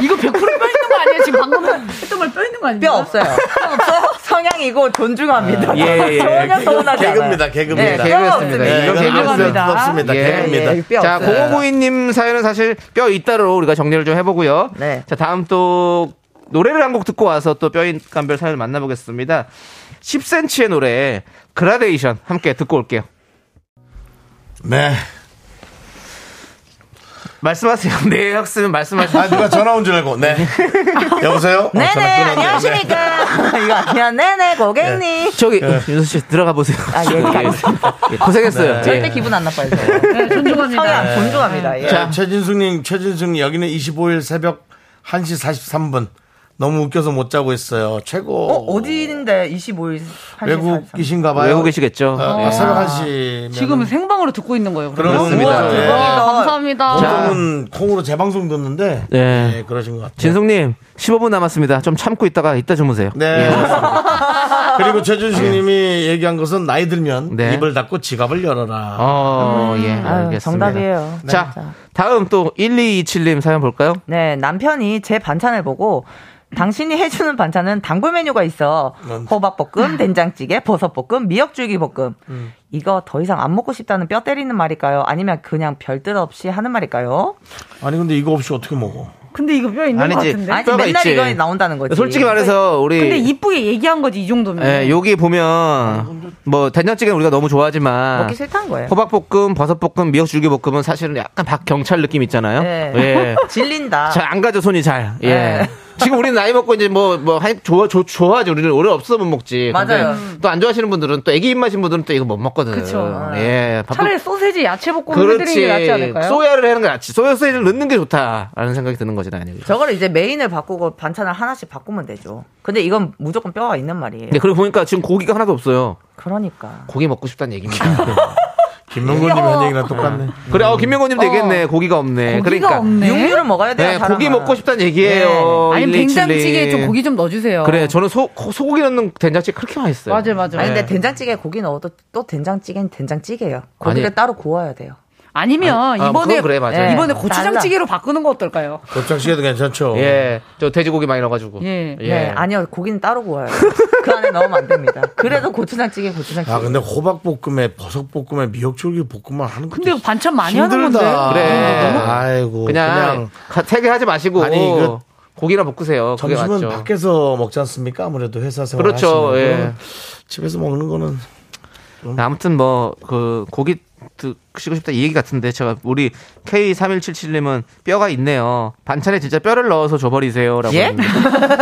Speaker 13: 이거 100%뼈 있는 거 아니에요? 지금 방금 했던 말뼈 있는 거 아니에요?
Speaker 10: 뼈 없어요. 뼈 없어요? 성향이고 존중합니다.
Speaker 2: 예, 예.
Speaker 10: 전혀 서운하지
Speaker 1: 개그입니다,
Speaker 10: 않아요.
Speaker 1: 개그입니다.
Speaker 10: 네, 뼈
Speaker 2: 개그였습니다.
Speaker 10: 없습니다.
Speaker 2: 예, 이건 개그였습니다.
Speaker 1: 없습니다. 개그입니다.
Speaker 10: 예, 뼈
Speaker 2: 아, 자,
Speaker 10: 없어요.
Speaker 2: 공호구이님 사연은 사실 뼈 있다로 우리가 정리를 좀 해보고요.
Speaker 10: 네.
Speaker 2: 자, 다음 또 노래를 한 곡 듣고 와서 또 뼈인 감별 사연을 만나보겠습니다. 10cm의 노래 그라데이션 함께 듣고 올게요.
Speaker 1: 네
Speaker 2: 말씀하세요. 네, 학습은 말씀하세요.
Speaker 1: 아 누가 전화 온 줄 알고 네 여보세요 어, 전화
Speaker 10: 네네,
Speaker 1: 끊었네요.
Speaker 10: 안녕하십니까. 이거 아니야. 네네, 고객님.
Speaker 2: 저기 윤서 씨 들어가 보세요.
Speaker 10: 아, 예, 네.
Speaker 2: 알겠습니다. 고생했어요. 예.
Speaker 10: 절대 기분 안 나빠요. 저는.
Speaker 13: 존중합니다.
Speaker 2: 네.
Speaker 10: 성향
Speaker 1: 네.
Speaker 10: 존중합니다. 예.
Speaker 1: 자, 최진숙님, 최진숙님, 여기는 25일 새벽 1시 43분. 너무 웃겨서 못 자고 있어요. 최고.
Speaker 10: 어, 어디인데 25일
Speaker 1: 외국이신가
Speaker 10: 뭐-
Speaker 1: 봐요.
Speaker 2: 외국이시겠죠.
Speaker 1: 아,
Speaker 10: 어.
Speaker 2: 네.
Speaker 1: 새벽 1시.
Speaker 9: 지금 생방으로 듣고 있는 거예요. 그러면?
Speaker 1: 그렇습니다.
Speaker 9: 우와,
Speaker 1: 예.
Speaker 10: 어,
Speaker 9: 대박. 감사합니다.
Speaker 1: 보통은 콩으로 재방송 듣는데.
Speaker 2: 아. 네.
Speaker 1: 예, 그러신 것 같아요.
Speaker 2: 진숙님 15분 남았습니다. 좀 참고 있다가 이따 주무세요.
Speaker 1: 네.
Speaker 2: 예.
Speaker 1: 그렇습니다. 그리고 최준식 님이 얘기한 것은 나이 들면
Speaker 2: 네.
Speaker 1: 입을 닫고 지갑을 열어라.
Speaker 2: 어, 예,
Speaker 10: 음. 아유,
Speaker 2: 알겠습니다.
Speaker 10: 정답이에요.
Speaker 2: 자, 다음 또 1227님 사연 볼까요?
Speaker 10: 네, 남편이 제 반찬을 보고 당신이 해주는 반찬은 단골 메뉴가 있어.
Speaker 2: 뭔-
Speaker 10: 호박볶음, 된장찌개, 버섯볶음, 미역줄기볶음. 이거 더 이상 안 먹고 싶다는 뼈 때리는 말일까요? 아니면 그냥 별뜻 없이 하는 말일까요?
Speaker 1: 아니, 근데 이거 없이 어떻게 먹어?
Speaker 9: 근데 이거 뼈
Speaker 2: 있는 아니지, 것 같은데?
Speaker 10: 아니,
Speaker 2: 네. 뼈가
Speaker 10: 맨날
Speaker 2: 있지.
Speaker 10: 이거 나온다는 거지.
Speaker 2: 솔직히 말해서 우리-
Speaker 9: 그러니까 근데 이쁘게 얘기한 거지 이 정도면.
Speaker 2: 예, 여기 보면 뭐 된장찌개는 우리가 너무 좋아하지만
Speaker 9: 먹기 싫다는 거예요.
Speaker 2: 호박볶음, 버섯볶음, 미역줄기볶음은 사실은 약간 박경찰 느낌 있잖아요.
Speaker 10: 네.
Speaker 2: 예.
Speaker 9: 아.
Speaker 10: 질린다.
Speaker 2: 잘 안 가죠 손이 잘. 예.
Speaker 10: 네.
Speaker 2: 지금 우리는 나이 먹고 이제 뭐뭐 좋아 좋 좋아하지 우리는 오래 없어 못 먹지.
Speaker 9: 맞아요.
Speaker 2: 또안 좋아하시는 분들은 또 애기 입맛인 분들은 또 이거 못 먹거든.
Speaker 9: 그쵸. 아.
Speaker 2: 예. 바쁘-
Speaker 9: 차라리 소세지 야채볶음 해드리는
Speaker 2: 그렇지.
Speaker 9: 게 낫지 않을까요?
Speaker 2: 소야를 하는 게 낫지. 소야 소세지를 넣는 게 좋다라는 생각이 드는 거지 나는.
Speaker 10: 저거를 이제 메인을 바꾸고 반찬을 하나씩 바꾸면 되죠. 근데 이건 무조건 뼈가 있는 말이에요.
Speaker 2: 근데 그러고 보니까 지금 고기가 하나도 없어요.
Speaker 10: 그러니까.
Speaker 2: 고기 먹고 싶다는 얘기입니다.
Speaker 1: 김명곤님 한 얘기랑 똑같네.
Speaker 2: 그래, 어, 김명곤님
Speaker 10: 어.
Speaker 2: 되겠네. 고기가 없네.
Speaker 9: 고기가
Speaker 2: 그러니까.
Speaker 9: 없네. 네.
Speaker 10: 육류를 먹어야 돼요.
Speaker 2: 네,
Speaker 10: 사람은.
Speaker 2: 고기 먹고 싶다는 얘기예요.
Speaker 9: 아니 면
Speaker 2: 1177.
Speaker 9: 된장찌개에 좀 고기 좀 넣어주세요.
Speaker 2: 그래, 저는 소, 고- 소고기 넣는 된장찌개 그렇게 맛있어요.
Speaker 10: 아니,
Speaker 2: 네.
Speaker 10: 근데 된장찌개에 고기 넣어도 또 된장찌개는 된장찌개예요. 고기를
Speaker 2: 아니.
Speaker 10: 따로 구워야 돼요.
Speaker 9: 아니면
Speaker 2: 아,
Speaker 9: 이번에 네.
Speaker 2: 그건 그래, 맞아요.
Speaker 9: 이번에
Speaker 2: 예.
Speaker 9: 고추장찌개로 바꾸는 거 어떨까요?
Speaker 1: 고창시에도 괜찮죠.
Speaker 2: 예. 저 돼지고기 많이 넣어가지고.
Speaker 9: 예.
Speaker 10: 네, 아니요. 고기는 따로 구워요. 그 안에 넣으면 안 됩니다. 그래도 고추장찌개, 고추장찌개.
Speaker 1: 아, 근데 호박볶음에 버섯볶음에 미역줄기 볶음만 하는 거
Speaker 9: 근데 반찬 많이 하는
Speaker 1: 힘들다.
Speaker 9: 건데.
Speaker 2: 아, 그래.
Speaker 1: 아이고.
Speaker 2: 그냥,
Speaker 1: 그냥,
Speaker 2: 세개 하지 마시고.
Speaker 1: 아니, 그-
Speaker 2: 고기나 볶으세요. 그게
Speaker 1: 점심은
Speaker 2: 맞죠.
Speaker 1: 밖에서 먹지 않습니까? 아무래도 회사 생활
Speaker 2: 그렇죠,
Speaker 1: 하시는
Speaker 2: 예.
Speaker 1: 집에서 먹는 거는
Speaker 2: 아무튼 뭐 그 고기 드시고 싶다 이 얘기 같은데 제가 우리 K3177님은 뼈가 있네요. 반찬에 진짜 뼈를 넣어서 줘버리세요라고.
Speaker 9: 예?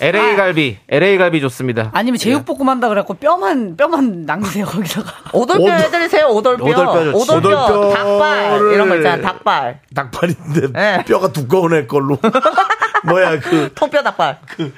Speaker 2: LA 갈비, LA 갈비 좋습니다.
Speaker 9: 아니면 제육볶음 한다 그래갖고 뼈만 뼈만 남기세요 거기다가.
Speaker 10: 오돌뼈
Speaker 2: 오돌-
Speaker 10: 해드리세요. 오돌뼈.
Speaker 2: 오돌뼈 좋지.
Speaker 10: 오돌뼈,
Speaker 2: 오돌뼈를-
Speaker 10: 닭발 이런 거 있잖아. 닭발.
Speaker 1: 닭발인데
Speaker 2: 예.
Speaker 1: 뼈가 두꺼운 애 걸로 뭐야 그
Speaker 10: 통뼈 닭발.
Speaker 1: 그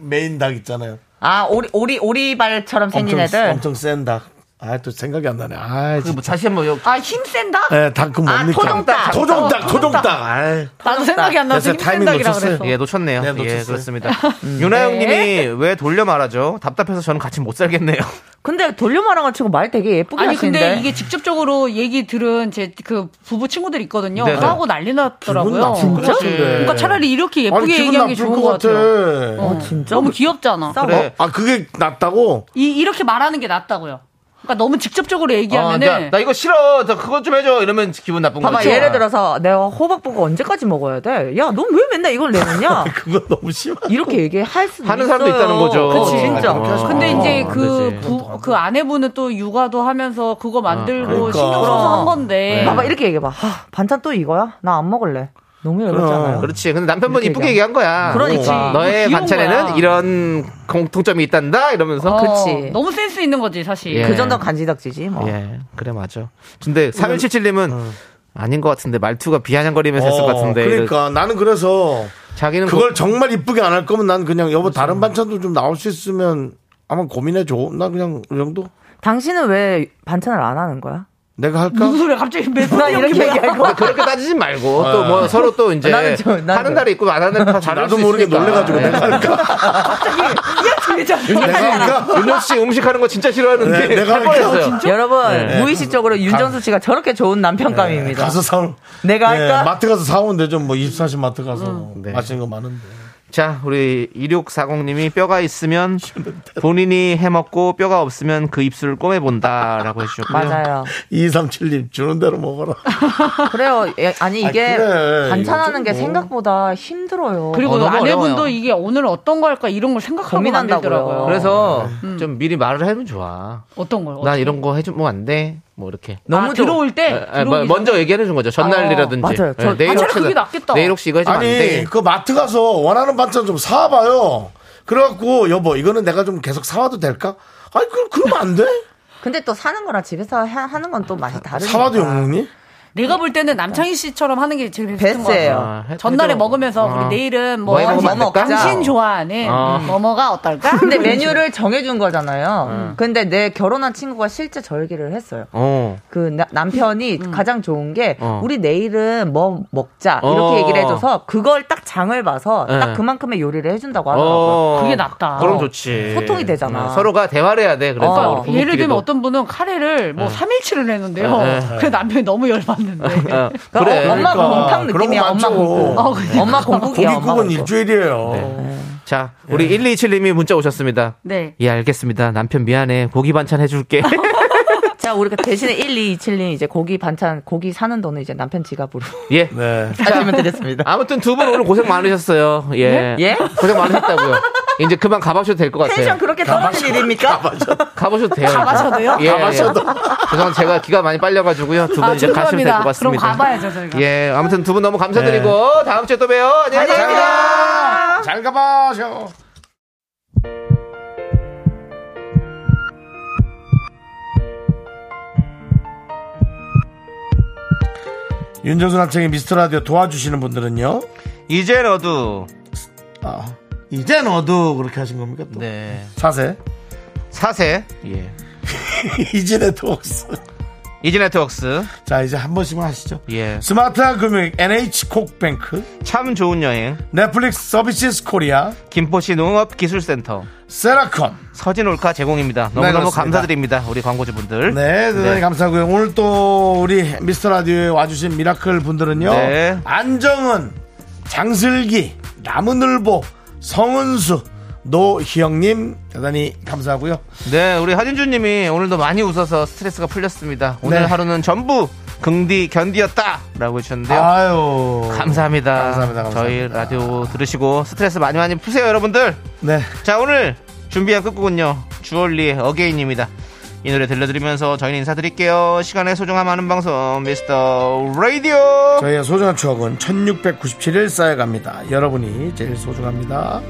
Speaker 1: 메인 닭 있잖아요.
Speaker 10: 아 오리 오리 오리발처럼 생긴
Speaker 1: 엄청,
Speaker 10: 애들.
Speaker 1: 엄청 센 닭. 아 또 생각이 안 나네. 아, 그
Speaker 2: 예. 뭐 다시 한번 여
Speaker 9: 아 힘센다?
Speaker 1: 예, 닭그
Speaker 9: 아,
Speaker 1: 뭡니까?
Speaker 9: 토종닭. 어,
Speaker 1: 토종닭,
Speaker 10: 어,
Speaker 1: 토종닭.
Speaker 9: 토종닭.
Speaker 1: 아이.
Speaker 9: 나도 생각이 안 나서
Speaker 2: 그래서
Speaker 9: 힘센다기라 그랬어.
Speaker 2: 예, 놓쳤네요.
Speaker 1: 네, 놓쳤어요.
Speaker 2: 예, 그렇습니다. 윤하영님이
Speaker 10: 네.
Speaker 2: 왜 돌려 말하죠? 답답해서 저는 같이 못 살겠네요.
Speaker 10: 근데 돌려 말한 거 치고 말 되게 예쁘게
Speaker 9: 아니
Speaker 10: 하시는데.
Speaker 9: 근데 이게 직접적으로 얘기 들은 제 그 부부 친구들 있거든요.
Speaker 10: 네네.
Speaker 9: 싸우고 난리
Speaker 10: 기분
Speaker 9: 났더라고요.
Speaker 10: 나쁠 것
Speaker 9: 그렇죠?
Speaker 10: 같은데.
Speaker 9: 그러니까 차라리 이렇게 예쁘게
Speaker 1: 아니, 기분
Speaker 9: 얘기한 게
Speaker 1: 나쁠 것
Speaker 9: 좋은 것 같아요.
Speaker 1: 같아.
Speaker 9: 어, 너무 귀엽잖아.
Speaker 1: 그래. 아 그게 낫다고?
Speaker 9: 이 이렇게 말하는 게 낫다고요. 그러니까 너무 직접적으로
Speaker 2: 아,
Speaker 9: 얘기하면은
Speaker 2: 나, 나 이거 싫어. 나 그것 좀 해줘. 이러면 기분 나쁜 거죠.
Speaker 10: 봐봐 예를 들어서 내가 호박볶음 언제까지 먹어야 돼? 야, 넌 왜 맨날 이걸 내느냐?
Speaker 1: 그건 너무 심하.
Speaker 10: 이렇게 얘기할 수도
Speaker 2: 하는
Speaker 10: 있어요.
Speaker 2: 사람도 있다는 거죠.
Speaker 10: 그치,
Speaker 2: 어,
Speaker 10: 진짜.
Speaker 2: 그렇게 하시면
Speaker 10: 아,
Speaker 9: 근데
Speaker 2: 안
Speaker 9: 이제
Speaker 2: 되지.
Speaker 9: 그, 부, 그 아내분은 또 육아도 하면서 그거 만들고
Speaker 10: 그러니까. 네.
Speaker 9: 신경 써서 한 건데.
Speaker 10: 봐봐 이렇게 얘기해봐. 하, 반찬 또 이거야? 나 안 먹을래. 너무 열받잖아요.
Speaker 2: 그렇지. 근데 남편분
Speaker 10: 이렇게
Speaker 2: 이쁘게
Speaker 10: 얘기하면.
Speaker 2: 얘기한 거야. 어,
Speaker 10: 그러니까.
Speaker 2: 너의
Speaker 10: 귀여운
Speaker 2: 반찬에는
Speaker 10: 거야.
Speaker 2: 이런 공통점이 있단다? 이러면서.
Speaker 9: 어, 너무 센스 있는 거지 사실.
Speaker 2: 예. 그 정도
Speaker 10: 간지덕지지
Speaker 1: 아.
Speaker 10: 뭐.
Speaker 2: 예, 그래 맞아. 근데 3177님은 아닌 것 같은데 말투가 비아냥거리면서 했을 것 같은데.
Speaker 1: 음. 그러니까 나는 그래서
Speaker 2: 자기는
Speaker 1: 그걸
Speaker 2: 그-
Speaker 1: 정말 이쁘게 안 할 거면 난 그냥 여보 다른 반찬도 좀 나올 수 있으면 아마 고민해 줘. 나 그냥 이 정도.
Speaker 10: 당신은 왜 반찬을 안 하는 거야?
Speaker 1: 내가 할까?
Speaker 9: 무슨 소리야 갑자기
Speaker 2: 뭐
Speaker 10: 나 이렇게 얘기할 거.
Speaker 2: 그렇게 따지지 말고
Speaker 1: 어.
Speaker 2: 또 뭐 서로 또 이제
Speaker 10: 나는 저- 나는
Speaker 2: 하는 날이 있고 안 하는 날다 다를
Speaker 1: 나도
Speaker 2: 수
Speaker 1: 모르게
Speaker 2: 있으니까. 네.
Speaker 1: 놀래가지고 내가 할까?
Speaker 2: 윤정수 씨, 윤정수 씨 음식하는 거 진짜 싫어하는데
Speaker 10: 네, 내가
Speaker 2: 할 뻔했어요.
Speaker 10: 여러분
Speaker 2: 네.
Speaker 10: 무의식적으로 윤정수 씨가 저렇게 좋은
Speaker 2: 예,
Speaker 10: 남편감입니다.
Speaker 1: 예, 가서 사올.
Speaker 10: 내가 할까? 음.
Speaker 1: 예, 마트 가서 사오면 되죠. 뭐 24시 마트 가서 맛있는 거 많은데.
Speaker 2: 자, 우리 2640님이 뼈가 있으면 본인이 해먹고 뼈가 없으면 그 입술을 꼬매본다라고 해주셨고요.
Speaker 10: 맞아요.
Speaker 1: 2237님 주는 대로 먹어라.
Speaker 10: 그래요. 예, 아니 이게
Speaker 2: 아, 그래.
Speaker 10: 반찬하는 게
Speaker 2: 이거 좀 뭐.
Speaker 10: 생각보다 힘들어요.
Speaker 9: 그리고
Speaker 2: 어, 너무
Speaker 9: 아내분도
Speaker 2: 어려워요.
Speaker 9: 이게 오늘 어떤 거 할까 이런 걸 생각하고
Speaker 10: 고민한다고요.
Speaker 9: 만들더라고요.
Speaker 2: 그래서
Speaker 10: 음.
Speaker 2: 좀 미리 말을 해면 좋아.
Speaker 9: 어떤 걸?
Speaker 2: 난 이런 거 해주면 안 돼. 뭐 이렇게.
Speaker 9: 너무 아, 좋아. 들어올 때?
Speaker 2: 에, 에, 뭐
Speaker 9: 들어오기
Speaker 2: 먼저 얘기해 준 거죠. 전날이라든지.
Speaker 1: 어, 맞아요. 저-
Speaker 2: 예, 내일
Speaker 1: 아, 차라리
Speaker 2: 혹시
Speaker 1: 그게 낫겠다.
Speaker 2: 내일 혹시 이거 해주면
Speaker 1: 아니,
Speaker 2: 안
Speaker 10: 네.
Speaker 2: 돼.
Speaker 1: 그 마트 가서 원하는 반찬 좀 사와봐요. 그래갖고, 여보, 이거는 내가 좀 계속 사와도 될까? 아니, 그, 그러면 안 돼?
Speaker 10: 근데 또 사는 거랑 집에서 하, 는 건 또 맛이 다르니까.
Speaker 1: 사와도 영롱니?
Speaker 9: 내가 볼 때는 남창희 씨처럼 하는 게 제일 베스트인 것
Speaker 10: 그러니까. 베스트예요.
Speaker 9: 같아요.
Speaker 10: 아, 해-
Speaker 9: 전날에
Speaker 10: 해도-
Speaker 9: 먹으면서
Speaker 10: 아.
Speaker 9: 우리 내일은 뭐
Speaker 10: 뭐 해먹으면
Speaker 9: 당신,
Speaker 10: 안 될까?
Speaker 9: 당신 좋아하는
Speaker 10: 아.
Speaker 9: 뭐뭐가 어떨까?
Speaker 10: 근데 메뉴를 정해준 거잖아요.
Speaker 2: 음.
Speaker 10: 근데 내 결혼한 친구가 실제 절기를 했어요.
Speaker 2: 어.
Speaker 10: 그 나- 남편이 가장 좋은 게
Speaker 2: 어.
Speaker 10: 우리 내일은 뭐 먹자 이렇게
Speaker 2: 어.
Speaker 10: 얘기를 해줘서 그걸 딱 장을 봐서
Speaker 2: 네.
Speaker 10: 딱 그만큼의 요리를 해준다고
Speaker 2: 어.
Speaker 10: 하더라고요. 아, 그게 낫다.
Speaker 2: 그럼 좋지.
Speaker 10: 소통이 되잖아.
Speaker 2: 어, 서로가 대화를 해야 돼. 그래서
Speaker 9: 어,
Speaker 2: 우리 부부끼리도.
Speaker 9: 예를 들면 어떤 분은 카레를 뭐
Speaker 2: 네.
Speaker 9: 3일치를 했는데요.
Speaker 2: 네, 네.
Speaker 9: 그래 남편이 너무 열받는데.
Speaker 2: 어,
Speaker 10: 그러니까
Speaker 2: 그래.
Speaker 10: 어, 엄마 공탕
Speaker 1: 그런
Speaker 10: 느낌이야.
Speaker 1: 거
Speaker 10: 엄마
Speaker 1: 많죠. 어,
Speaker 10: 공국. 엄마 공국이야. 네. 엄마
Speaker 1: 고깃국은
Speaker 10: 공국.
Speaker 1: 일주일이에요.
Speaker 2: 자, 우리 127님이 문자 오셨습니다.
Speaker 9: 네.
Speaker 2: 예, 알겠습니다. 남편 미안해. 고기 반찬 해줄게.
Speaker 10: 자, 우리가 그 대신에 1, 2, 2, 7님 이제 고기 반찬, 고기 사는 돈은 이제 남편 지갑으로.
Speaker 2: 예.
Speaker 10: 하시면 되겠습니다.
Speaker 2: 아무튼 두 분 오늘 고생 많으셨어요. 예.
Speaker 10: 네? 예?
Speaker 2: 고생 많으셨다고요. 이제 그만 가보셔도 될 것 같아요.
Speaker 10: 텐션 그렇게 떨어질 일입니까?
Speaker 2: 가보셔도 돼요.
Speaker 10: 가봐셔도요?
Speaker 2: 예, 예.
Speaker 10: 가봐셔도.
Speaker 2: 죄송한 제가 기가 많이 빨려가지고요. 두 분
Speaker 9: 아,
Speaker 2: 이제 가시면 될
Speaker 9: 죄송합니다.
Speaker 2: 것 같습니다.
Speaker 9: 그럼 가봐야죠, 저희가.
Speaker 2: 예, 아무튼 두 분 너무 감사드리고 다음 주에 또 봬요. 안녕히
Speaker 1: 잘
Speaker 2: 계세요.
Speaker 1: 가. 잘 가봐셔. 윤정수 남창의 미스터 라디오 도와주시는 분들은요.
Speaker 15: 이제 너도
Speaker 1: 아, 이제 너도 그렇게 하신 겁니까? 또?
Speaker 15: 네.
Speaker 1: 사세.
Speaker 2: 사세. 예.
Speaker 1: 이진의 토스.
Speaker 2: 이지 네트웍스.
Speaker 1: 자, 이제 한 번씩만 하시죠.
Speaker 2: 예.
Speaker 1: 스마트한 금융 NH콕뱅크
Speaker 2: 참 좋은 여행.
Speaker 1: 넷플릭스 서비스 코리아
Speaker 2: 김포시 농업기술센터.
Speaker 1: 세라컴
Speaker 2: 서진 올카 제공입니다.
Speaker 1: 네,
Speaker 2: 너무너무
Speaker 1: 그렇습니다.
Speaker 2: 감사드립니다. 우리 광고주분들.
Speaker 1: 네, 대단히 감사하고요. 오늘 또 우리 미스터 라디오에 와주신 미라클 분들은요.
Speaker 2: 네.
Speaker 1: 안정은, 장슬기, 남은을보, 성은수, 노희영님 대단히 감사하고요.
Speaker 2: 네, 우리 하진주님이 오늘도 많이 웃어서 스트레스가 풀렸습니다. 오늘
Speaker 1: 네.
Speaker 2: 하루는 전부 긍디 견디였다라고 해주셨는데요.
Speaker 1: 아유,
Speaker 2: 네. 감사합니다.
Speaker 1: 감사합니다, 감사합니다.
Speaker 2: 저희 라디오 들으시고 스트레스 많이 많이 푸세요, 여러분들.
Speaker 1: 네,
Speaker 2: 자, 오늘 준비한 끝곡은요. 주얼리의 어게인입니다. 이 노래 들려드리면서 저희는 인사드릴게요. 시간의 소중함 아는 방송 미스터 라디오.
Speaker 1: 저희의 소중한 추억은 1697일 쌓여갑니다. 여러분이 제일 소중합니다.